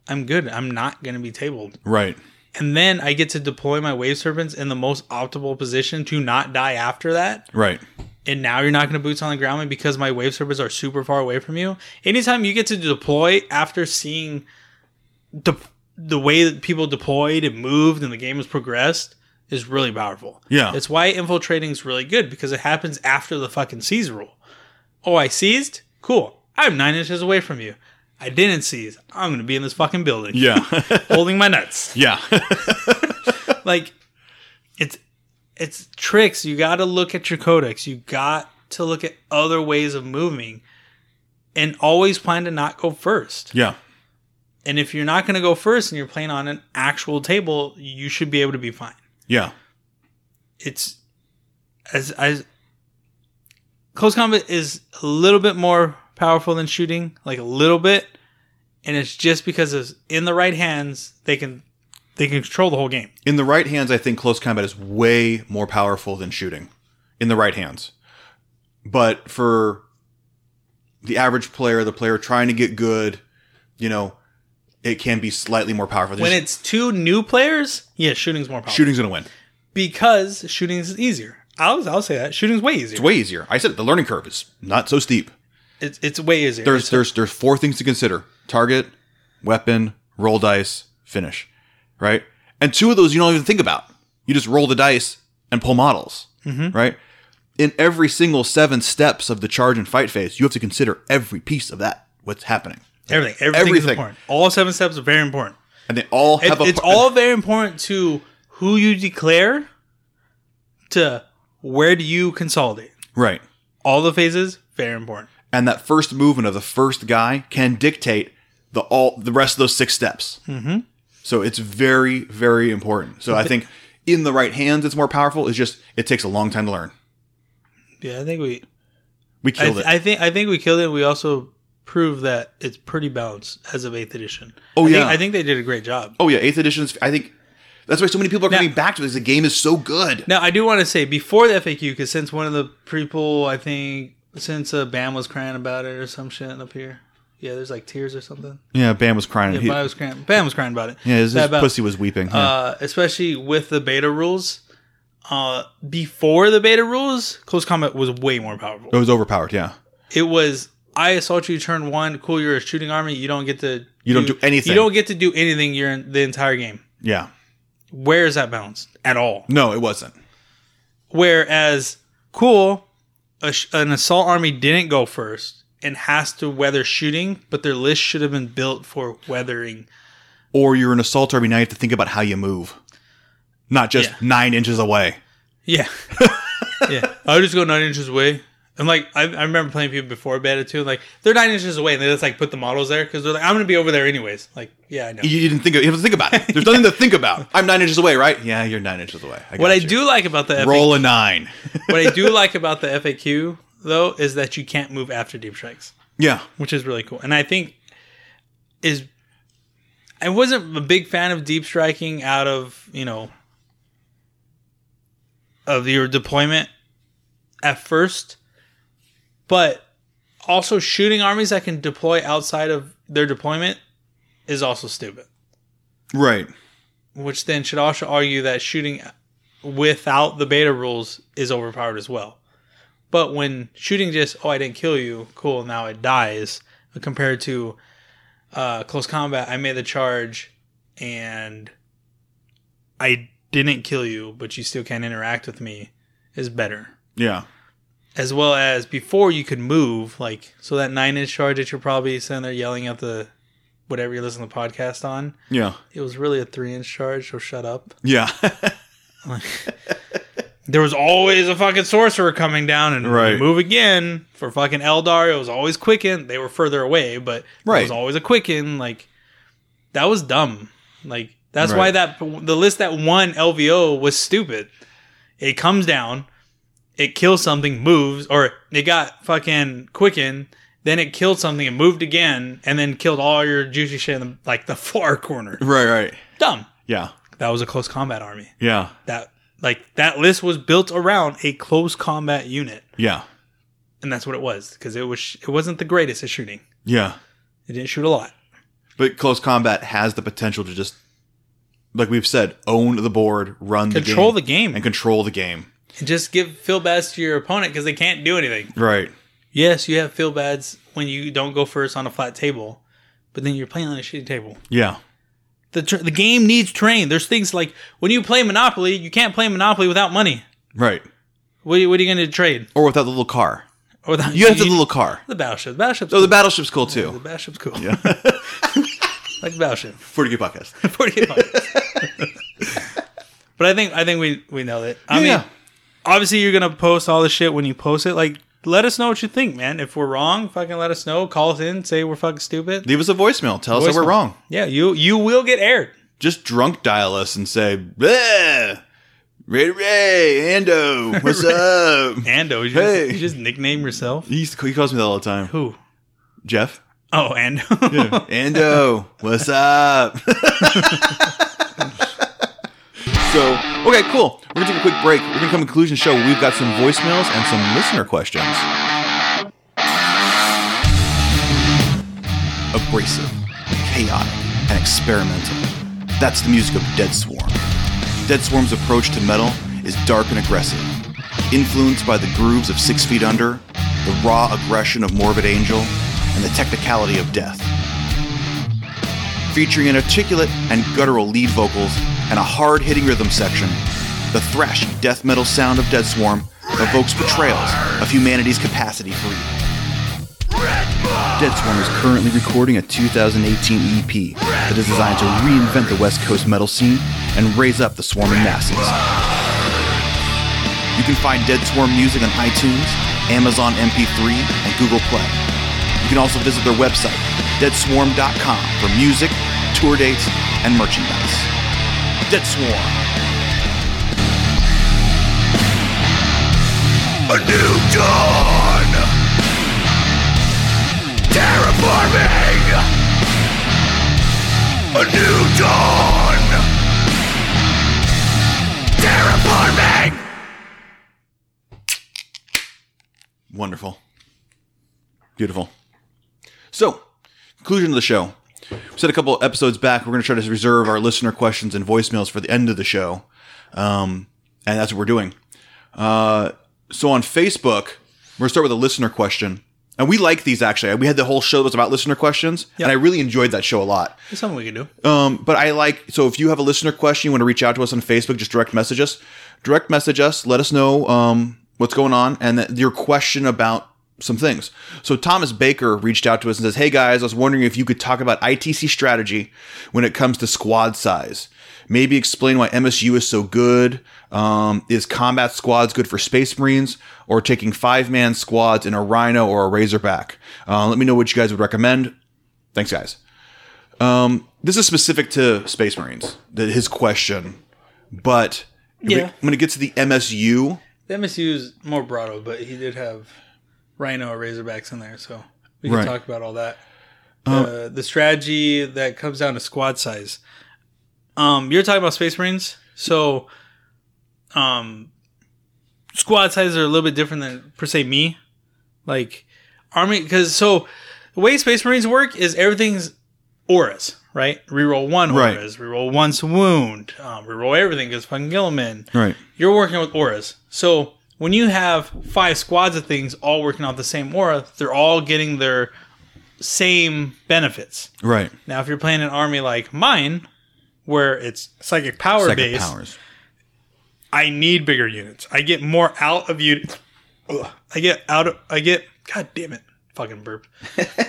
S4: I'm good. I'm not going to be tabled.
S1: Right.
S4: And then I get to deploy my wave serpents in the most optimal position to not die after that.
S1: Right.
S4: And now you're not going to boots on the ground me because my wave serpents are super far away from you. Anytime you get to deploy after seeing the the way that people deployed and moved and the game has progressed is really powerful.
S1: Yeah.
S4: It's why infiltrating is really good because it happens after the fucking seize rule. Oh, I seized? Cool. I'm nine inches away from you. I didn't seize. I'm going to be in this fucking building
S1: Yeah.
S4: holding my nuts.
S1: yeah.
S4: Like, it's it's tricks. You got to look at your codex. You got to look at other ways of moving and always plan to not go first.
S1: Yeah.
S4: And if you're not going to go first and you're playing on an actual table, you should be able to be fine.
S1: Yeah.
S4: It's as as close combat is a little bit more powerful than shooting, like a little bit, and it's just because it's in the right hands they can they can control the whole game.
S1: In the right hands, I think close combat is way more powerful than shooting. In the right hands. But for the average player, the player trying to get good, you know, it can be slightly more powerful.
S4: When it's two new players, yeah, shooting's more powerful
S1: shooting's gonna win.
S4: because shooting's is easier. I'll I'll say that shooting's way easier.
S1: It's way easier. I said it, the learning curve is not so steep.
S4: It's it's way easier.
S1: There's there's there's four things to consider: target, weapon, roll dice, finish, right? And two of those you don't even think about. You just roll the dice and pull models,
S4: Mm-hmm.
S1: right? In every single seven steps of the charge and fight phase, you have to consider every piece of that what's happening,
S4: everything everything, is
S1: everything.
S4: important. All seven steps are very important.
S1: and they all
S4: It-
S1: have a.
S4: it's
S1: par-
S4: all very important to who you declare to where do you consolidate.
S1: right,
S4: All the phases very important.
S1: and that first movement of the first guy can dictate the all the rest of those six steps. Mm-hmm. So it's very very important. So I think in the right hands, it's more powerful. It's just it takes a long time to learn.
S4: Yeah, I think we
S1: We
S4: I,
S1: killed it.
S4: th- I think I think we killed it. We also proved that it's pretty balanced as of eighth edition.
S1: Oh,
S4: I think-
S1: yeah.
S4: I think they did a great job.
S1: Oh yeah, eighth edition is. I think that's why so many people are
S4: Now-
S1: coming back to this. The game is so good.
S4: Now, I do want to say before the FAQ, because since one of the people, I think, since uh, Bam was crying about it or some shit up here. Yeah, there's like tears or something.
S1: Yeah, Bam was crying.
S4: Yeah,
S1: He-
S4: Bam was crying. Bam was crying about it.
S1: yeah, his, his
S4: That about-
S1: pussy was weeping. Yeah.
S4: Uh, especially with the beta rules. Uh, before the beta rules, close combat was way more powerful.
S1: it was overpowered. Yeah,
S4: It was I assault you turn one. Cool, you're a shooting army. You don't get to
S1: You don't do anything.
S4: You don't get to do anything. You're in the entire game.
S1: yeah.
S4: Where is that balance at all?
S1: No, it wasn't.
S4: Whereas, cool, a sh- an assault army didn't go first and has to weather shooting, but their list should have been built for weathering.
S1: Or you're an assault army. Now you have to think about how you move, not just
S4: Yeah.
S1: nine inches away.
S4: Yeah. yeah. I would just go nine inches away. And like, I, I remember playing people before beta too. Like, they're nine inches away and they just like put the models there because they're like, I'm going to be over there anyways. Like, yeah, I know.
S1: You didn't think. Of, you have to think about it. There's nothing to think about. I'm nine inches away, right? Yeah, you're nine inches away. got
S4: What I
S1: you.
S4: do like about the FAQ,
S1: roll a nine.
S4: what I do like about the FAQ though is that you can't move after deep strikes.
S1: yeah,
S4: which is really cool. And I think is I wasn't a big fan of deep striking out of you know of your deployment at first, but also shooting armies that can deploy outside of their deployment is also stupid.
S1: right.
S4: Which then should also argue that shooting without the beta rules is overpowered as well. But when shooting just, oh, I didn't kill you, cool, now it dies, compared to uh, close combat, I made the charge and I didn't kill you, but you still can't interact with me, is better.
S1: Yeah,
S4: As well as before you could move, like, so that nine inch charge that you're probably sitting there yelling at the whatever you're listening to the podcast on,
S1: yeah,
S4: it was really a three inch charge, so shut up.
S1: yeah.
S4: there was always a fucking sorcerer coming down and
S1: Right.
S4: we move again for fucking Eldar. It was always quicken. They were further away, but it
S1: Right.
S4: was always a quicken. Like that was dumb. Like that's why
S1: Right.
S4: that the list that won LVO was stupid. It comes down, it kills something, moves, or it got fucking quicken. Then it killed something and moved again, and then killed all your juicy shit in the, like the far corner.
S1: right, right.
S4: Dumb.
S1: Yeah,
S4: That was a close combat army
S1: yeah,
S4: that like that list was built around a close combat unit
S1: yeah,
S4: and that's what it was because it was it wasn't the greatest at shooting
S1: yeah.
S4: it didn't shoot a lot
S1: But close combat has the potential to just, like we've said, own the board, run the
S4: control
S1: game,
S4: the game
S1: and
S4: and,
S1: control the game.
S4: just give feel bads to your opponent because they can't do anything
S1: Right.
S4: yes you have feel bads when you don't go first on a flat table but then you're playing on a shitty table
S1: Yeah.
S4: the, tr the game needs terrain there's things like when you play monopoly you can't play monopoly without money
S1: Right.
S4: what are you, what are you going to trade
S1: Or without the little car,
S4: or without,
S1: you have the little car.
S4: the battleship the battleship's
S1: Oh,
S4: cool.
S1: the battleship's cool
S4: the
S1: too.
S4: battleship's cool
S1: Yeah.
S4: like the battleship
S1: Forty good podcast.
S4: 48 bucks. but I think I think we we know it. I
S1: Yeah,
S4: mean,
S1: yeah.
S4: obviously you're gonna post all the shit when you post it. Like let us know what you think, man. If we're wrong, fucking let us know. Call us in, say we're fucking stupid.
S1: Leave us a voicemail. Tell us that
S4: Voicemail.
S1: we're wrong.
S4: Yeah, you you will get aired.
S1: Just drunk dial us and say, "Bleh, Ray Ray, Ando, what's up?
S4: Ando, you,
S1: Hey.
S4: just, you just nickname yourself?
S1: He, used to- he calls me that all the time.
S4: Who?
S1: Jeff?
S4: Oh, Ando.
S1: Ando, what's up? so, okay, cool. We're going to take a quick break. We're going to come to a conclusion show where we've got some voicemails and some listener questions. Abrasive, chaotic, and experimental. That's the music of Dead Swarm. Dead Swarm's approach to metal is dark and aggressive. Influenced by the grooves of Six Feet Under, the raw aggression of Morbid Angel, and the technicality of death. Featuring articulate and guttural lead vocals and a hard hitting rhythm section, the thrashy death metal sound of Dead Swarm evokes portrayals of humanity's capacity for evil. Dead Swarm is currently recording a 2018 EP E that is designed to reinvent the West Coast metal scene and raise up the swarming masses. You can find Dead Swarm music on iTunes, Amazon MP3, and Google Play. You can also visit their website, deadswarm.com, for music, tour dates, and merchandise. Dead Swarm.
S5: A new dawn! Terraforming! A new dawn! Terraforming!
S1: Wonderful. Beautiful. So, conclusion of the show. We said a couple episodes back, we're going to try to reserve our listener questions and voicemails for the end of the show. Um, and that's what we're doing. Uh, so on Facebook, we're going to start with a listener question. And we like these actually. We had the whole show that was about listener questions, and I really enjoyed that show a lot.
S4: There's something we can do.
S1: Um, but I like so if you have a listener question, you want to reach out to us on Facebook, just direct message us. Direct message us. Let us know um, what's going on and that your question about some things. So Thomas Baker reached out to us and says, "Hey guys, I was wondering if you could talk about ITC strategy when it comes to squad size. Maybe explain why MSU is so good. Um, is combat squads good for Space Marines or taking five man squads in a Rhino or a Razorback? Uh, let me know what you guys would recommend. Thanks, guys." Um, this is specific to Space Marines, the, his question. But
S4: Yeah.
S1: when it gets to the MSU,
S4: The MSU's more Brado, but he did have Rhino or Razorbacks in there, so we can
S1: Right. Um,
S4: talk about all that. uh, the strategy that comes down to squad size. Um, you're talking about Space Marines, so um, squad sizes are a little bit different than per se me, like Army, because so the way Space Marines work is everything's auras, right? Reroll one
S1: Right.
S4: auras, reroll once wound, um, reroll everything because fucking Gilliman
S1: right?
S4: you're working with auras. So when you have five squads of things all working off the same aura, they're all getting their same benefits.
S1: Right.
S4: Now, if you're playing an army like mine, where it's psychic power
S1: Second
S4: based,
S1: powers.
S4: I need bigger units. I get more out of units. Ugh. I get out of. I get. God damn it! Fucking burp.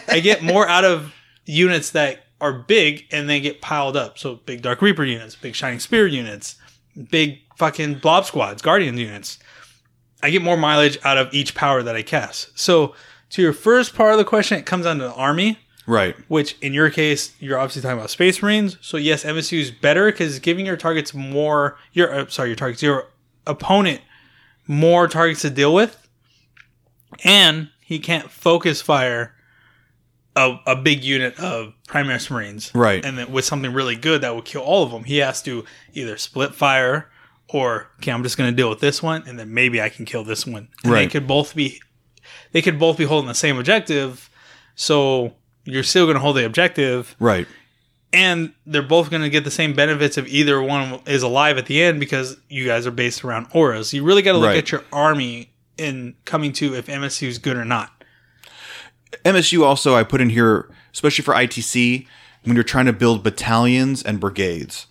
S4: I get more out of units that are big and they get piled up. So big Dark Reaper units, big Shining Spear units, big fucking Blob Squads, Guardian units. I get more mileage out of each power that I cast. So to your first part of the question, it comes down to the army
S1: Right.
S4: which in your case you're obviously talking about space marines so yes msu is better because it's giving your targets more your uh, sorry your targets your opponent more targets to deal with and he can't focus fire a, a big unit of primaris marines
S1: Right.
S4: and then with something really good that will kill all of them he has to either split fire or okay i'm just going to deal with this one and then maybe i can kill this one and they
S1: Right.
S4: could both be they could both be holding the same objective so you're still going to hold the objective,
S1: Right.
S4: and they're both going to get the same benefits if either one is alive at the end because you guys are based around auras. You really got to look
S1: Right.
S4: at your army in coming to if MSU is good or not.
S1: MSU also I put in here, especially for ITC, when you're trying to build battalions and brigades,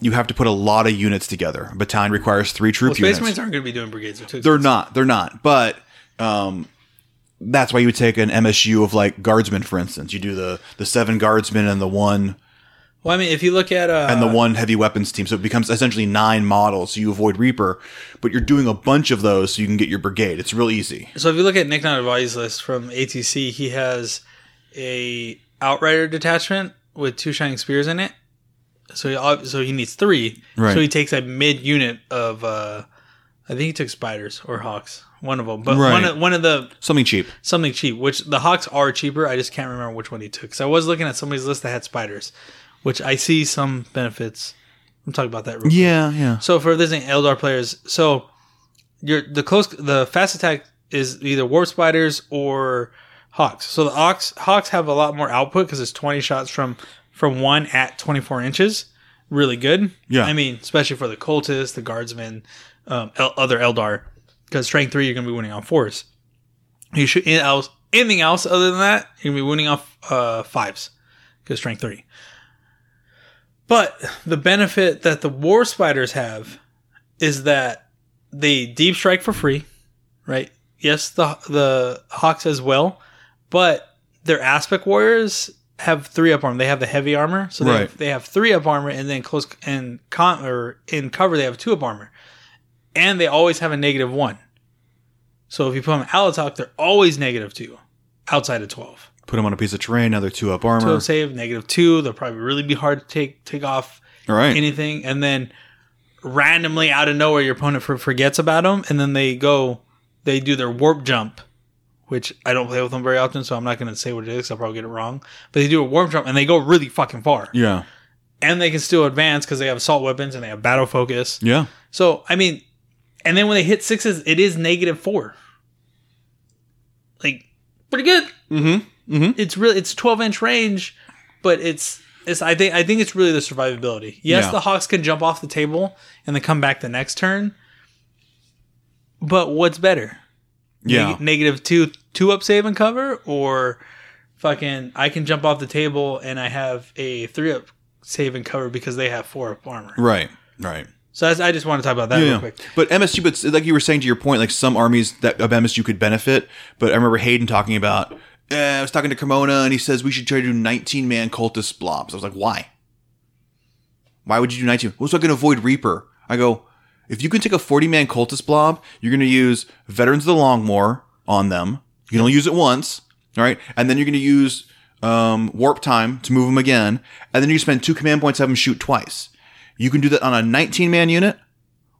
S1: you have to put a lot of units together. A battalion requires three troop
S4: Well, Space
S1: units.
S4: Marines aren't going to be doing brigades. They're, too
S1: They're
S4: expensive.
S1: not. They're not. But um, that's why you would take an MSU of like guardsmen, for instance. You do the the seven guardsmen and the one
S4: Well, I mean, if you look at uh,
S1: and the one heavy weapons team. So it becomes essentially nine models. So you avoid Reaper, but you're doing a bunch of those so you can get your brigade. It's real easy.
S4: So if you look at Nick Nadavati's list from ATC, he has a outrider detachment with two shining spears in it. So he ob- so he needs three.
S1: Right.
S4: So he takes a mid unit of uh, I think he took spiders or hawks, one of them. But one
S1: Right.
S4: of, one of the
S1: Something cheap.
S4: something cheap, which the hawks are cheaper. I just can't remember which one he took. Because I was looking at somebody's list that had spiders, which I see some benefits. I'm talking about that. Real quick.
S1: Yeah, yeah.
S4: So for this thing, Eldar players, so your the close the fast attack is either warp spiders or hawks. So the hawks hawks have a lot more output because it's twenty shots from from one at twenty four inches. Really good.
S1: Yeah.
S4: I mean, especially for the cultists, the guardsmen, um, El- other Eldar, because strength three you're gonna be winning on fours. You should anything else, anything else other than that, you're gonna be winning off uh, fives because strength three. But the benefit that the war spiders have is that they deep strike for free, right? Yes, the the hawks as well, but their aspect warriors have three up armor. They have the heavy armor, so they, have,
S1: Right.
S4: they have three up armor, and then close and con or in cover they have two up armor, and they always have a negative one. So if you put them alatok, they're always negative two outside of twelve
S1: Put them on a piece of terrain. Now they're two up armor.
S4: two up save, negative two. They'll probably really be hard to take take off
S1: All right.
S4: anything, and then randomly out of nowhere, your opponent for, forgets about them, and then they go, they do their warp jump, which I don't play with them very often, so I'm not going to say what it is. 'cause I'll probably get it wrong, but they do a warp jump and they go really fucking far,
S1: yeah,
S4: and they can still advance because they have assault weapons and they have battle focus.
S1: yeah.
S4: So I mean, and then when they hit sixes, it is negative four. Like pretty good. Mm-hmm.
S1: Mhm.
S4: It's really it's twelve inch range, but it's it's I think I think it's really the survivability. Yes,
S1: Yeah.
S4: the Hawks can jump off the table and then come back the next turn. But what's better?
S1: Yeah.
S4: Neg- negative two two up save and cover or fucking I can jump off the table and I have a three up save and cover because they have four up armor.
S1: Right. Right.
S4: So that's, I just want to talk about that real
S1: Yeah.
S4: quick.
S1: But MSU, but like you were saying to your point, like some armies that of MSU could benefit. But I remember Hayden talking about. Eh, I was talking to Cremona, and he says we should try to do 19 man cultist blobs. I was like, why? Why would you do 19? Well, so I can avoid Reaper. I go, if you can take a 40 man cultist blob, you're going to use Veterans of the Longmore on them. You can only use it once. All right. And then you're going to use um, Warp Time to move them again. And then you spend two command points, have them shoot twice. You can do that on a 19 man unit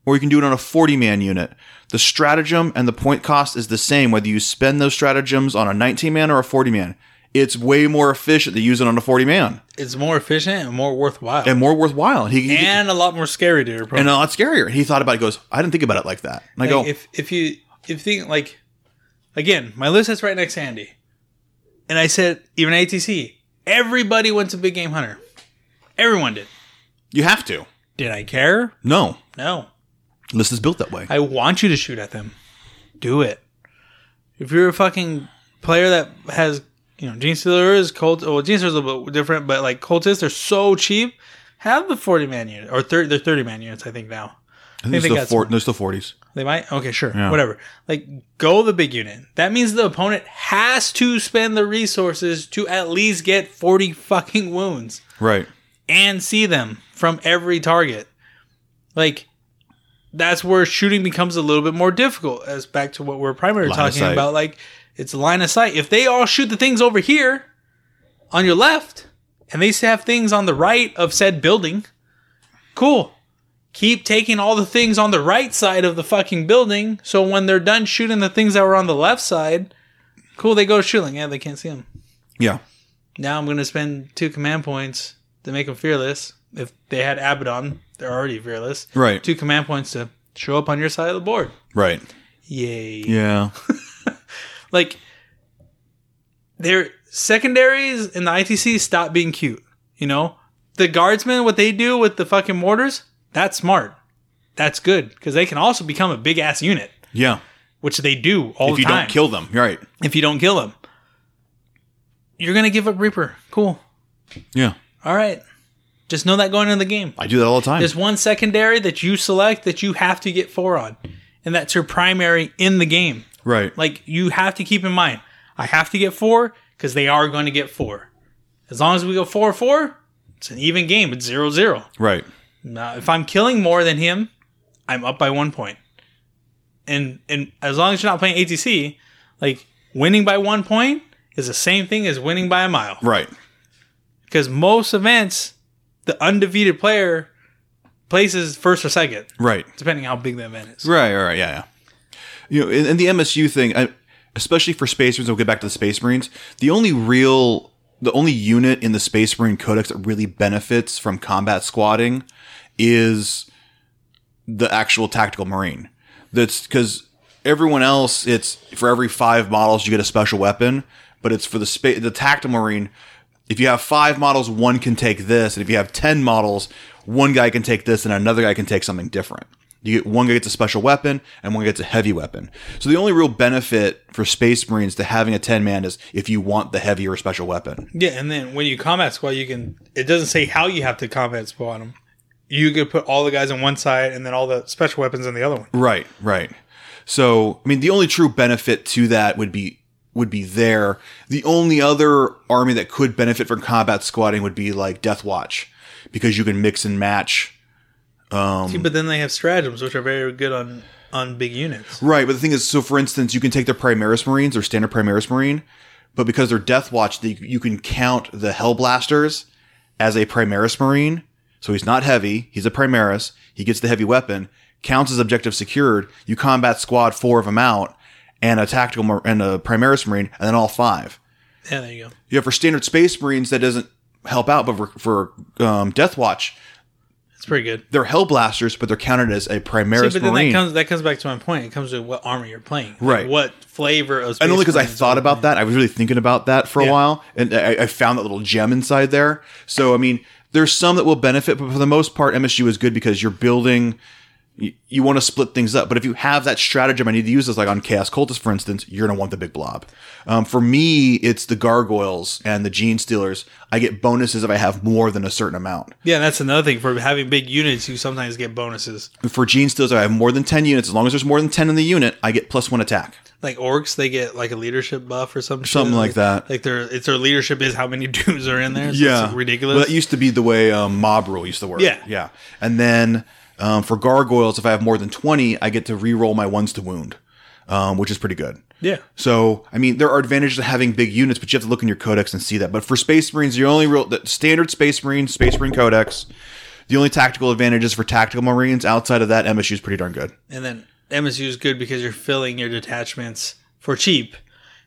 S1: or you can do it on a 40 man unit. The stratagem and the point cost is the same whether you spend those stratagems on a 19 man or a 40 man. It's way more efficient to use it on a 40 man
S4: it's more efficient and more worthwhile
S1: and
S4: and,
S1: more worthwhile. He, he-
S4: a lot more scary to your opponent.
S1: and a lot scarier. He thought about it. Goes, I didn't think about it like that. And I
S4: Like,
S1: go,
S4: if if you if think like again, my list is right next to Andy, and I said even ATC, everybody went to Big Game Hunter, everyone did.
S1: you have to.
S4: Did I care?
S1: No,
S4: No,
S1: list is built that way.
S4: I want you to shoot at them. Do it. If you're a fucking player that has you know Gene Stealer is cult well Gene Stealer is a little bit different, but like cultists they're so cheap. Have the forty man unit or thirty they're thirty man units I think now.
S1: I think
S4: they
S1: there's
S4: got
S1: still, four,
S4: some-
S1: there's still 40s.
S4: They might. Okay, sure.
S1: Yeah.
S4: Whatever. Like, go the big unit. That means the opponent has to spend the resources to at least get 40 fucking wounds
S1: Right.
S4: and see them from every target. Like, that's where shooting becomes a little bit more difficult, as back to what we're primarily
S1: Line of
S4: talking
S1: sight.
S4: about. Like, it's line of sight. If they all shoot the things over here on your left, and they have things on the right of said building, cool. Keep taking all the things on the right side of the fucking building. So when they're done shooting the things that were on the left side, cool, they go shooting. Yeah, they can't see them
S1: Yeah.
S4: now I'm gonna spend two command points to make them fearless. If they had Abaddon, they're already fearless.
S1: Right.
S4: Two command points to show up on your side of the board.
S1: Right.
S4: Yay.
S1: Yeah.
S4: Like their secondaries in the ITC stop being cute. You know? The guardsmen, what they do with the fucking mortars, that's smart. That's good. Because they can also become a big ass unit,
S1: Yeah.
S4: which they do all
S1: If
S4: the
S1: you
S4: time.
S1: don't kill them, you're right.
S4: if you don't kill them. You're gonna give up Reaper. Cool.
S1: Yeah.
S4: All right. Just know that going into the game.
S1: I do that all the time.
S4: There's one secondary that you select that you have to get four on, and that's your primary in the game.
S1: right.
S4: Like you have to keep in mind, I have to get four because they are going to get four. As long as we go four four, It's an even game. It's zero zero.
S1: Right.
S4: Now, if I'm killing more than him, I'm up by one point. And and as long as you're not playing ATC, like winning by one point is the same thing as winning by a mile.
S1: Right.
S4: Because most events, the undefeated player places first or second,
S1: Right.
S4: depending how big the event is.
S1: Right, right, yeah, yeah. You know, and, and the MSU thing, I, especially for Space Marines, we'll get back to the Space Marines. The only real, the only unit in the Space Marine Codex that really benefits from combat squatting is the actual tactical marine. That's because everyone else, it's for every five models you get a special weapon, but it's for the space the tactical marine. If you have five models, one can take this, and if you have ten models, one guy can take this, and another guy can take something different. You get one guy gets a special weapon, and one guy gets a heavy weapon. So the only real benefit for Space Marines to having a ten man is if you want the heavy or special weapon.
S4: Yeah, and then when you combat squad, you can. It doesn't say how you have to combat squad them. You could put all the guys on one side and then all the special weapons on the other one.
S1: Right, right. So, I mean, the only true benefit to that would be would be there. The only other army that could benefit from combat squatting would be like Death Watch, because you can mix and match. Um,
S4: See, but then they have stratagems, which are very good on on big units.
S1: Right, but the thing is, so for instance, you can take their Primaris Marines or standard Primaris Marine, but because they're Death Watch, they, you can count the Hellblasters as a Primaris Marine. So he's not heavy, he's a Primaris, he gets the heavy weapon, counts as objective secured, you combat squad four of them out, and a tactical mar- and a Primaris Marine, and then all five.
S4: Yeah, there you go.
S1: Yeah, for standard Space Marines, that doesn't help out, but for, for um, Death Watch,
S4: It's pretty good.
S1: they're Hellblasters, but they're counted as a
S4: See,
S1: Primaris
S4: but then
S1: Marine.
S4: that comes that comes back to my point. It comes to what armor you're playing, Like,
S1: Right.
S4: what flavor of space
S1: and only because I
S4: marines
S1: thought
S4: are-
S1: about that, I was really thinking about that for a
S4: Yeah.
S1: while, and I, I found that little gem inside there. So I mean, there's some that will benefit, but for the most part, MSU is good because you're building. You, you want to split things up, but if you have that stratagem, I need to use this, like on Chaos Cultists, for instance, you're gonna want the big blob. Um, for me, it's the gargoyles and the gene stealers. I get bonuses if I have more than a certain amount.
S4: Yeah, that's another thing for having big units. You sometimes get bonuses.
S1: For gene stealers, if I have more than ten units. As long as there's more than ten in the unit, I get plus one attack.
S4: Like orcs, they get like a leadership buff or some
S1: Something
S4: shit.
S1: like that.
S4: Like their it's their leadership is how many dudes are in there. So
S1: yeah,
S4: it's ridiculous.
S1: Well, that used to be the way um, mob rule used to work.
S4: Yeah.
S1: yeah. And then um, for gargoyles, if I have more than twenty, I get to re-roll my ones to wound, um, which is pretty good.
S4: yeah,
S1: So I mean, there are advantages to having big units, but you have to look in your codex and see that. But for Space Marines, the only real the standard Space Marine, Space Marine codex, the only tactical advantages for tactical Marines outside of that, MSU is pretty darn good.
S4: and then MSU is good because you're filling your detachments for cheap.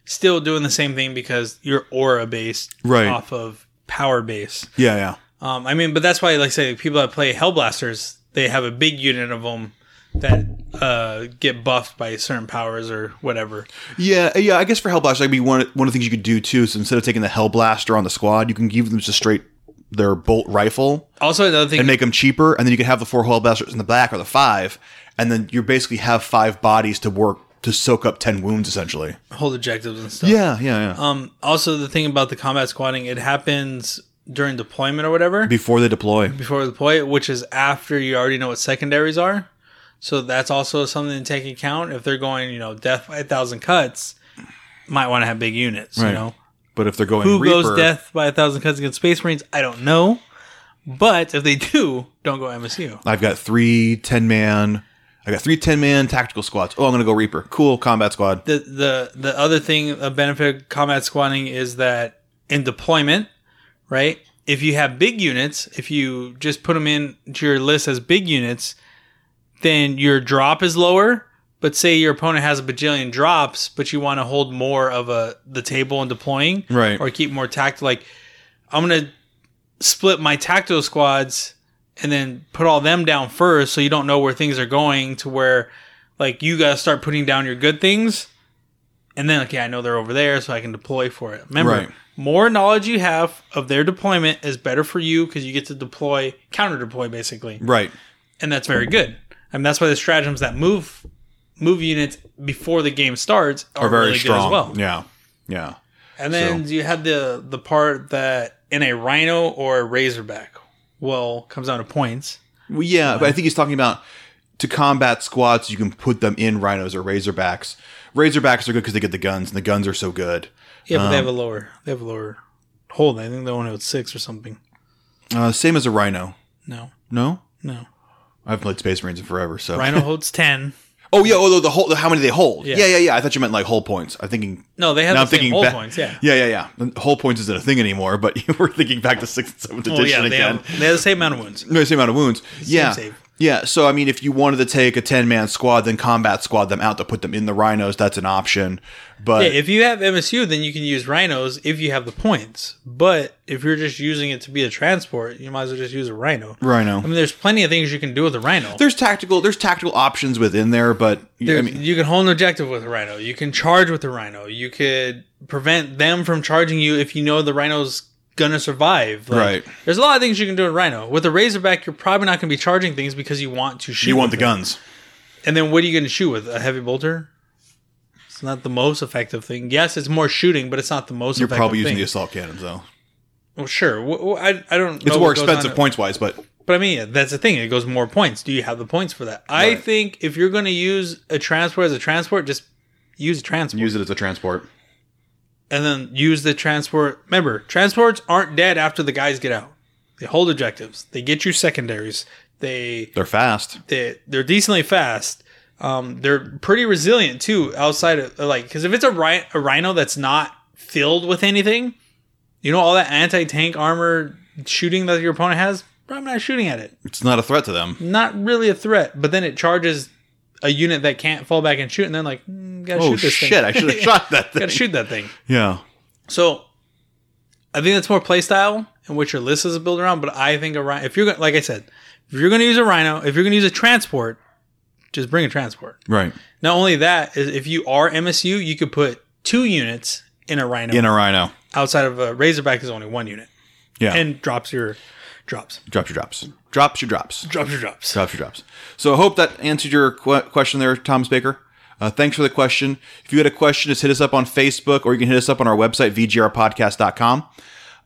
S4: Still doing the same thing because you're aura based,
S1: Right.
S4: Off of power base.
S1: Yeah, yeah.
S4: Um, I mean, but that's why, like, say people that play Hellblasters, they have a big unit of them that uh, get buffed by certain powers or whatever.
S1: Yeah, yeah. I guess for Hellblaster, that'd be one one of the things you could do too. So instead of taking the Hellblaster on the squad, you can give them just straight their bolt rifle,
S4: Also, another thing,
S1: and make them cheaper, and then you can have the four hull bastards in the back or the five, and then you basically have five bodies to work to soak up ten wounds essentially.
S4: hold objectives and stuff.
S1: Yeah, yeah, yeah.
S4: Um, also, the thing about the combat squatting, it happens during deployment or whatever
S1: Before they deploy,
S4: before we deploy, which is after you already know what secondaries are. So that's also something to take account if they're going, you know, death by a thousand cuts. Might want to have big units,
S1: Right.
S4: you know.
S1: but if they're going
S4: Who
S1: Reaper,
S4: goes death by a thousand cuts against Space Marines? I don't know. But if they do, don't go MSU.
S1: I've got three 10 man. I got three 10 man tactical squads. Oh, I'm gonna go Reaper. Cool combat squad.
S4: The the the other thing a benefit of combat squatting is that in deployment, right? If you have big units, if you just put them in to your list as big units, then your drop is lower. But say your opponent has a bajillion drops, but you want to hold more of a the table in deploying,
S1: Right.
S4: Or keep more tactical. Like I'm gonna split my tactical squads and then put all them down first so you don't know where things are going to where like you gotta start putting down your good things and then okay i know they're over there so i can deploy for it remember
S1: Right.
S4: more knowledge you have of their deployment is better for you because you get to deploy counter deploy basically
S1: Right.
S4: and that's very good I mean, that's why the stratagems that move move units before the game starts are,
S1: Are very
S4: really
S1: strong.
S4: good as well
S1: Yeah. Yeah.
S4: and then you had the the part that in a rhino or a razorback well comes down to points
S1: Well, yeah, but I think he's talking about to combat squads. You can put them in rhinos or razorbacks. Razorbacks are good because they get the guns, and the guns are so good. Um,
S4: Yeah, but they have a lower. They have a lower hold. I think they only have six or something.
S1: Uh, same as a rhino.
S6: No,
S1: No,
S6: no.
S1: I've played Space Marines forever. So
S6: Rhino holds ten.
S1: Oh yeah. Oh, the whole how many they hold?
S6: Yeah.
S1: Yeah. yeah, yeah, I thought you meant like whole points. I'm thinking.
S4: No, they have
S1: now I'm
S4: the same
S1: thinking
S4: whole
S1: ba-
S4: points. Yeah.
S1: Yeah, yeah, yeah. Whole points isn't a thing anymore, but you were thinking back to sixth and seventh
S4: Well, yeah,
S1: edition
S4: they
S1: again.
S4: have, they have the same amount of wounds.
S1: No, same amount of wounds. yeah.
S4: save.
S1: Yeah. So I mean, if you wanted to take a ten man squad, then combat squad them out to put them in the rhinos. That's an option. But
S4: Yeah, if you have MSU, then you can use rhinos if you have the points. But if you're just using it to be a transport, you might as well just use a rhino.
S1: rhino.
S4: I mean, there's plenty of things you can do with a rhino.
S1: there's tactical. There's tactical options within there, but I
S4: There's-
S1: mean,
S4: you can hold an objective with a rhino. You can charge with a rhino. You could prevent them from charging you if you know the rhino's gonna survive. Like,
S1: Right.
S4: There's a lot of things you can do with rhino. With a razorback, you're probably not gonna be charging things because you want to shoot.
S1: you want the
S4: with it.
S1: guns.
S4: And then what are you gonna shoot with? A heavy bolter? It's not the most effective thing. Yes, it's more shooting, but it's not the most.
S1: You're
S4: effective
S1: probably using
S4: thing.
S1: the assault cannons though.
S4: Well, sure. Wh- wh- I, I don't.
S1: It's
S4: know
S1: more
S4: what goes on
S1: expensive
S4: it.
S1: points wise, but
S4: but I mean that's the thing. It goes more points. Do you have the points for that? I
S1: Right.
S4: think if you're going to use a transport as a transport, just use a transport,
S1: use it as a transport.
S4: and then use the transport. Remember, transports aren't dead after the guys get out. They hold objectives. They get you secondaries. They
S1: They're fast.
S4: they they're decently fast. Um, they're pretty resilient too. Outside of like, because if it's a, ri- a rhino that's not filled with anything, you know all that anti tank armor shooting that your opponent has, probably not shooting at it.
S1: It's not a threat to them.
S4: Not really a threat. But then it charges a unit that can't fall back and shoot, and then like, mm, gotta
S1: Oh
S4: shoot this
S1: shit!
S4: thing.
S1: I should have shot that thing.
S4: gotta shoot that thing.
S1: Yeah.
S4: So I think that's more playstyle and what your list is built around. But I think a rhino, if you're gonna, like I said, if you're going to use a rhino, if you're going to use a transport, just bring a transport.
S1: Right.
S4: Not only that, is if you are MSU, you could put two units in a rhino.
S1: In a rhino.
S4: Outside of a Razorback is only one unit,
S1: Yeah.
S4: and drops your drops,
S1: drops your drops. Drops your drops.
S4: drops your drops.
S1: Drops your drops. So I hope that answered your que- question there, Thomas Baker. Uh, thanks for the question. If you had a question, just hit us up on Facebook or you can hit us up on our website, vgrpodcast.com.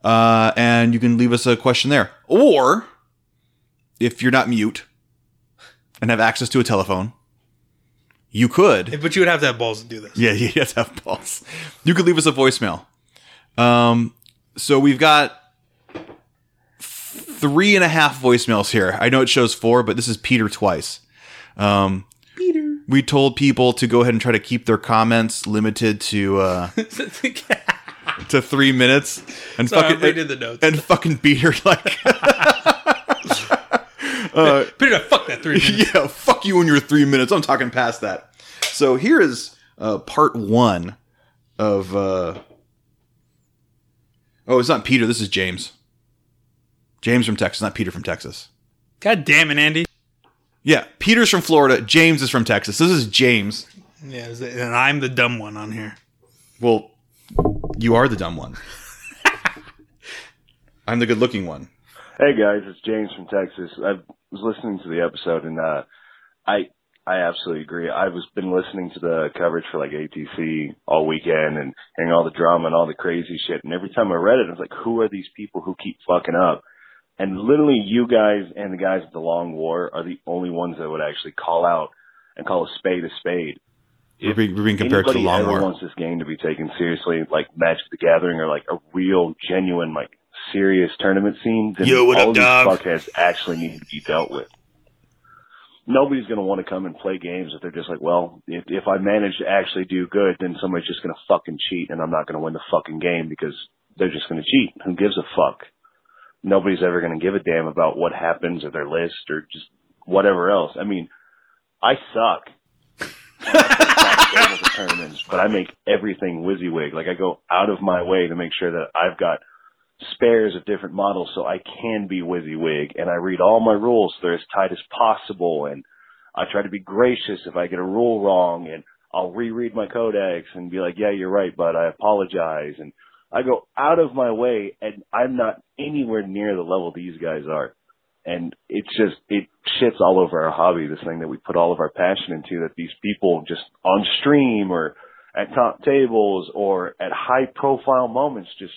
S1: Uh, and you can leave us a question there. Or if you're not mute and have access to a telephone, you could.
S4: But you would have to have balls to do this.
S1: Yeah, you have to have balls. You could leave us a voicemail. Um, so we've got three and a half voicemails here. I know it shows four, but this is Peter twice. Um, Peter. We told people to go ahead and try to keep their comments limited to uh, to three minutes. And
S4: Sorry,
S1: fucking
S4: I redid the notes.
S1: and fucking Peter like
S4: Peter, fuck that three. minutes.
S1: yeah, fuck you and your three minutes. I'm talking past that. So here is uh, part one of. Uh... Oh, it's not Peter. This is James. James from Texas, not Peter from Texas.
S4: God damn it, Andy.
S1: Yeah, Peter's from Florida. James is from Texas. This is James.
S4: Yeah, is it- and I'm the dumb one on here.
S1: Well, you are the dumb one. I'm the good-looking one.
S7: Hey guys, it's James from Texas. I was listening to the episode and uh I I absolutely agree. I've been listening to the coverage for like ATC all weekend and hearing all the drama and all the crazy shit. And every time I read it, I was like, who are these people who keep fucking up? And literally, you guys and the guys at the Long War are the only ones that would actually call out and call a spade a spade
S1: We're being, we're being compared to the
S7: anybody
S1: long
S7: ever
S1: war.
S7: wants this game to be taken seriously, like Magic the Gathering or like a real, genuine, like serious tournament scene, then
S5: Yo, what
S7: all
S5: up,
S7: these
S5: dog?
S7: fuckheads actually need to be dealt with. Nobody's going to want to come and play games if they're just like, well, if, if I manage to actually do good, then somebody's just going to fucking cheat and I'm not going to win the fucking game because they're just going to cheat. Who gives a fuck? Nobody's ever going to give a damn about what happens or their list or just whatever else. I mean, I suck at the tournaments, but I make everything WYSIWYG. Like I go out of my way to make sure that I've got spares of different models so I can be WYSIWYG and I read all my rules so they're as tight as possible and I try to be gracious if I get a rule wrong and I'll reread my codex and be like, yeah, you're right, but I apologize. And I go out of my way and I'm not anywhere near the level these guys are and it's just it shits all over our hobby. This thing that we put all of our passion into that these people just on stream or at top tables or at high profile moments just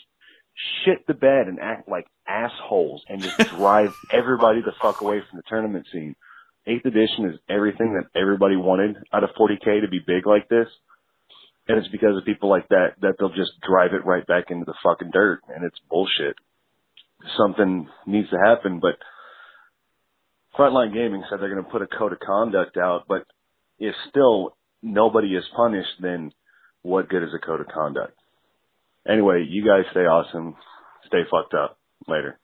S7: shit the bed and act like assholes and just drive everybody the fuck away from the tournament scene. Eighth edition is everything that everybody wanted out of 40k to be big like this. And it's because of people like that that they'll just drive it right back into the fucking dirt and it's bullshit. something needs to happen. But Frontline Gaming said they're going to put a code of conduct out, but if still nobody is punished, then what good is a code of conduct? Anyway, you guys stay awesome. Stay fucked up. Later.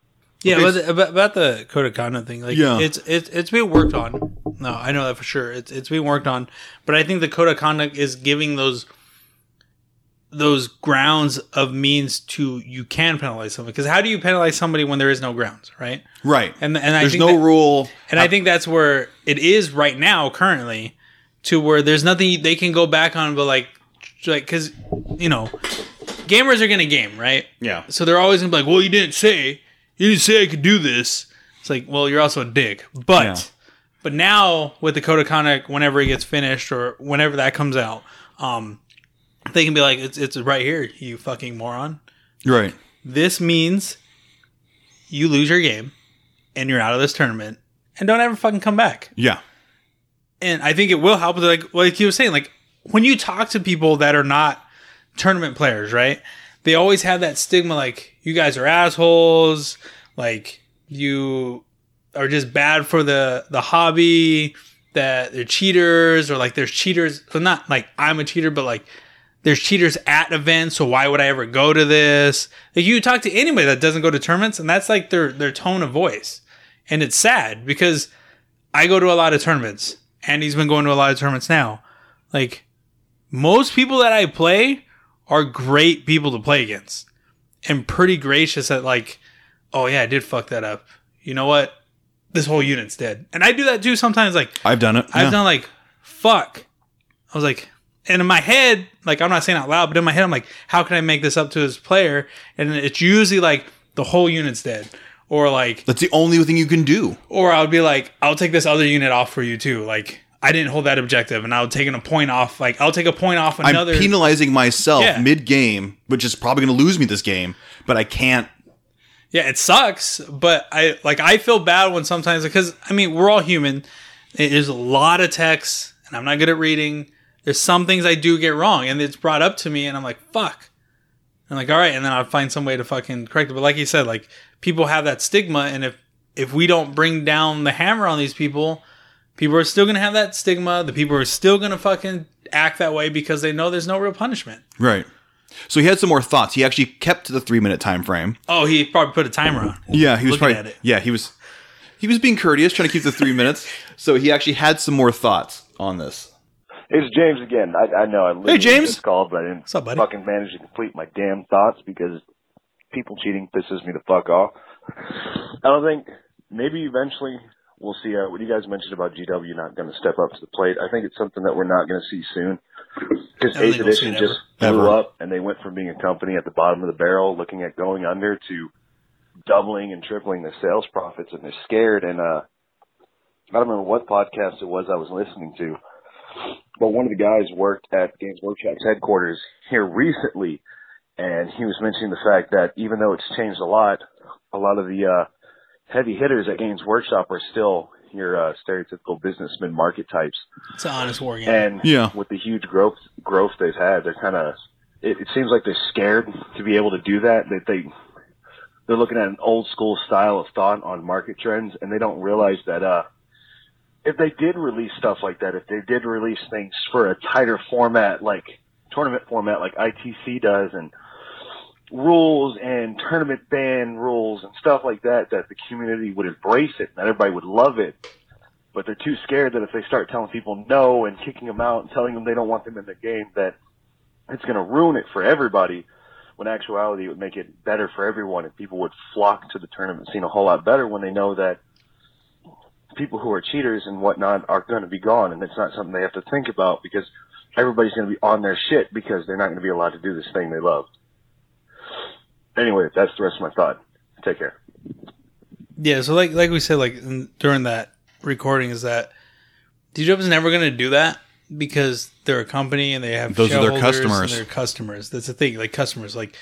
S4: Yeah, about, the- about, about the code of conduct thing, like
S1: Yeah.
S4: it's it's it's being worked on. No, I know that for sure. It's it's being worked on, but I think the code of conduct is giving those those grounds of means to you can penalize somebody because how do you penalize somebody when there is no grounds, right?
S1: Right.
S4: And and I
S1: there's
S4: think
S1: no
S4: that-
S1: rule.
S4: and I think that's where it is right now, currently, to where there's nothing they can go back on, but like, like, cause you know, gamers are gonna game, right?
S1: Yeah.
S4: So they're always gonna be like, well, you didn't say, you didn't say I could do this. It's like, well, you're also a dick, but,
S1: Yeah.
S4: but now with the code of conduct, whenever it gets finished or whenever that comes out, um, they can be like, it's it's right here, you fucking moron.
S1: Right.
S4: This means you lose your game and you're out of this tournament and don't ever fucking come back.
S1: Yeah.
S4: And I think it will help. Like like you were saying, like when you talk to people that are not tournament players, right? They always have that stigma, like you guys are assholes, like you are just bad for the the hobby. That they're cheaters, or like there's cheaters. So not like I'm a cheater, but like there's cheaters at events, so why would I ever go to this? Like you talk to anybody that doesn't go to tournaments, and that's like their their tone of voice. And it's sad because I go to a lot of tournaments. Andy's been going to a lot of tournaments now. Like most people that I play are great people to play against. And pretty gracious at like, oh yeah, I did fuck that up. You know what? This whole unit's dead. And I do that too sometimes like
S1: I've done it.
S4: I
S1: Yeah.
S4: was done like, fuck. I was like, and in my head, like I'm not saying out loud, but in my head, I'm like, how can I make this up to his player? And it's usually like the whole unit's dead, or like,
S1: That's the only thing you can do.
S4: or I would be like, I'll take this other unit off for you too. Like I didn't hold that objective, and I'll take a point off. Like I'll take a point off another.
S1: I'm penalizing myself
S4: Yeah.
S1: mid game, which is probably going to lose me this game, but I can't.
S4: yeah, it sucks, but I like I feel bad when sometimes because I mean we're all human. It- There's a lot of text, and I'm not good at reading. There's some things I do get wrong, and it's brought up to me, and I'm like, fuck. I'm like, all right, and then I'll find some way to fucking correct it. But like you said, like people have that stigma, and if if we don't bring down the hammer on these people, people are still gonna have that stigma. The people are still gonna fucking act that way because they know there's no real punishment.
S1: Right. So he had some more thoughts. He actually kept the three minute time frame.
S4: Oh, he probably put a timer on.
S1: Yeah, he was
S4: Looking
S1: probably.
S4: at it.
S1: Yeah, he was. He was being courteous, trying to keep the three minutes. So he actually had some more thoughts on this.
S7: It's James again. I, I know I literally
S1: James.
S7: just called, but I didn't
S4: up, buddy?
S7: fucking manage to complete my damn thoughts because people cheating pisses me the fuck off. I don't think maybe eventually we'll see uh, what you guys mentioned about GW not going to step up to the plate. I think it's something that we're not going to see soon because
S4: I don't think
S7: 8th
S4: we'll see
S7: edition
S4: it
S7: just
S1: ever.
S7: blew
S1: Ever.
S7: up and they went from being a company at the bottom of the barrel looking at going under to doubling and tripling their sales profits and they're scared and uh I don't remember what podcast it was I was listening to, but one of the guys worked at Games Workshop's headquarters here recently, and he was mentioning the fact that even though it's changed a lot, a lot of the uh, heavy hitters at Games Workshop are still your uh, stereotypical businessman market types,
S4: It's an honest war game.
S7: and
S1: Yeah.
S7: with the huge growth growth they've had, they're kind of it, it seems like they're scared to be able to do that. That they they're looking at an old school style of thought on market trends, and they don't realize that uh, if they did release stuff like that, if they did release things for a tighter format, like tournament format, like ITC does, and rules and tournament ban rules and stuff like that, that the community would embrace it, and that everybody would love it. But they're too scared that if they start telling people no and kicking them out and telling them they don't want them in their game, that it's going to ruin it for everybody. When in actuality, it would make it better for everyone, and people would flock to the tournament scene a whole lot better when they know that people who are cheaters and whatnot are going to be gone, and it's not something they have to think about because everybody's going to be on their shit because they're not going to be allowed to do this thing they love. Anyway, that's the rest of my thought. Take care.
S4: Yeah, so like like we said, like in, during that recording, is that DJW is never going to do that because they're a company and they have
S1: Those are their
S4: shareholders
S1: customers.
S4: And their customers. That's the thing. Like customers, like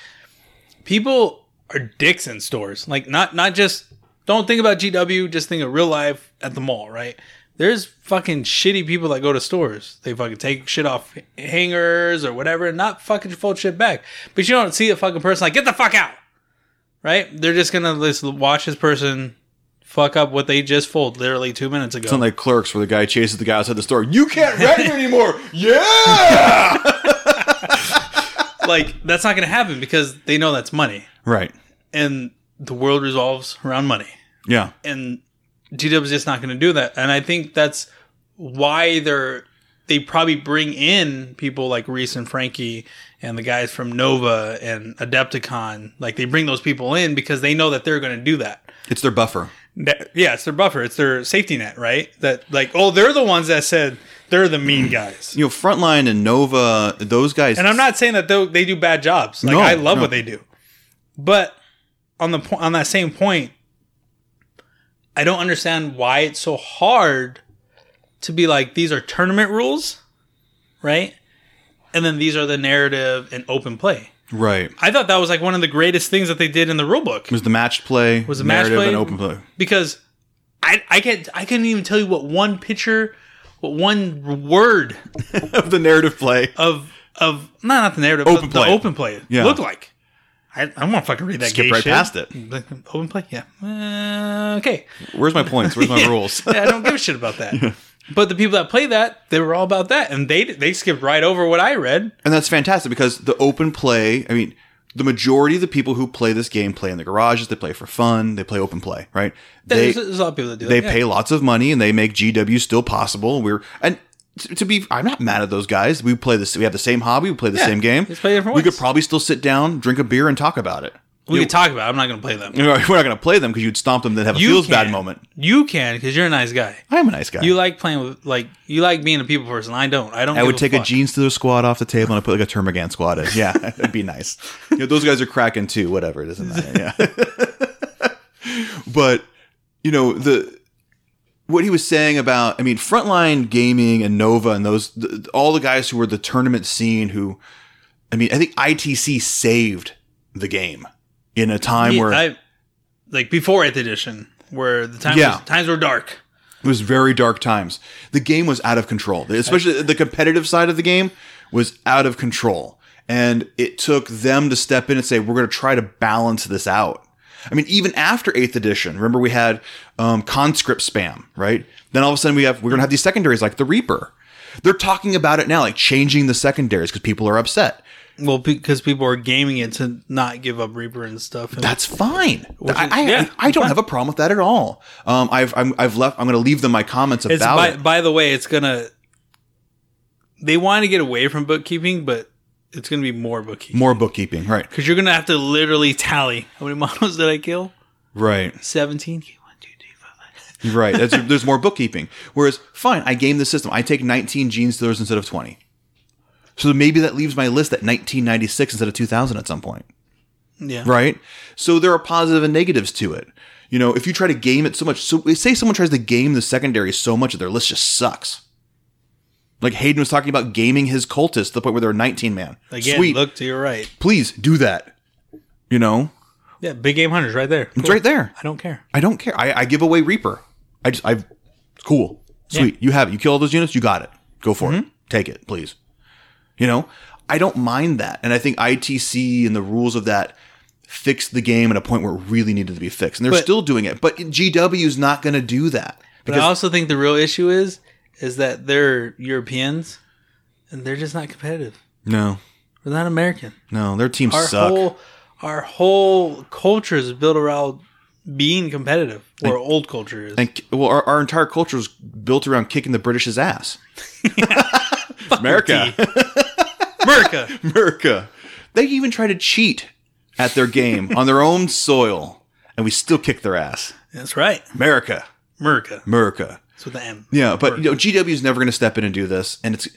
S4: people are dicks in stores. Like not not just don't think about GW. Just think of real life at the mall, right? There's fucking shitty people that go to stores. They fucking take shit off hangers or whatever and not fucking fold shit back. But you don't see a fucking person like, get the fuck out. right? They're just gonna just watch this person fuck up what they just fooled literally two minutes ago.
S1: Something like Clerks, where the guy chases the guy outside the store. You can't rent here anymore. Yeah.
S4: like that's not gonna happen because they know that's money,
S1: right.
S4: and the world resolves around money.
S1: Yeah.
S4: and GW's just not going to do that. And I think that's why they're they probably bring in people like Reese and Frankie and the guys from Nova and Adepticon. Like they bring those people in because they know that they're going to do that.
S1: It's their buffer.
S4: That- Yeah, it's their buffer. It's their safety net, right? That like, oh, they're the ones that said they're the mean guys.
S1: You know, Frontline and Nova, those guys.
S4: And I'm not saying that they they do bad jobs. Like
S1: No,
S4: I love
S1: no.
S4: what they do, but on the point on that same point, I don't understand why it's so hard to be like these are tournament rules, right? And then these are the narrative and open play.
S1: Right. It
S4: I thought that was like one of the greatest things that they did in the rulebook
S1: was the matched play,
S4: Was the matched
S1: narrative,
S4: play-
S1: and open play.
S4: because I I can't I couldn't even tell you what one picture, what one word
S1: of the narrative play.
S4: of of not not the narrative
S1: Open
S4: but the
S1: play.
S4: open play
S1: Yeah.
S4: look like. I, I don't want to fucking read that.
S1: Skip
S4: gay
S1: right
S4: shit.
S1: past it.
S4: Open play, yeah. Uh, okay,
S1: Where's my points? Where's my rules?
S4: Yeah, I don't give a shit about that. But the people that play that, they were all about that, and they they skipped right over what I read.
S1: And that's fantastic because the open play, I mean, the majority of the people who play this game play in the garages, they play for fun, they play open play, right? They
S4: There's, there's a lot of people that do
S1: they
S4: that. yeah.
S1: pay lots of money and they make GW still possible. We're and t- to be I'm not mad at those guys. We play this we have the same hobby, we play the
S4: Yeah,
S1: same game.
S4: let's play different
S1: we could
S4: ways.
S1: probably still sit down, drink a beer and talk about it.
S4: We could talk about. It. I'm not going to play them.
S1: You know, We're not going to play them because you'd stomp them, then have a
S4: You
S1: feels bad
S4: can.
S1: moment.
S4: You can because you're a nice guy.
S1: I am a nice guy.
S4: You like playing with like you like being a people person. I don't. I don't.
S1: I
S4: give
S1: would take a
S4: fuck.
S1: jeans to the squad off the table and I put like a termagant squad in. Yeah, it'd be nice. You know, those guys are cracking too. Whatever, it doesn't matter. Yeah. but you know the what he was saying about I mean frontline gaming and Nova and those the, all the guys who were the tournament scene who I mean I think ITC saved the game in a time
S4: Yeah,
S1: where
S4: I, like before eighth edition, where the times
S1: Yeah.
S4: was- times were dark.
S1: It was very dark times. The game was out of control, especially the competitive side of the game was out of control. And it took them to step in and say, we're going to try to balance this out. I mean, even after eighth edition, remember we had um, conscript spam, right? Then all of a sudden we have, we're going to have these secondaries like the Reaper. They're talking about it now, like changing the secondaries because people are upset.
S4: Well, because people are gaming it to not give up Reaper and stuff. And
S1: That's fine. I, I,
S4: yeah,
S1: I don't have a problem with that at all. Um, I've, I'm, I've left, I'm going to leave them my comments about
S4: it's by,
S1: it.
S4: by the way, it's gonna. They want to get away from bookkeeping, but it's gonna be more bookkeeping
S1: More bookkeeping, right?
S4: because you're gonna have to literally tally how many models did I kill?
S1: Right.
S4: Seventeen. One, two, three, four, five.
S1: Right. That's, there's more bookkeeping. Whereas, fine, I game the system. I take 19 gene stealers instead of 20. So maybe that leaves my list at 1996 instead of 2000 at some point.
S4: Yeah.
S1: Right. So there are positive and negatives to it. You know, if you try to game it so much, so say someone tries to game the secondary so much that their list just sucks. Like Hayden was talking about gaming his cultists to the point where they're 19 man.
S4: Again,
S1: Sweet.
S4: look to your right.
S1: Please do that. You know,
S4: Yeah, big game hunters right there.
S1: it's right there.
S4: I don't care.
S1: I don't care. I, I give away Reaper. I just I cool. Sweet. You have it. You kill all those units, you got it. Go for
S4: Mm-hmm.
S1: it. Take it, please. You know? I don't mind that. And I think ITC and the rules of that fixed the game at a point where it really needed to be fixed. And they're
S4: But-
S1: still doing it. But GW is not gonna do that.
S4: But I also think the real issue is is that they're Europeans and they're just not competitive.
S1: No.
S4: We're not American.
S1: No, their teams
S4: Our
S1: suck.
S4: whole our whole culture is built around being competitive. Or old culture is.
S1: and well, our, our entire culture was built around kicking the British's ass. America.
S4: America.
S1: America. They even try to cheat at their game on their own soil, and we still kick their ass.
S4: That's right.
S1: America,
S4: America.
S1: America.
S4: It's with the M.
S1: Yeah, but you know, GW is never going to step in and do this, and it's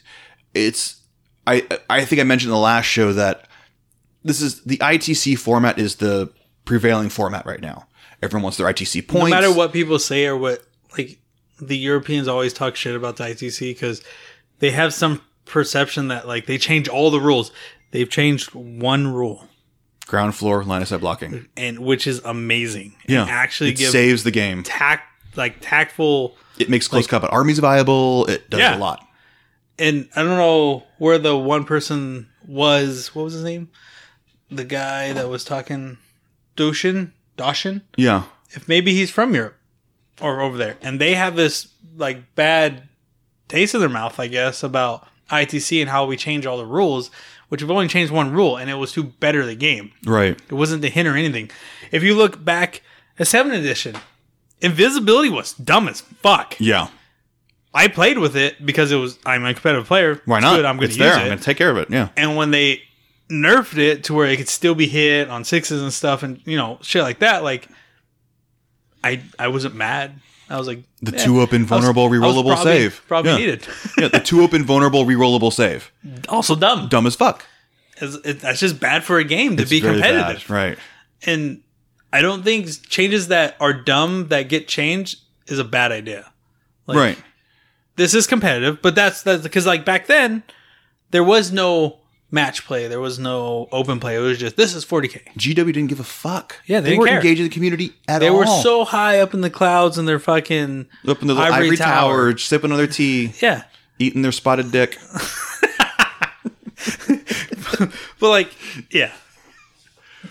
S1: it's. I I think I mentioned in the last show that this is the ITC format is the prevailing format right now. Everyone wants their ITC
S4: No
S1: points.
S4: matter what people say or what, like, the Europeans always talk shit about the ITC because they have some perception that, like, they change all the rules. They've changed one rule,
S1: ground floor line of sight blocking.
S4: and which is amazing.
S1: Yeah,
S4: It actually
S1: it
S4: gives
S1: saves the game.
S4: tact, like, tactful.
S1: It makes close combat armies viable. It does
S4: Yeah.
S1: a lot.
S4: And I don't know where the one person was. What was his name? The guy that was talking. Doshin, Doshin,
S1: Yeah.
S4: if maybe he's from Europe or over there, and they have this like bad taste in their mouth, I guess, about ITC and how we change all the rules, which we've only changed one rule, and it was to better the game.
S1: Right.
S4: It wasn't to hinder anything. If you look back at Seven Edition, invisibility was dumb as fuck.
S1: Yeah.
S4: I played with it because it was I'm a competitive player.
S1: Why not?
S4: Good, I'm going to
S1: it's
S4: use
S1: there.
S4: it.
S1: I'm going to take care of it. Yeah.
S4: and when they nerfed it to where it could still be hit on sixes and stuff, and you know shit like that, like I I wasn't mad. I was like
S1: The
S4: eh,
S1: two up
S4: I was-
S1: invulnerable
S4: I was
S1: rerollable
S4: probably-
S1: save.
S4: probably
S1: yeah.
S4: needed.
S1: yeah. The two up invulnerable rerollable save.
S4: also dumb.
S1: Dumb as fuck.
S4: It's- it- that's just bad for a game to
S1: It's
S4: be
S1: very bad.
S4: competitive.
S1: Right.
S4: and I don't think changes that are dumb that get changed is a bad idea. Like,
S1: right.
S4: This is competitive, but that's that's because like back then there was no match play, there was no open play. It was just this is 40k.
S1: GW didn't give a fuck.
S4: Yeah, they didn't
S1: weren't
S4: care.
S1: engaged in the community at
S4: They
S1: all.
S4: were so high up in the clouds and they're fucking
S1: up in the little ivory, tower, sipping on their tea,
S4: Yeah.
S1: eating their spotted dick.
S4: But like, yeah.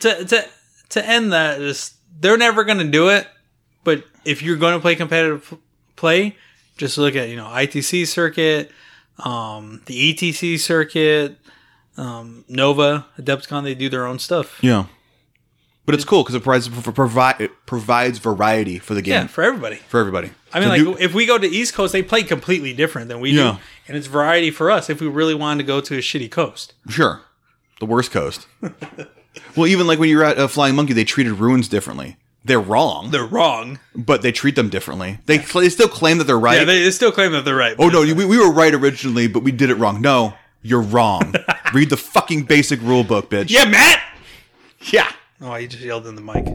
S4: To to to end that, just they're never gonna do it. But if you're gonna play competitive play, just look at you know ITC circuit, um, the ETC circuit, um, Nova, Adepticon. They do their own stuff.
S1: Yeah, but it's cool because it provides pro- provi- it provides variety for the game
S4: Yeah,
S1: for,
S4: for everybody.
S1: everybody.
S4: I mean,
S1: So
S4: like
S1: do-
S4: if we go to East Coast, they play completely different than we
S1: Yeah.
S4: do, and it's variety for us if we really wanted to go to a shitty coast.
S1: sure, the worst coast. well, even like when you're at uh, Flying Monkey, they treated ruins differently. They're wrong,
S4: They're wrong.
S1: but they treat them differently. They, cl- they still claim that they're right.
S4: Yeah, they, they still claim that they're right.
S1: oh no, we, we were right originally, but we did it wrong. No, you're wrong. Read the fucking basic rule book, bitch.
S4: yeah, Matt.
S1: yeah.
S4: Oh, you just yelled in the mic.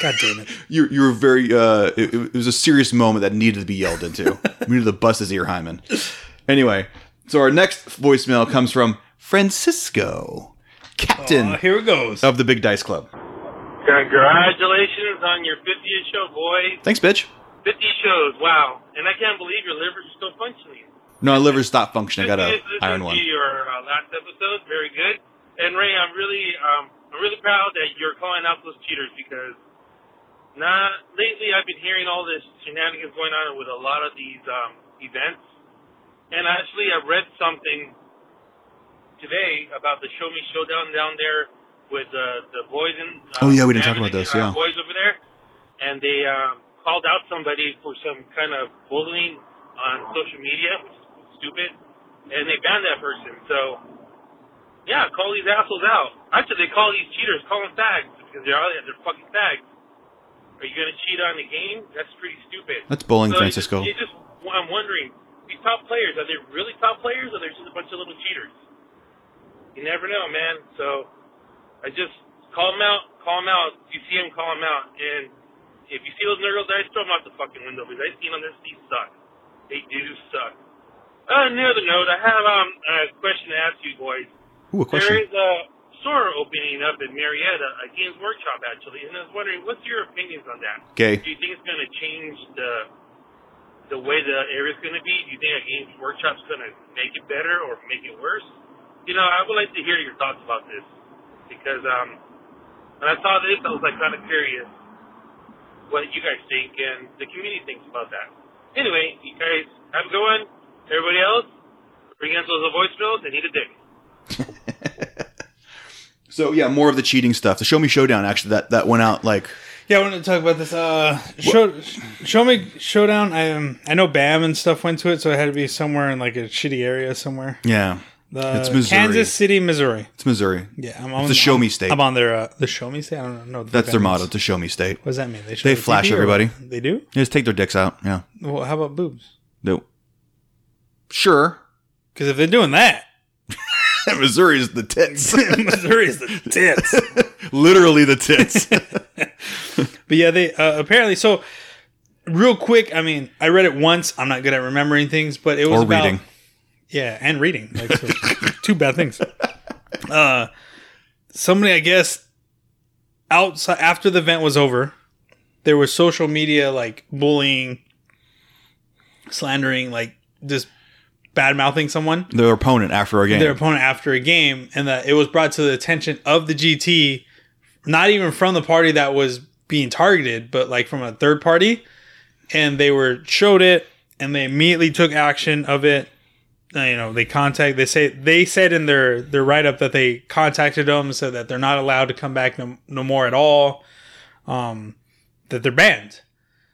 S4: God damn it.
S1: you you were very uh it, it was a serious moment that needed to be yelled into. we needed to bust his ear hymen. Anyway, so our next voicemail comes from Francisco, captain
S4: Uh, here it goes.
S1: of the Big Dice Club.
S6: Congratulations on your 50th show, boy.
S1: Thanks, bitch.
S6: 50 shows, wow. And I can't believe your liver's still functioning.
S1: No, my liver stopped functioning. I got a
S6: Just listened
S1: iron
S6: to
S1: one.
S6: your uh, last episode, very good. And Ray, I'm really, um, I'm really proud that you're calling out those cheaters because not lately I've been hearing all this shenanigans going on with a lot of these um, events. And actually, I read something today about the Show Me Showdown down there with uh, the boys in. Uh,
S1: Oh, yeah, we didn't talk about this, yeah.
S6: uh, Boys over there, and they um, called out somebody for some kind of bullying on social media, which is stupid, and they banned that person. So, yeah, call these assholes out. Actually, they call these cheaters, call them fags because they're out there, they're fucking fags. Are you gonna cheat on the game? That's pretty stupid.
S1: That's bullying,
S6: So you
S1: Francisco.
S6: just- you just, I'm wondering, these top players are they really top players, or they're just a bunch of little cheaters? You never know, man. So I just call them out, call them out. If you see them, call them out. And if you see those nurgles, I just throw them out the fucking window because I've seen them. They're- They suck. They do suck. On another note, I have um, a question to ask you boys.
S1: Ooh, a
S6: There
S1: question.
S6: is a store opening up in Marietta, a Games Workshop actually, and I was wondering, what's your opinions on that?
S1: Okay.
S6: Do you think it's going to change the the way the area's going to be? Do you think a Games Workshop's going to make it better or make it worse? You know, I would like to hear your thoughts about this because um, when I saw this, I was like kind of curious what you guys think and the community thinks about that. Anyway, you guys have a good one. Everybody else, bring in those voicemails and eat a dick.
S1: So yeah, more of the cheating stuff. The Show Me Showdown actually that that went out like
S4: Yeah, I wanted to talk about this. Uh, show, show me showdown. I um, I know Bam and stuff went to it, so it had to be somewhere in like a shitty area somewhere.
S1: yeah,
S4: The
S1: It's Missouri.
S4: Kansas City, Missouri.
S1: it's Missouri.
S4: Yeah, I'm on
S1: It's a show me
S4: I'm-
S1: state.
S4: I'm on their uh, the show me state. I don't know.
S1: That's their
S4: Bam's-
S1: motto, to show me state.
S4: What does that mean? They, show
S1: They
S4: the
S1: flash
S4: TV or
S1: everybody.
S4: what? They do.
S1: They just take their dicks out. Yeah.
S4: Well, how about boobs?
S1: No. Sure.
S4: Because if they're doing that,
S1: Missouri is the tits.
S4: Missouri is the tits.
S1: Literally the tits.
S4: But yeah, they uh, apparently so. Real quick, I mean, I read it once. I'm not good at remembering things, but it was
S1: or
S4: about,
S1: reading.
S4: Yeah, and reading. Like, so, two bad things. Uh, somebody, I guess, outside after the event was over, there was social media like bullying, slandering, like just bad mouthing someone,
S1: Their opponent after our game.
S4: their opponent after a game, and that it was brought to the attention of the GT not even from the party that was being targeted, but like from a third party, and they were showed it, and they immediately took action of it. Uh, You know, they contact. They say they said in their their write up that they contacted them and said that they're not allowed to come back no, no more at all. Um, that they're banned.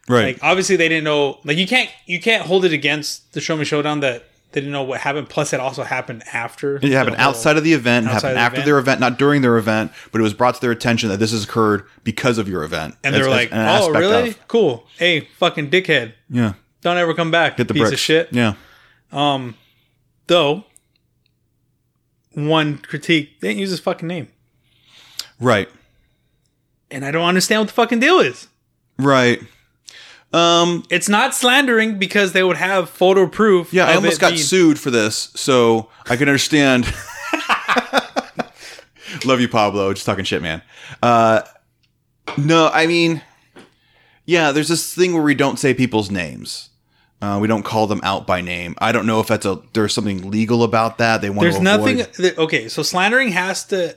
S1: Right.
S4: Like obviously they didn't know. Like you can't you can't hold it against the Show Me Showdown that they didn't know what happened. Plus it also happened after.
S1: it happened outside of the event, happened
S4: outside of the
S1: after
S4: event.
S1: their event, not during their event, but it was brought to their attention that this has occurred because of your event.
S4: And they
S1: As-
S4: were
S1: as
S4: like,
S1: an
S4: "Oh,
S1: aspect
S4: really?
S1: of-
S4: Cool. Hey, fucking dickhead.
S1: yeah.
S4: Don't ever come back.
S1: Hit the
S4: piece
S1: bricks.
S4: of shit."
S1: Yeah.
S4: Um, though, one critique they didn't use his fucking name,
S1: Right.
S4: and I don't understand what the fucking deal is.
S1: Right. Um.
S4: It's not slandering because they would have photo proof.
S1: Yeah, I
S4: of
S1: almost
S4: it
S1: got
S4: being-
S1: sued for this, so I can understand. Love you, Pablo. Just talking shit, man. Uh, no, I mean, yeah, there's this thing where we don't say people's names. Uh, we don't call them out by name. I don't know if that's a there's something legal about that. They want
S4: There's
S1: to
S4: nothing.
S1: avoid-
S4: that- okay, so slandering has to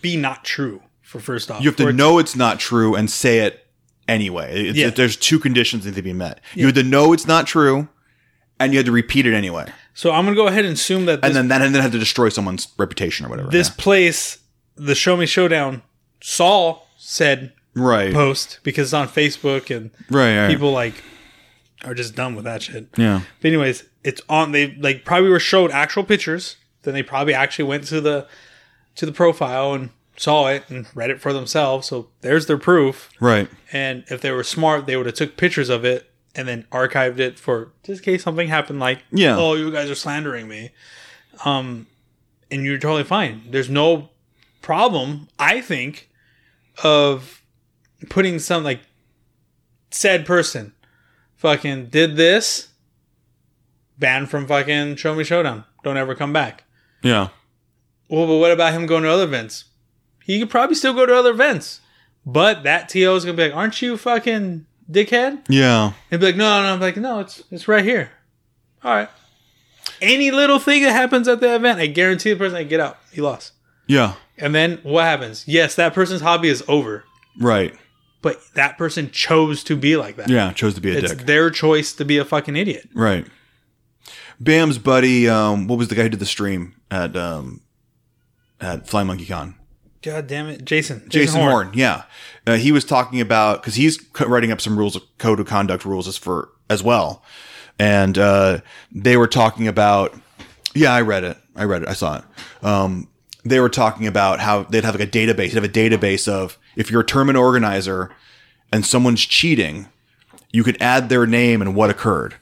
S4: be not true. For first off,
S1: You have
S4: for
S1: to
S4: it-
S1: know it's not true and say it anyway. It's,
S4: Yeah.
S1: There's two conditions that need to be met. You had to know it's not true, and you had to repeat it anyway.
S4: So I'm gonna go ahead and assume that this,
S1: and then that and then had to destroy someone's reputation or whatever.
S4: this place, the Show Me Showdown, Saul said
S1: yeah. right, right,
S4: post because it's on Facebook and
S1: right.
S4: people like are just done with that shit.
S1: Yeah.
S4: But anyways, it's on. They like probably were showed actual pictures. Then they probably actually went to the to the profile and saw it and read it for themselves. So there's their proof.
S1: Right.
S4: And if they were smart, they would have took pictures of it and then archived it for just in case something happened. Like,
S1: Yeah.
S4: oh, you guys are slandering me. Um, and you're totally fine. There's no problem, I think, of putting some like said person fucking did this, banned from fucking Show Me Showdown. Don't ever come back.
S1: Yeah.
S4: Well, but what about him going to other events? He could probably still go to other events. But that TO is gonna be like, aren't you fucking dickhead?
S1: Yeah.
S4: And be like, no, no, I'm like, no, it's it's right here. All right. Any little thing that happens at the event, I guarantee the person I get out. He lost.
S1: Yeah.
S4: And then what happens? Yes, that person's hobby is over,
S1: Right.
S4: but that person chose to be like that.
S1: Yeah. Chose to be a
S4: It's
S1: dick.
S4: their choice to be a fucking idiot.
S1: right. Bam's buddy, um, what was the guy who did the stream at um, at Fly Monkey Con?
S4: God damn it, Jason.
S1: Jason Horn. Yeah, uh, he was talking about because he's co- writing up some rules, of code of conduct rules as for as well, and uh, they were talking about. Yeah, I read it. I read it. I saw it. Um, they were talking about how they'd have like a database. They'd have a database of if you're a tournament organizer and someone's cheating, you could add their name and what occurred.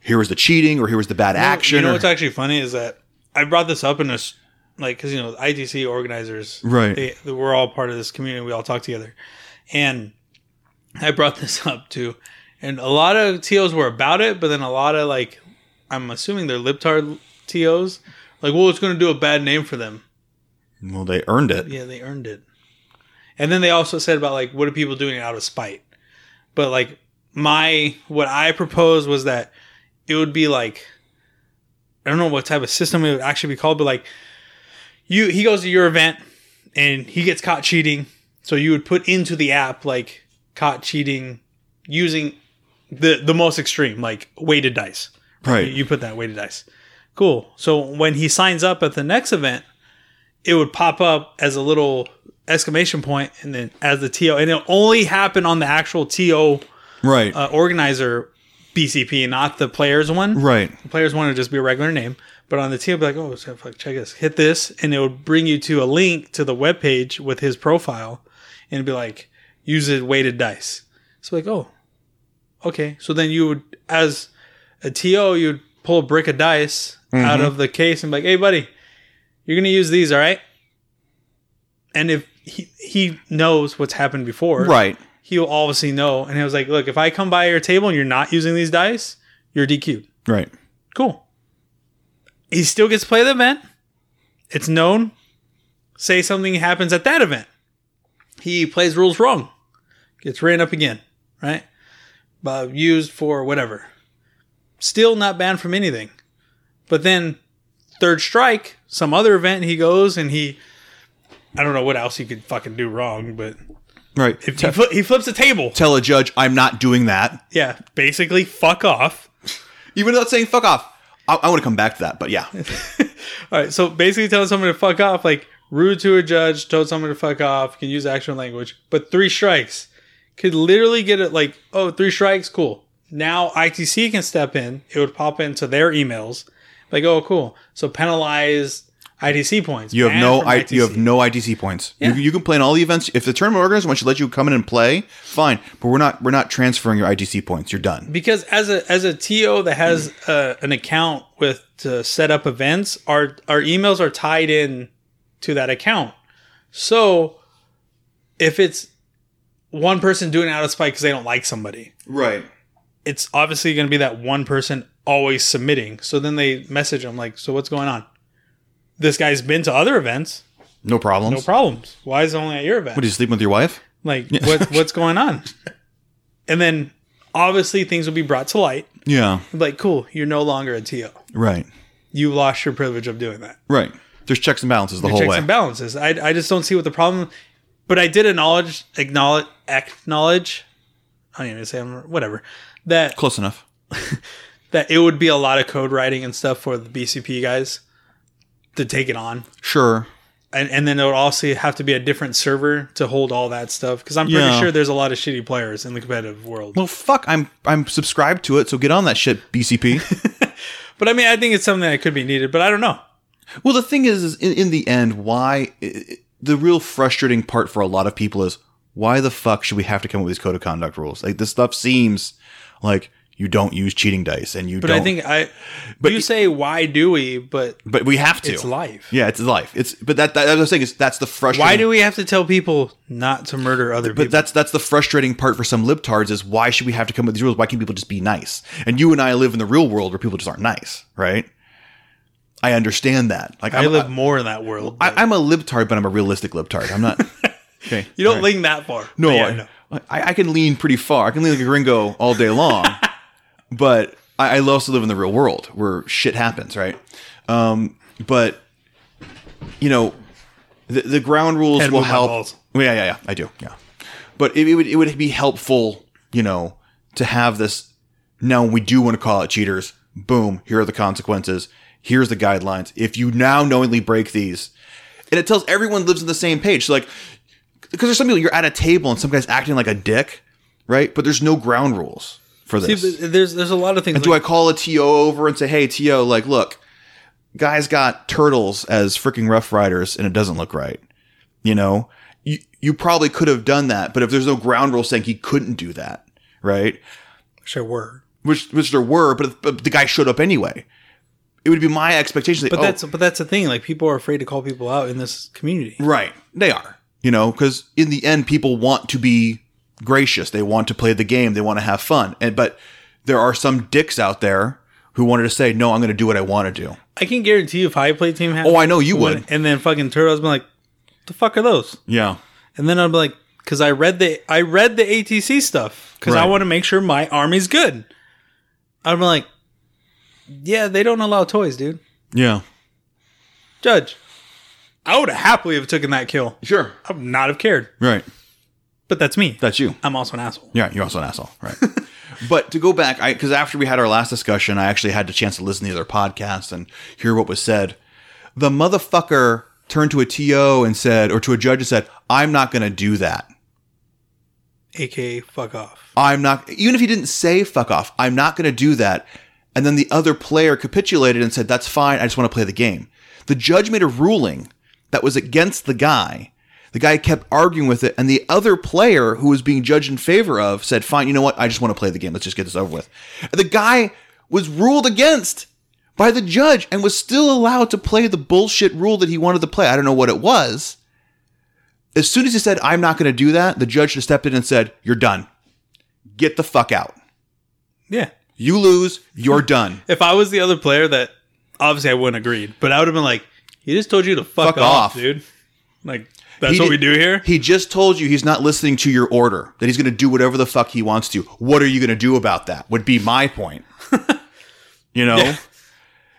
S1: Here was the cheating, or here was the bad action.
S4: You know
S1: or-
S4: what's actually funny is that I brought this up in a s- like because you know ITC organizers,
S1: Right.
S4: They, they- we're all part of this community. We all talk together, and I brought this up too. And a lot of tos were about it, but then a lot of like, I'm assuming they're libtard tos. Like, well, it's going to do a bad name for them.
S1: well, they earned it.
S4: Yeah, they earned it. And then they also said about like what are people doing out of spite? But like my what I proposed was that it would be like I don't know what type of system it would actually be called, but like you he goes to your event and he gets caught cheating. So you would put into the app like caught cheating using the the most extreme, like weighted dice.
S1: Right.
S4: You- You put that weighted dice. Cool. So when he signs up at the next event, it would pop up as a little exclamation point and then as the TO. And it only happened on the actual TO
S1: right.
S4: uh, organizer BCP, not the players one.
S1: right.
S4: The players one would just be a regular name. But on the TO, it'd be like, oh, so fuck, check this. Hit this. And it would bring you to a link to the webpage with his profile and it'd be like, use it weighted dice. So, like, oh, okay. So then you would, as a TO, you'd pull a brick of dice out of the case and be like, hey, buddy, you're going to use these, all right? And if he, he knows what's happened before,
S1: Right.
S4: he'll obviously know. And he was like, look, if I come by your table and you're not using these dice, you're DQ'd.
S1: Right.
S4: Cool. He still gets to play the event. It's known. Say something happens at that event. He plays rules wrong. Gets ran up again, right? But used for whatever. Still not banned from anything. But then, third strike, some other event, he goes and he I don't know what else you could fucking do wrong, but
S1: Right.
S4: if he, fli he flips a table,
S1: Tell a judge, I'm not doing that.
S4: yeah, basically fuck off.
S1: Even without saying fuck off. I, I want to come back to that, but yeah.
S4: All right, so basically telling someone to fuck off, like rude to a judge, told someone to fuck off, can use actual language, but three strikes could literally get it like, oh, three strikes, cool. Now ITC can step in, it would pop into their emails, like, oh, cool. So penalize ITC points.
S1: You have
S4: Ban
S1: no
S4: from
S1: I, you have
S4: ITC.
S1: no ITC points.
S4: Yeah.
S1: You, you can play in all the events. If the tournament organizer wants to let you come in and play, fine. But we're not we're not transferring your ITC points. You're done.
S4: because as a as a TO that has
S1: Mm.
S4: uh, an account with to set up events, our our emails are tied in to that account. So if it's one person doing it out of spite because they don't like somebody,
S1: Right.
S4: it's obviously going to be that one person always submitting. So then they message them like, "So what's going on? This guy's been to other events,
S1: No problems.
S4: no problems. Why is it only at your event?
S1: What are you sleeping with your wife?
S4: like, what, what's going on?" And then obviously things will be brought to light.
S1: Yeah.
S4: Like, cool, you're no longer a TO.
S1: Right.
S4: You lost your privilege of doing that.
S1: Right. There's checks and balances the whole
S4: Checks
S1: way.
S4: and balances. I, I just don't see what the problem. But I did acknowledge, acknowledge, acknowledge. I don't even say I'm, whatever. That
S1: Close enough.
S4: that it would be a lot of code writing and stuff for the BCP guys to take it on,
S1: Sure.
S4: and and then it would also have to be a different server to hold all that stuff. Because I'm pretty
S1: Yeah.
S4: sure there's a lot of shitty players in the competitive world.
S1: Well, fuck. I'm I'm subscribed to it, so get on that shit, BCP.
S4: But I mean, I think it's something that could be needed. But I don't know.
S1: well, the thing is, is in, in the end, why i- i the real frustrating part for a lot of people is why the fuck should we have to come up with these code of conduct rules? Like this stuff seems like you don't use cheating dice, and you
S4: But
S1: don't.
S4: I think I.
S1: But
S4: you
S1: y-
S4: say why do we? But
S1: but we have to.
S4: it's life.
S1: Yeah, it's life. It's but that, that that's the thing is that's the frustrating.
S4: Why do we have to tell people not to murder other
S1: But
S4: people?
S1: that's that's the frustrating part for some libtards is why should we have to come up with these rules? Why can't people just be nice? And you and I live in the real world where people just aren't nice, right? I understand that. Like
S4: I
S1: I'm,
S4: live more in that world.
S1: I, am a libtard, but I'm a realistic libtard. I'm not. okay.
S4: you don't
S1: All right.
S4: lean that far.
S1: No,
S4: But yeah,
S1: I, I, I can lean pretty far. I can lean like a gringo all day long, but I, I also live in the real world where shit happens, right? Um, but you know, the, the ground rules
S4: Had to
S1: will
S4: move my
S1: help.
S4: balls.
S1: Well, Yeah, yeah, yeah. I do. Yeah, but it, it would it would be helpful, you know, to have this. Now we do want to call out cheaters. Boom! Here are the consequences. Here's the guidelines. If you now knowingly break these, and it tells everyone lives on the same page. So like, because there's some people you're at a table and some guy's acting like a dick, right? But there's no ground rules for
S4: See,
S1: this.
S4: but there's there's a lot of things.
S1: and do I call a TO over and say, hey, TO, like, look, guys got turtles as freaking Rough Riders and it doesn't look right. You know, you, you probably could have done that, but if there's no ground rule saying he couldn't do that, right?
S4: sure were,
S1: Which, which there were, but, but the guy showed up anyway. It would be my expectation. that,
S4: but
S1: oh,
S4: that's but that's the thing. Like people are afraid to call people out in this community.
S1: Right. They are. You know, because in the end, people want to be gracious. They want to play the game. They want to have fun. And but there are some dicks out there who wanted to say, "No, I'm going to do what I want to do."
S4: I can guarantee you, if I played Team Hat,
S1: Oh, I know you would.
S4: And then fucking turtles been like, the fuck are those?
S1: Yeah.
S4: And then I'm like, because I read the I read the ATC stuff because I
S1: Right.
S4: want to make sure my army's good. I'm like, yeah, they don't allow toys, dude.
S1: Yeah.
S4: Judge, I would have happily have taken that kill.
S1: Sure.
S4: I would not have cared.
S1: Right.
S4: But that's me.
S1: That's you.
S4: I'm also an asshole.
S1: Yeah. You're also an asshole. Right. but to go back, I because after we had our last discussion, I actually had the chance to listen to the other podcasts and hear what was said. The motherfucker turned to a TO and said, or to a judge and said, "I'm not going to do that."
S4: AKA fuck off.
S1: I'm not, even if he didn't say fuck off, I'm not going to do that. And then the other player capitulated and said, that's fine. I just want to play the game. The judge made a ruling that was against the guy. The guy kept arguing with it. And the other player who was being judged in favor of said, fine, you know what? I just want to play the game. Let's just get this over with. And the guy was ruled against by the judge and was still allowed to play the bullshit rule that he wanted to play. I don't know what it was. As soon as he said, I'm not going to do that, the judge just stepped in and said, You're done get the fuck out.
S4: Yeah.
S1: You lose, you're done.
S4: If I was the other player, that obviously I wouldn't agreed, but I would have been like, "He just told you to fuck,
S1: Fuck
S4: off,
S1: off.
S4: dude." Like that's
S1: He
S4: what
S1: did-
S4: we do here.
S1: He just told you he's not listening to your order, that he's going to do whatever the fuck he wants to. What are you going to do about that? Would be my point. you know?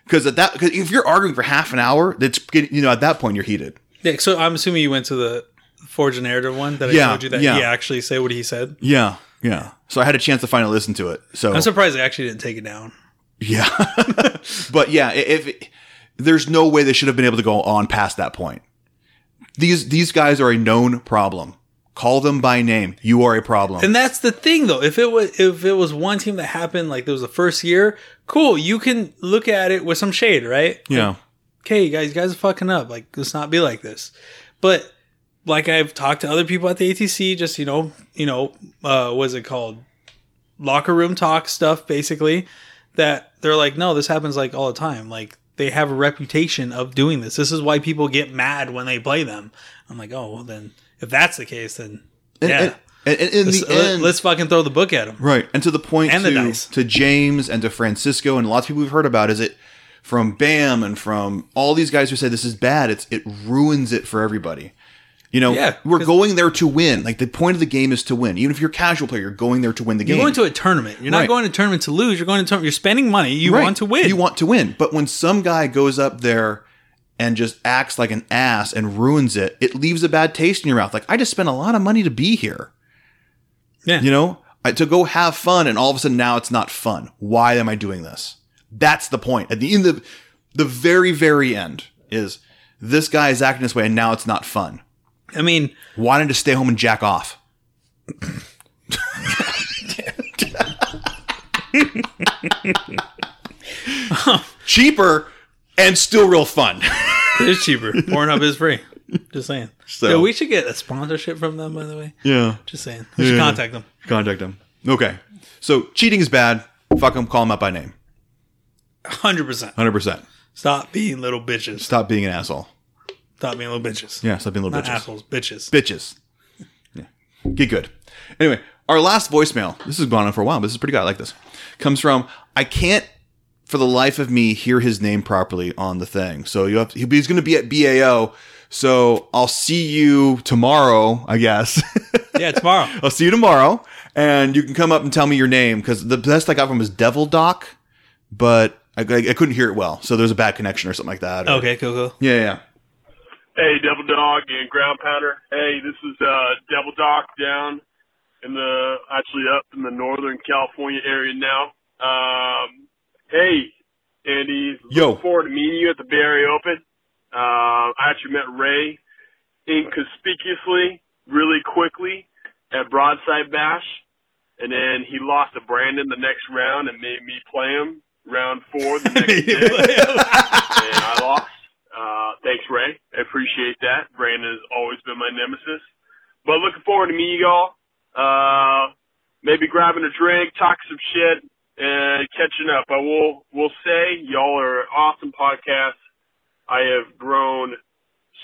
S1: Because at that, cause if you're arguing for half an hour, that's getting- you know at that point you're heated.
S4: Nick, so I'm assuming you went to the Forge a Narrative one that I
S1: Yeah,
S4: showed you that
S1: yeah.
S4: he actually said what he said.
S1: Yeah, yeah. So I had a chance to finally listen to it. So
S4: I'm surprised they actually didn't take it down.
S1: yeah, but yeah, i- if it, there's no way they should have been able to go on past that point. These these guys are a known problem. Call them by name. You are a problem.
S4: And that's the thing though. If it was if it was one team that happened like there was the first year, cool, you can look at it with some shade, right?
S1: yeah,
S4: okay, you guys, you guys are fucking up. Like, let's not be like this. But like I've talked to other people at the ATC, just you know, you know, uh, what's it called? Locker room talk stuff, basically. That they're like, no, this happens like all the time. Like they have a reputation of doing this. This is why people get mad when they play them. I'm like, oh, well, then if that's the case, then
S1: and,
S4: yeah,
S1: and, and in
S4: let's, uh,
S1: the end,
S4: let's fucking throw the book at them.
S1: Right. And to the point
S4: And
S1: to,
S4: the dice.
S1: to James and to Francisco and lots of people we've heard about is it from Bam and from all these guys who say this is bad, it's it ruins it for everybody. You know,
S4: Yeah,
S1: we're
S4: 'cause-
S1: going there to win. Like the point of the game is to win. Even if you're a casual player, you're going there to win the
S4: You're
S1: game.
S4: going to a tournament. You're not
S1: Right.
S4: going to a tournament to lose. You're going to a tournament. You're spending money. You
S1: Right.
S4: want to win.
S1: You want to win. But when some guy goes up there and just acts like an ass and ruins it, it leaves a bad taste in your mouth. Like I just spent a lot of money to be here.
S4: Yeah.
S1: You know, I, to go have fun and all of a sudden now it's not fun. Why am I doing this? That's the point. At the end of the very very end is this guy is acting this way and now it's not fun.
S4: I mean,
S1: Why don't I just stay home and jack off? Cheaper and still real fun.
S4: It's cheaper. Pornhub is free. Just saying.
S1: So-
S4: So we should get a sponsorship from them, by the way.
S1: Yeah.
S4: Just saying. We should
S1: Yeah.
S4: contact them.
S1: Contact him. Okay. So cheating is bad. Fuck them. Call them out by name.
S4: Hundred percent.
S1: 100%.
S4: Stop being little bitches.
S1: Stop being an asshole.
S4: Stop being little bitches.
S1: Yeah. Stop being little
S4: Not
S1: bitches.
S4: assholes, bitches.
S1: bitches. Yeah. Get good. Anyway, our last voicemail, this has gone on for a while, but this is pretty good. I like this. Comes from I can't for the life of me hear his name properly on the thing. So you have to, he's gonna be at BAO. So I'll see you tomorrow, I guess.
S4: yeah, tomorrow.
S1: I'll see you tomorrow. And you can come up and tell me your name because the best I got from was Devil Doc, but I, I- I couldn't hear it well. So there's a bad connection or something like that. or-
S8: Oh.
S4: Okay, cool, cool.
S1: Yeah, yeah.
S8: Hey, Devil Dog and Ground Pounder. Hey, this is uh, Devil Dog down in the actually up in the Northern California area now. Um, hey, Andy.
S1: Yo.
S8: Look forward to meeting you at the Bay Area Open. Uh, I actually met Ray inconspicuously, really quickly at Broadside Bash, and then he lost to Brandon the next round and made me play him round four the next day and I lost. Uh, thanks, Ray. I appreciate that. Brandon has always been my nemesis. But looking forward to meeting y'all. Uh, maybe grabbing a drink, talk some shit, and catching up. I will will say y'all are an awesome podcast. I have grown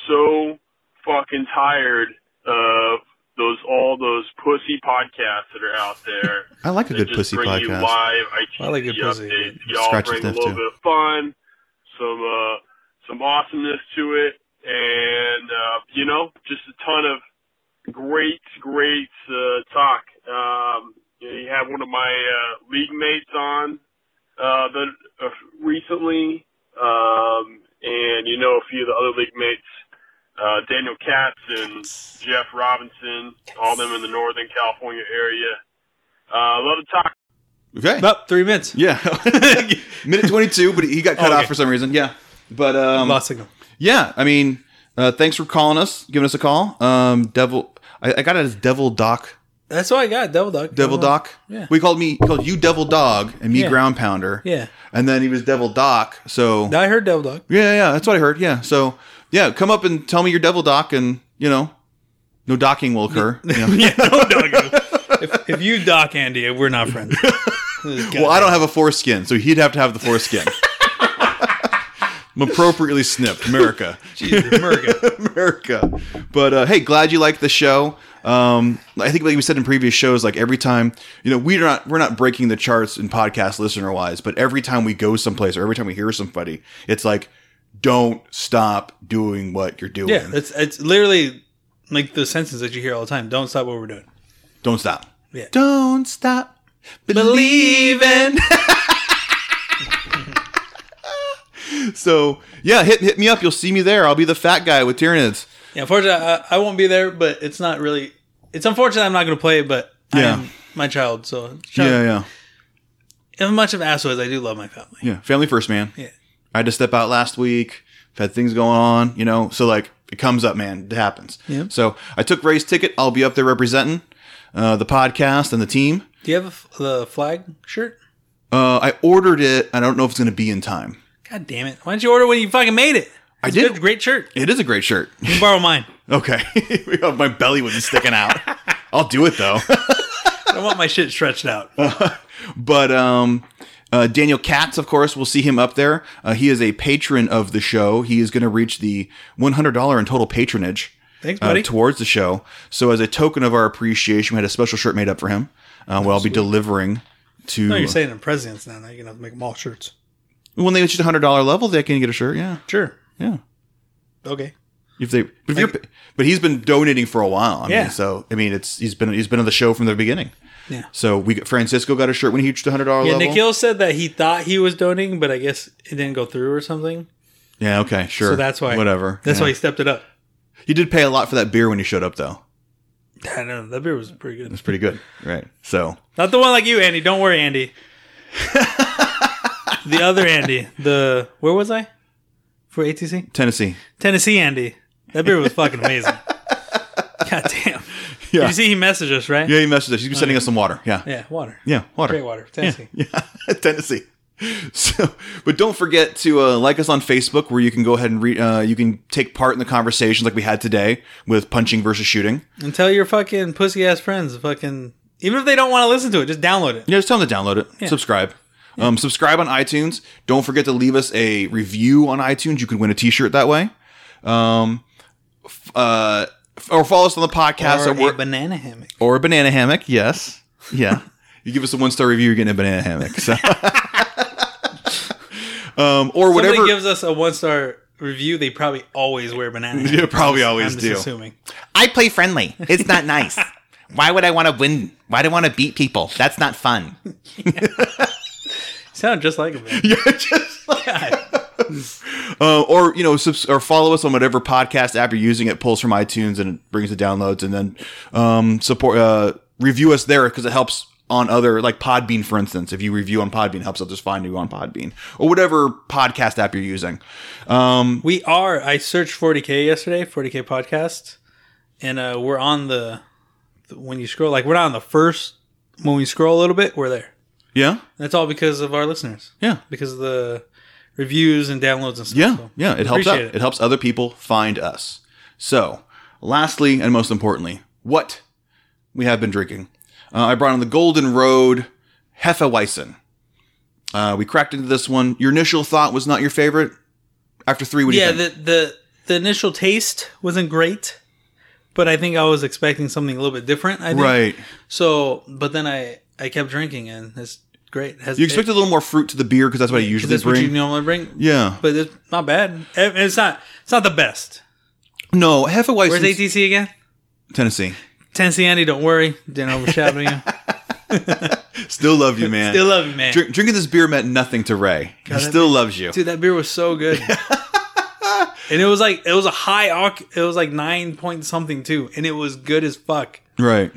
S8: so fucking tired of those all those pussy podcasts that are out there.
S1: I like a
S8: They
S1: good
S8: just
S1: pussy
S8: bring You
S1: podcast.
S8: live IGTV
S4: I like good pussy,
S8: updates.
S4: but
S8: Y'all
S1: scratch
S8: bring a
S1: stuff,
S8: little
S1: too.
S8: bit of fun, some uh, some awesomeness to it, and uh, you know, just a ton of great, great uh, talk. Um, you, know, you had one of my uh, league mates on uh, the, uh, recently, um, and you know a few of the other league mates. Uh, Daniel Katz and Jeff Robinson, all them in the Northern California area. Uh, love to talk
S1: Okay.
S4: About three minutes.
S1: Yeah. Minute 22, but he got cut
S4: Oh, okay.
S1: off for some reason. Yeah. But um,
S4: Lost signal.
S1: yeah, I mean, uh, thanks for calling us, giving us a call. Um, Devil, I, I got it as Devil Doc.
S4: That's all I got. Devil dog.
S1: Devil Doc.
S4: Oh, Yeah.
S1: We called me, he called you Devil Dog and me
S4: Yeah.
S1: Ground Pounder.
S4: Yeah.
S1: And then he was Devil Doc. So,
S4: I heard devil dog.
S1: yeah, yeah, that's what I heard. Yeah. So, yeah, come up and tell me you're Devil Doc and, you know, no docking will occur. you know.
S4: Yeah, no dog. if, if you dock Andy, we're not friends.
S1: Well, I don't have a foreskin, so he'd have to have the foreskin. I'm appropriately snipped, America.
S4: Jesus, America.
S1: America. But uh, hey, glad you like the show. Um, I think like we said in previous shows, like every time, you know, we're not we're not breaking the charts in podcast listener wise, but every time we go someplace or every time we hear somebody, it's like, don't stop doing what you're doing.
S4: Yeah, it's it's literally like the sentence that you hear all the time. Don't stop what we're doing.
S1: don't stop.
S4: Yeah.
S1: Don't stop believing. so yeah, hit hit me up. You'll see me there. I'll be the fat guy with Tyranids.
S4: Yeah, unfortunately, I, I won't be there, but it's not really. It's unfortunate I'm not going to play it, but
S1: Yeah.
S4: I am my child. So,
S1: Yeah,
S4: child,
S1: yeah,
S4: as much of an asshole as I do love my family.
S1: yeah. Family first, man.
S4: Yeah.
S1: I had to step out last week. I've had things going on, you know. So like, it comes up, man. It happens.
S4: Yeah.
S1: So I took Ray's ticket. I'll be up there representing uh, the podcast and the team.
S4: Do you have a f the flag shirt?
S1: Uh, I ordered it. I don't know if it's going to be in time.
S4: God damn it! Why didn't you order when you fucking made it?
S1: I
S4: It's
S1: did.
S4: good- great shirt.
S1: It is a great shirt.
S4: You can borrow mine.
S1: Okay. My belly would be sticking out. I'll do it though.
S4: I want my shit stretched out.
S1: Uh, But um, uh, Daniel Katz, of course, we'll see him up there. Uh, he is a patron of the show. He is going to reach the $100 in total patronage
S4: Thanks,
S1: uh,
S4: buddy.
S1: towards the show. So, as a token of our appreciation, we had a special shirt made up for him. Uh, well, I'll be delivering to
S4: no, you're saying in presidents now. Now you're gonna have to make them all shirts.
S1: when they reach the $100 level, they can get a shirt. Yeah,
S4: Sure.
S1: yeah.
S4: Okay.
S1: If they, but, if you're, but he's been donating for a while. I
S4: Yeah.
S1: Mean, so I mean, it's he's been he's been on the show from the beginning.
S4: Yeah.
S1: So we got- Francisco got a shirt when he reached the hundred dollar
S4: Yeah,
S1: level.
S4: Nikhil said that he thought he was donating, but I guess it didn't go through or something.
S1: Yeah. Okay. Sure.
S4: So that's why.
S1: Whatever.
S4: That's
S1: Yeah.
S4: why he stepped it up.
S1: He did pay a lot for that beer when he showed up, though.
S4: I know that beer was pretty good.
S1: It's pretty good, right? So
S4: Not the one like you, Andy. Don't worry, Andy. the other Andy. The where was I? For ATC?
S1: Tennessee,
S4: Tennessee Andy. That beer was fucking amazing. God damn. Did
S1: yeah,
S4: you see he messaged us, right?
S1: yeah. He messaged us. He's been sending us some water. Yeah,
S4: Oh, Yeah, water.
S1: yeah, water.
S4: Great water. Tennessee.
S1: Yeah, Tennessee. So, but don't forget to uh, like us on Facebook, where you can go ahead and re- uh, you can take part in the conversations like we had today with punching versus shooting.
S4: And tell your fucking pussy ass friends fucking even if they don't want to listen to it, just download it.
S1: Yeah, just tell them to download it. Subscribe. Um, subscribe on iTunes. Don't forget to leave us a review on iTunes. You can win a T-shirt that way. Um, f- uh, f- or follow us on the podcast
S4: or
S1: at
S4: a
S1: work-
S4: banana hammock.
S1: or a banana hammock. Yes, yeah. you give us a one-star review, you're getting a banana hammock. So. um, or
S4: Whatever
S1: whatever.
S4: Somebody gives us a one star review, they probably always wear banana hammocks.
S1: you probably always
S4: I'm
S1: do.
S4: just assuming.
S9: I play friendly. It's not nice. Why would I want to win? Why do I want to beat people? That's not fun.
S4: Sound just like him. man.
S1: Yeah, just like- Uh, or you know, subs- or follow us on whatever podcast app you're using. It pulls from iTunes and it brings the downloads, and then um, support uh, review us there because it helps on other like Podbean, for instance. If you review on Podbean, it helps others find you on Podbean or whatever podcast app you're using. Um,
S4: We are. I searched 40k yesterday, 40k podcast, and uh, we're on the, the- when you scroll, like we're not on the first. When we scroll a little bit, we're there.
S1: yeah,
S4: That's all because of our listeners,
S1: yeah,
S4: because of the reviews and downloads and stuff.
S1: yeah,
S4: So,
S1: yeah. It helps. Out.
S4: appreciate
S1: It. helps other people find us. So, lastly and most importantly, what we have been drinking. Uh, I brought in the Golden Road Hefeweizen. Uh, we cracked into this one. Your initial thought was not your favorite. After three, what do
S4: yeah.
S1: you think?
S4: The, the the initial taste wasn't great, but I think I was expecting something a little bit different. I think.
S1: right.
S4: So, but then I I kept drinking, and it's great. It has,
S1: You expect a little more fruit to the beer because that's what I
S4: it,
S1: usually
S4: this what
S1: bring.
S4: you normally bring,
S1: yeah.
S4: but it's not bad. It- it's not it's not the best.
S1: No, Hefeweizen.
S4: Where's ATC again?
S1: Tennessee.
S4: Tennessee Andy, don't worry. Didn't overshadow you.
S1: Still love you, man.
S4: Still love you, man.
S1: Drink, drinking this beer meant nothing to Ray. He still loves you.
S4: Dude, that beer was so good. and it was like it was a high oc. It was like nine point something too, and it was good as fuck.
S1: Right.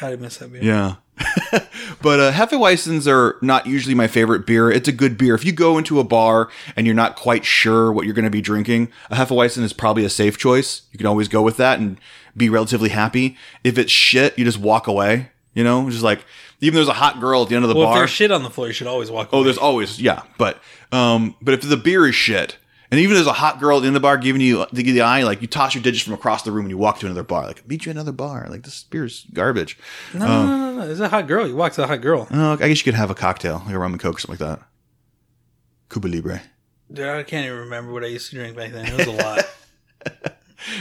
S4: God, I miss that beer.
S1: Yeah. but uh, Hefeweizens are not usually my favorite beer. It's a good beer. If you go into a bar and you're not quite sure what you're going to be drinking, a Hefeweizen is probably a safe choice. You can always go with that and be relatively happy. If it's shit, you just walk away. You know, just like even there's a hot girl at the end of the
S4: Well, if
S1: bar.
S4: there's shit on the floor, you should always walk.
S1: Oh,
S4: away.
S1: there's always yeah, but um, but if the beer is shit, and even there's a hot girl in the bar giving you to give you the eye, like you toss your digits from across the room and you walk to another bar, like meet you at another bar, like this beer's garbage.
S4: no,
S1: uh.
S4: no, no, no, no. There's a hot girl. You walk to a hot girl.
S1: Oh, I guess you could have a cocktail, like a rum and coke or something like that. Cuba Libre.
S4: Dude, I can't even remember what I used to drink back then. It was a lot.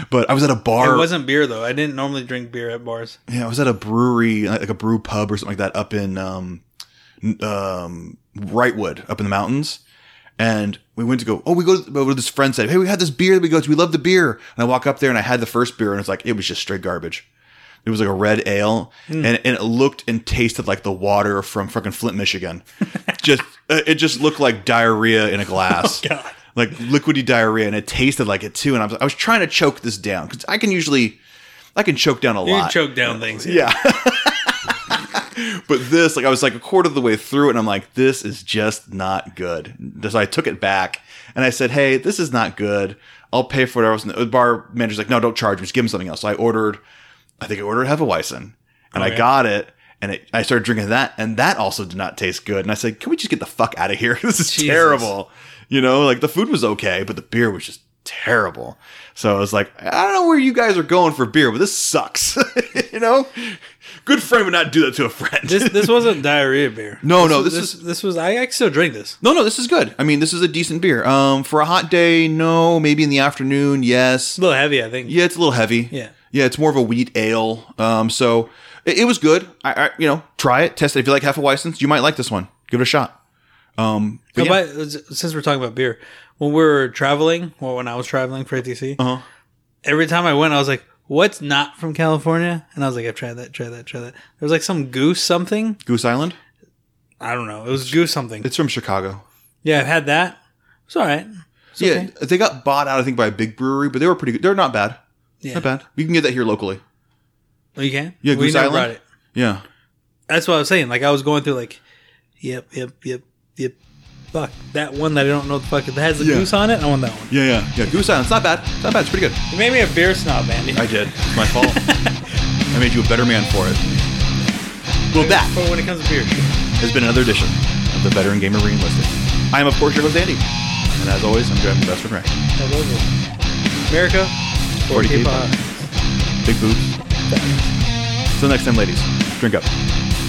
S1: But I was at a bar.
S4: it wasn't beer though. I didn't normally drink beer at bars.
S1: Yeah, I was at a brewery, like a brew pub or something like that, up in um, n- um, Wrightwood, up in the mountains. And we went to go. Oh, we go to, well, this friend said, "Hey, we had this beer that we go to. We love the beer." And I walk up there and I had the first beer, and it's like it was just straight garbage. It was like a red ale,
S4: Hmm.
S1: and, and it looked and tasted like the water from fucking Flint, Michigan. just uh, it just looked like diarrhea in a glass.
S4: Oh, God.
S1: like liquidy diarrhea, and it tasted like it too. And I was, I was trying to choke this down because I can usually, I can choke down a
S4: You
S1: lot.
S4: choke down things.
S1: Yeah. but this, like, I was like a quarter of the way through it, and I'm like, this is just not good. So I took it back and I said, hey, this is not good. I'll pay for it. I was and the bar manager's like, no, don't charge me. Just give him something else. So I ordered, I think I ordered Hefeweizen, and I
S4: Okay.
S1: got it. And it, I started drinking that, and that also did not taste good. And I said, "Can we just get the fuck out of here? This is
S4: Jesus.
S1: terrible." You know, like the food was okay, but the beer was just terrible. So I was like, "I don't know where you guys are going for beer, but this sucks." you know, good friend would not do that to a friend.
S4: This this wasn't diarrhea beer.
S1: No, no,
S4: was-
S1: this
S4: this, this was I, I can still drink this.
S1: no, no, this is good. I mean, this is a decent beer. Um, for a hot day, no. Maybe in the afternoon, yes.
S4: It's a little heavy, I think.
S1: Yeah, it's a little heavy.
S4: Yeah.
S1: yeah, it's more of a wheat ale. Um, so it, it was good. I, I, you know, try it, test it. If you like Hefeweizen's, you might like this one. Give it a shot. Um, but
S4: No,
S1: yeah.
S4: but since we're talking about beer, when we were traveling, or when I was traveling for ATC,
S1: Uh-huh.
S4: every time I went, I was like, "What's not from California?" And I was like, "I've tried that, tried that, tried that." There was like some goose something.
S1: Goose Island.
S4: I don't know. It was goose something.
S1: It's from Chicago.
S4: Yeah, I've had that. It's all right.
S1: yeah,
S4: okay.
S1: they got bought out, I think, by a big brewery, but they were pretty good. They're not bad.
S4: Yeah,
S1: Not bad. You can get that here locally.
S4: you can.
S1: Yeah, Goose
S4: never
S1: Island?
S4: brought it.
S1: Yeah.
S4: That's what I was saying. Like I was going through like, yep, yep, yep, yep. Fuck that one that I don't know what the fuck it that has the
S1: Yeah.
S4: goose on it. I want that one.
S1: Yeah, yeah, yeah. Goose Island. It's not bad. It's not bad. It's pretty good.
S4: You made me a beer snob, Andy.
S1: I did. It's my fault. I made you a better man for it. Well, that
S4: But when it comes to beer,
S1: has been another edition of the Veteran Gamer Reenlisted. I am, of course, your host, Andy. And as always, I'm driving best friend, Ray.
S4: America,
S1: 40
S4: 40
S1: people. Big boobs. Till next time, ladies, drink up.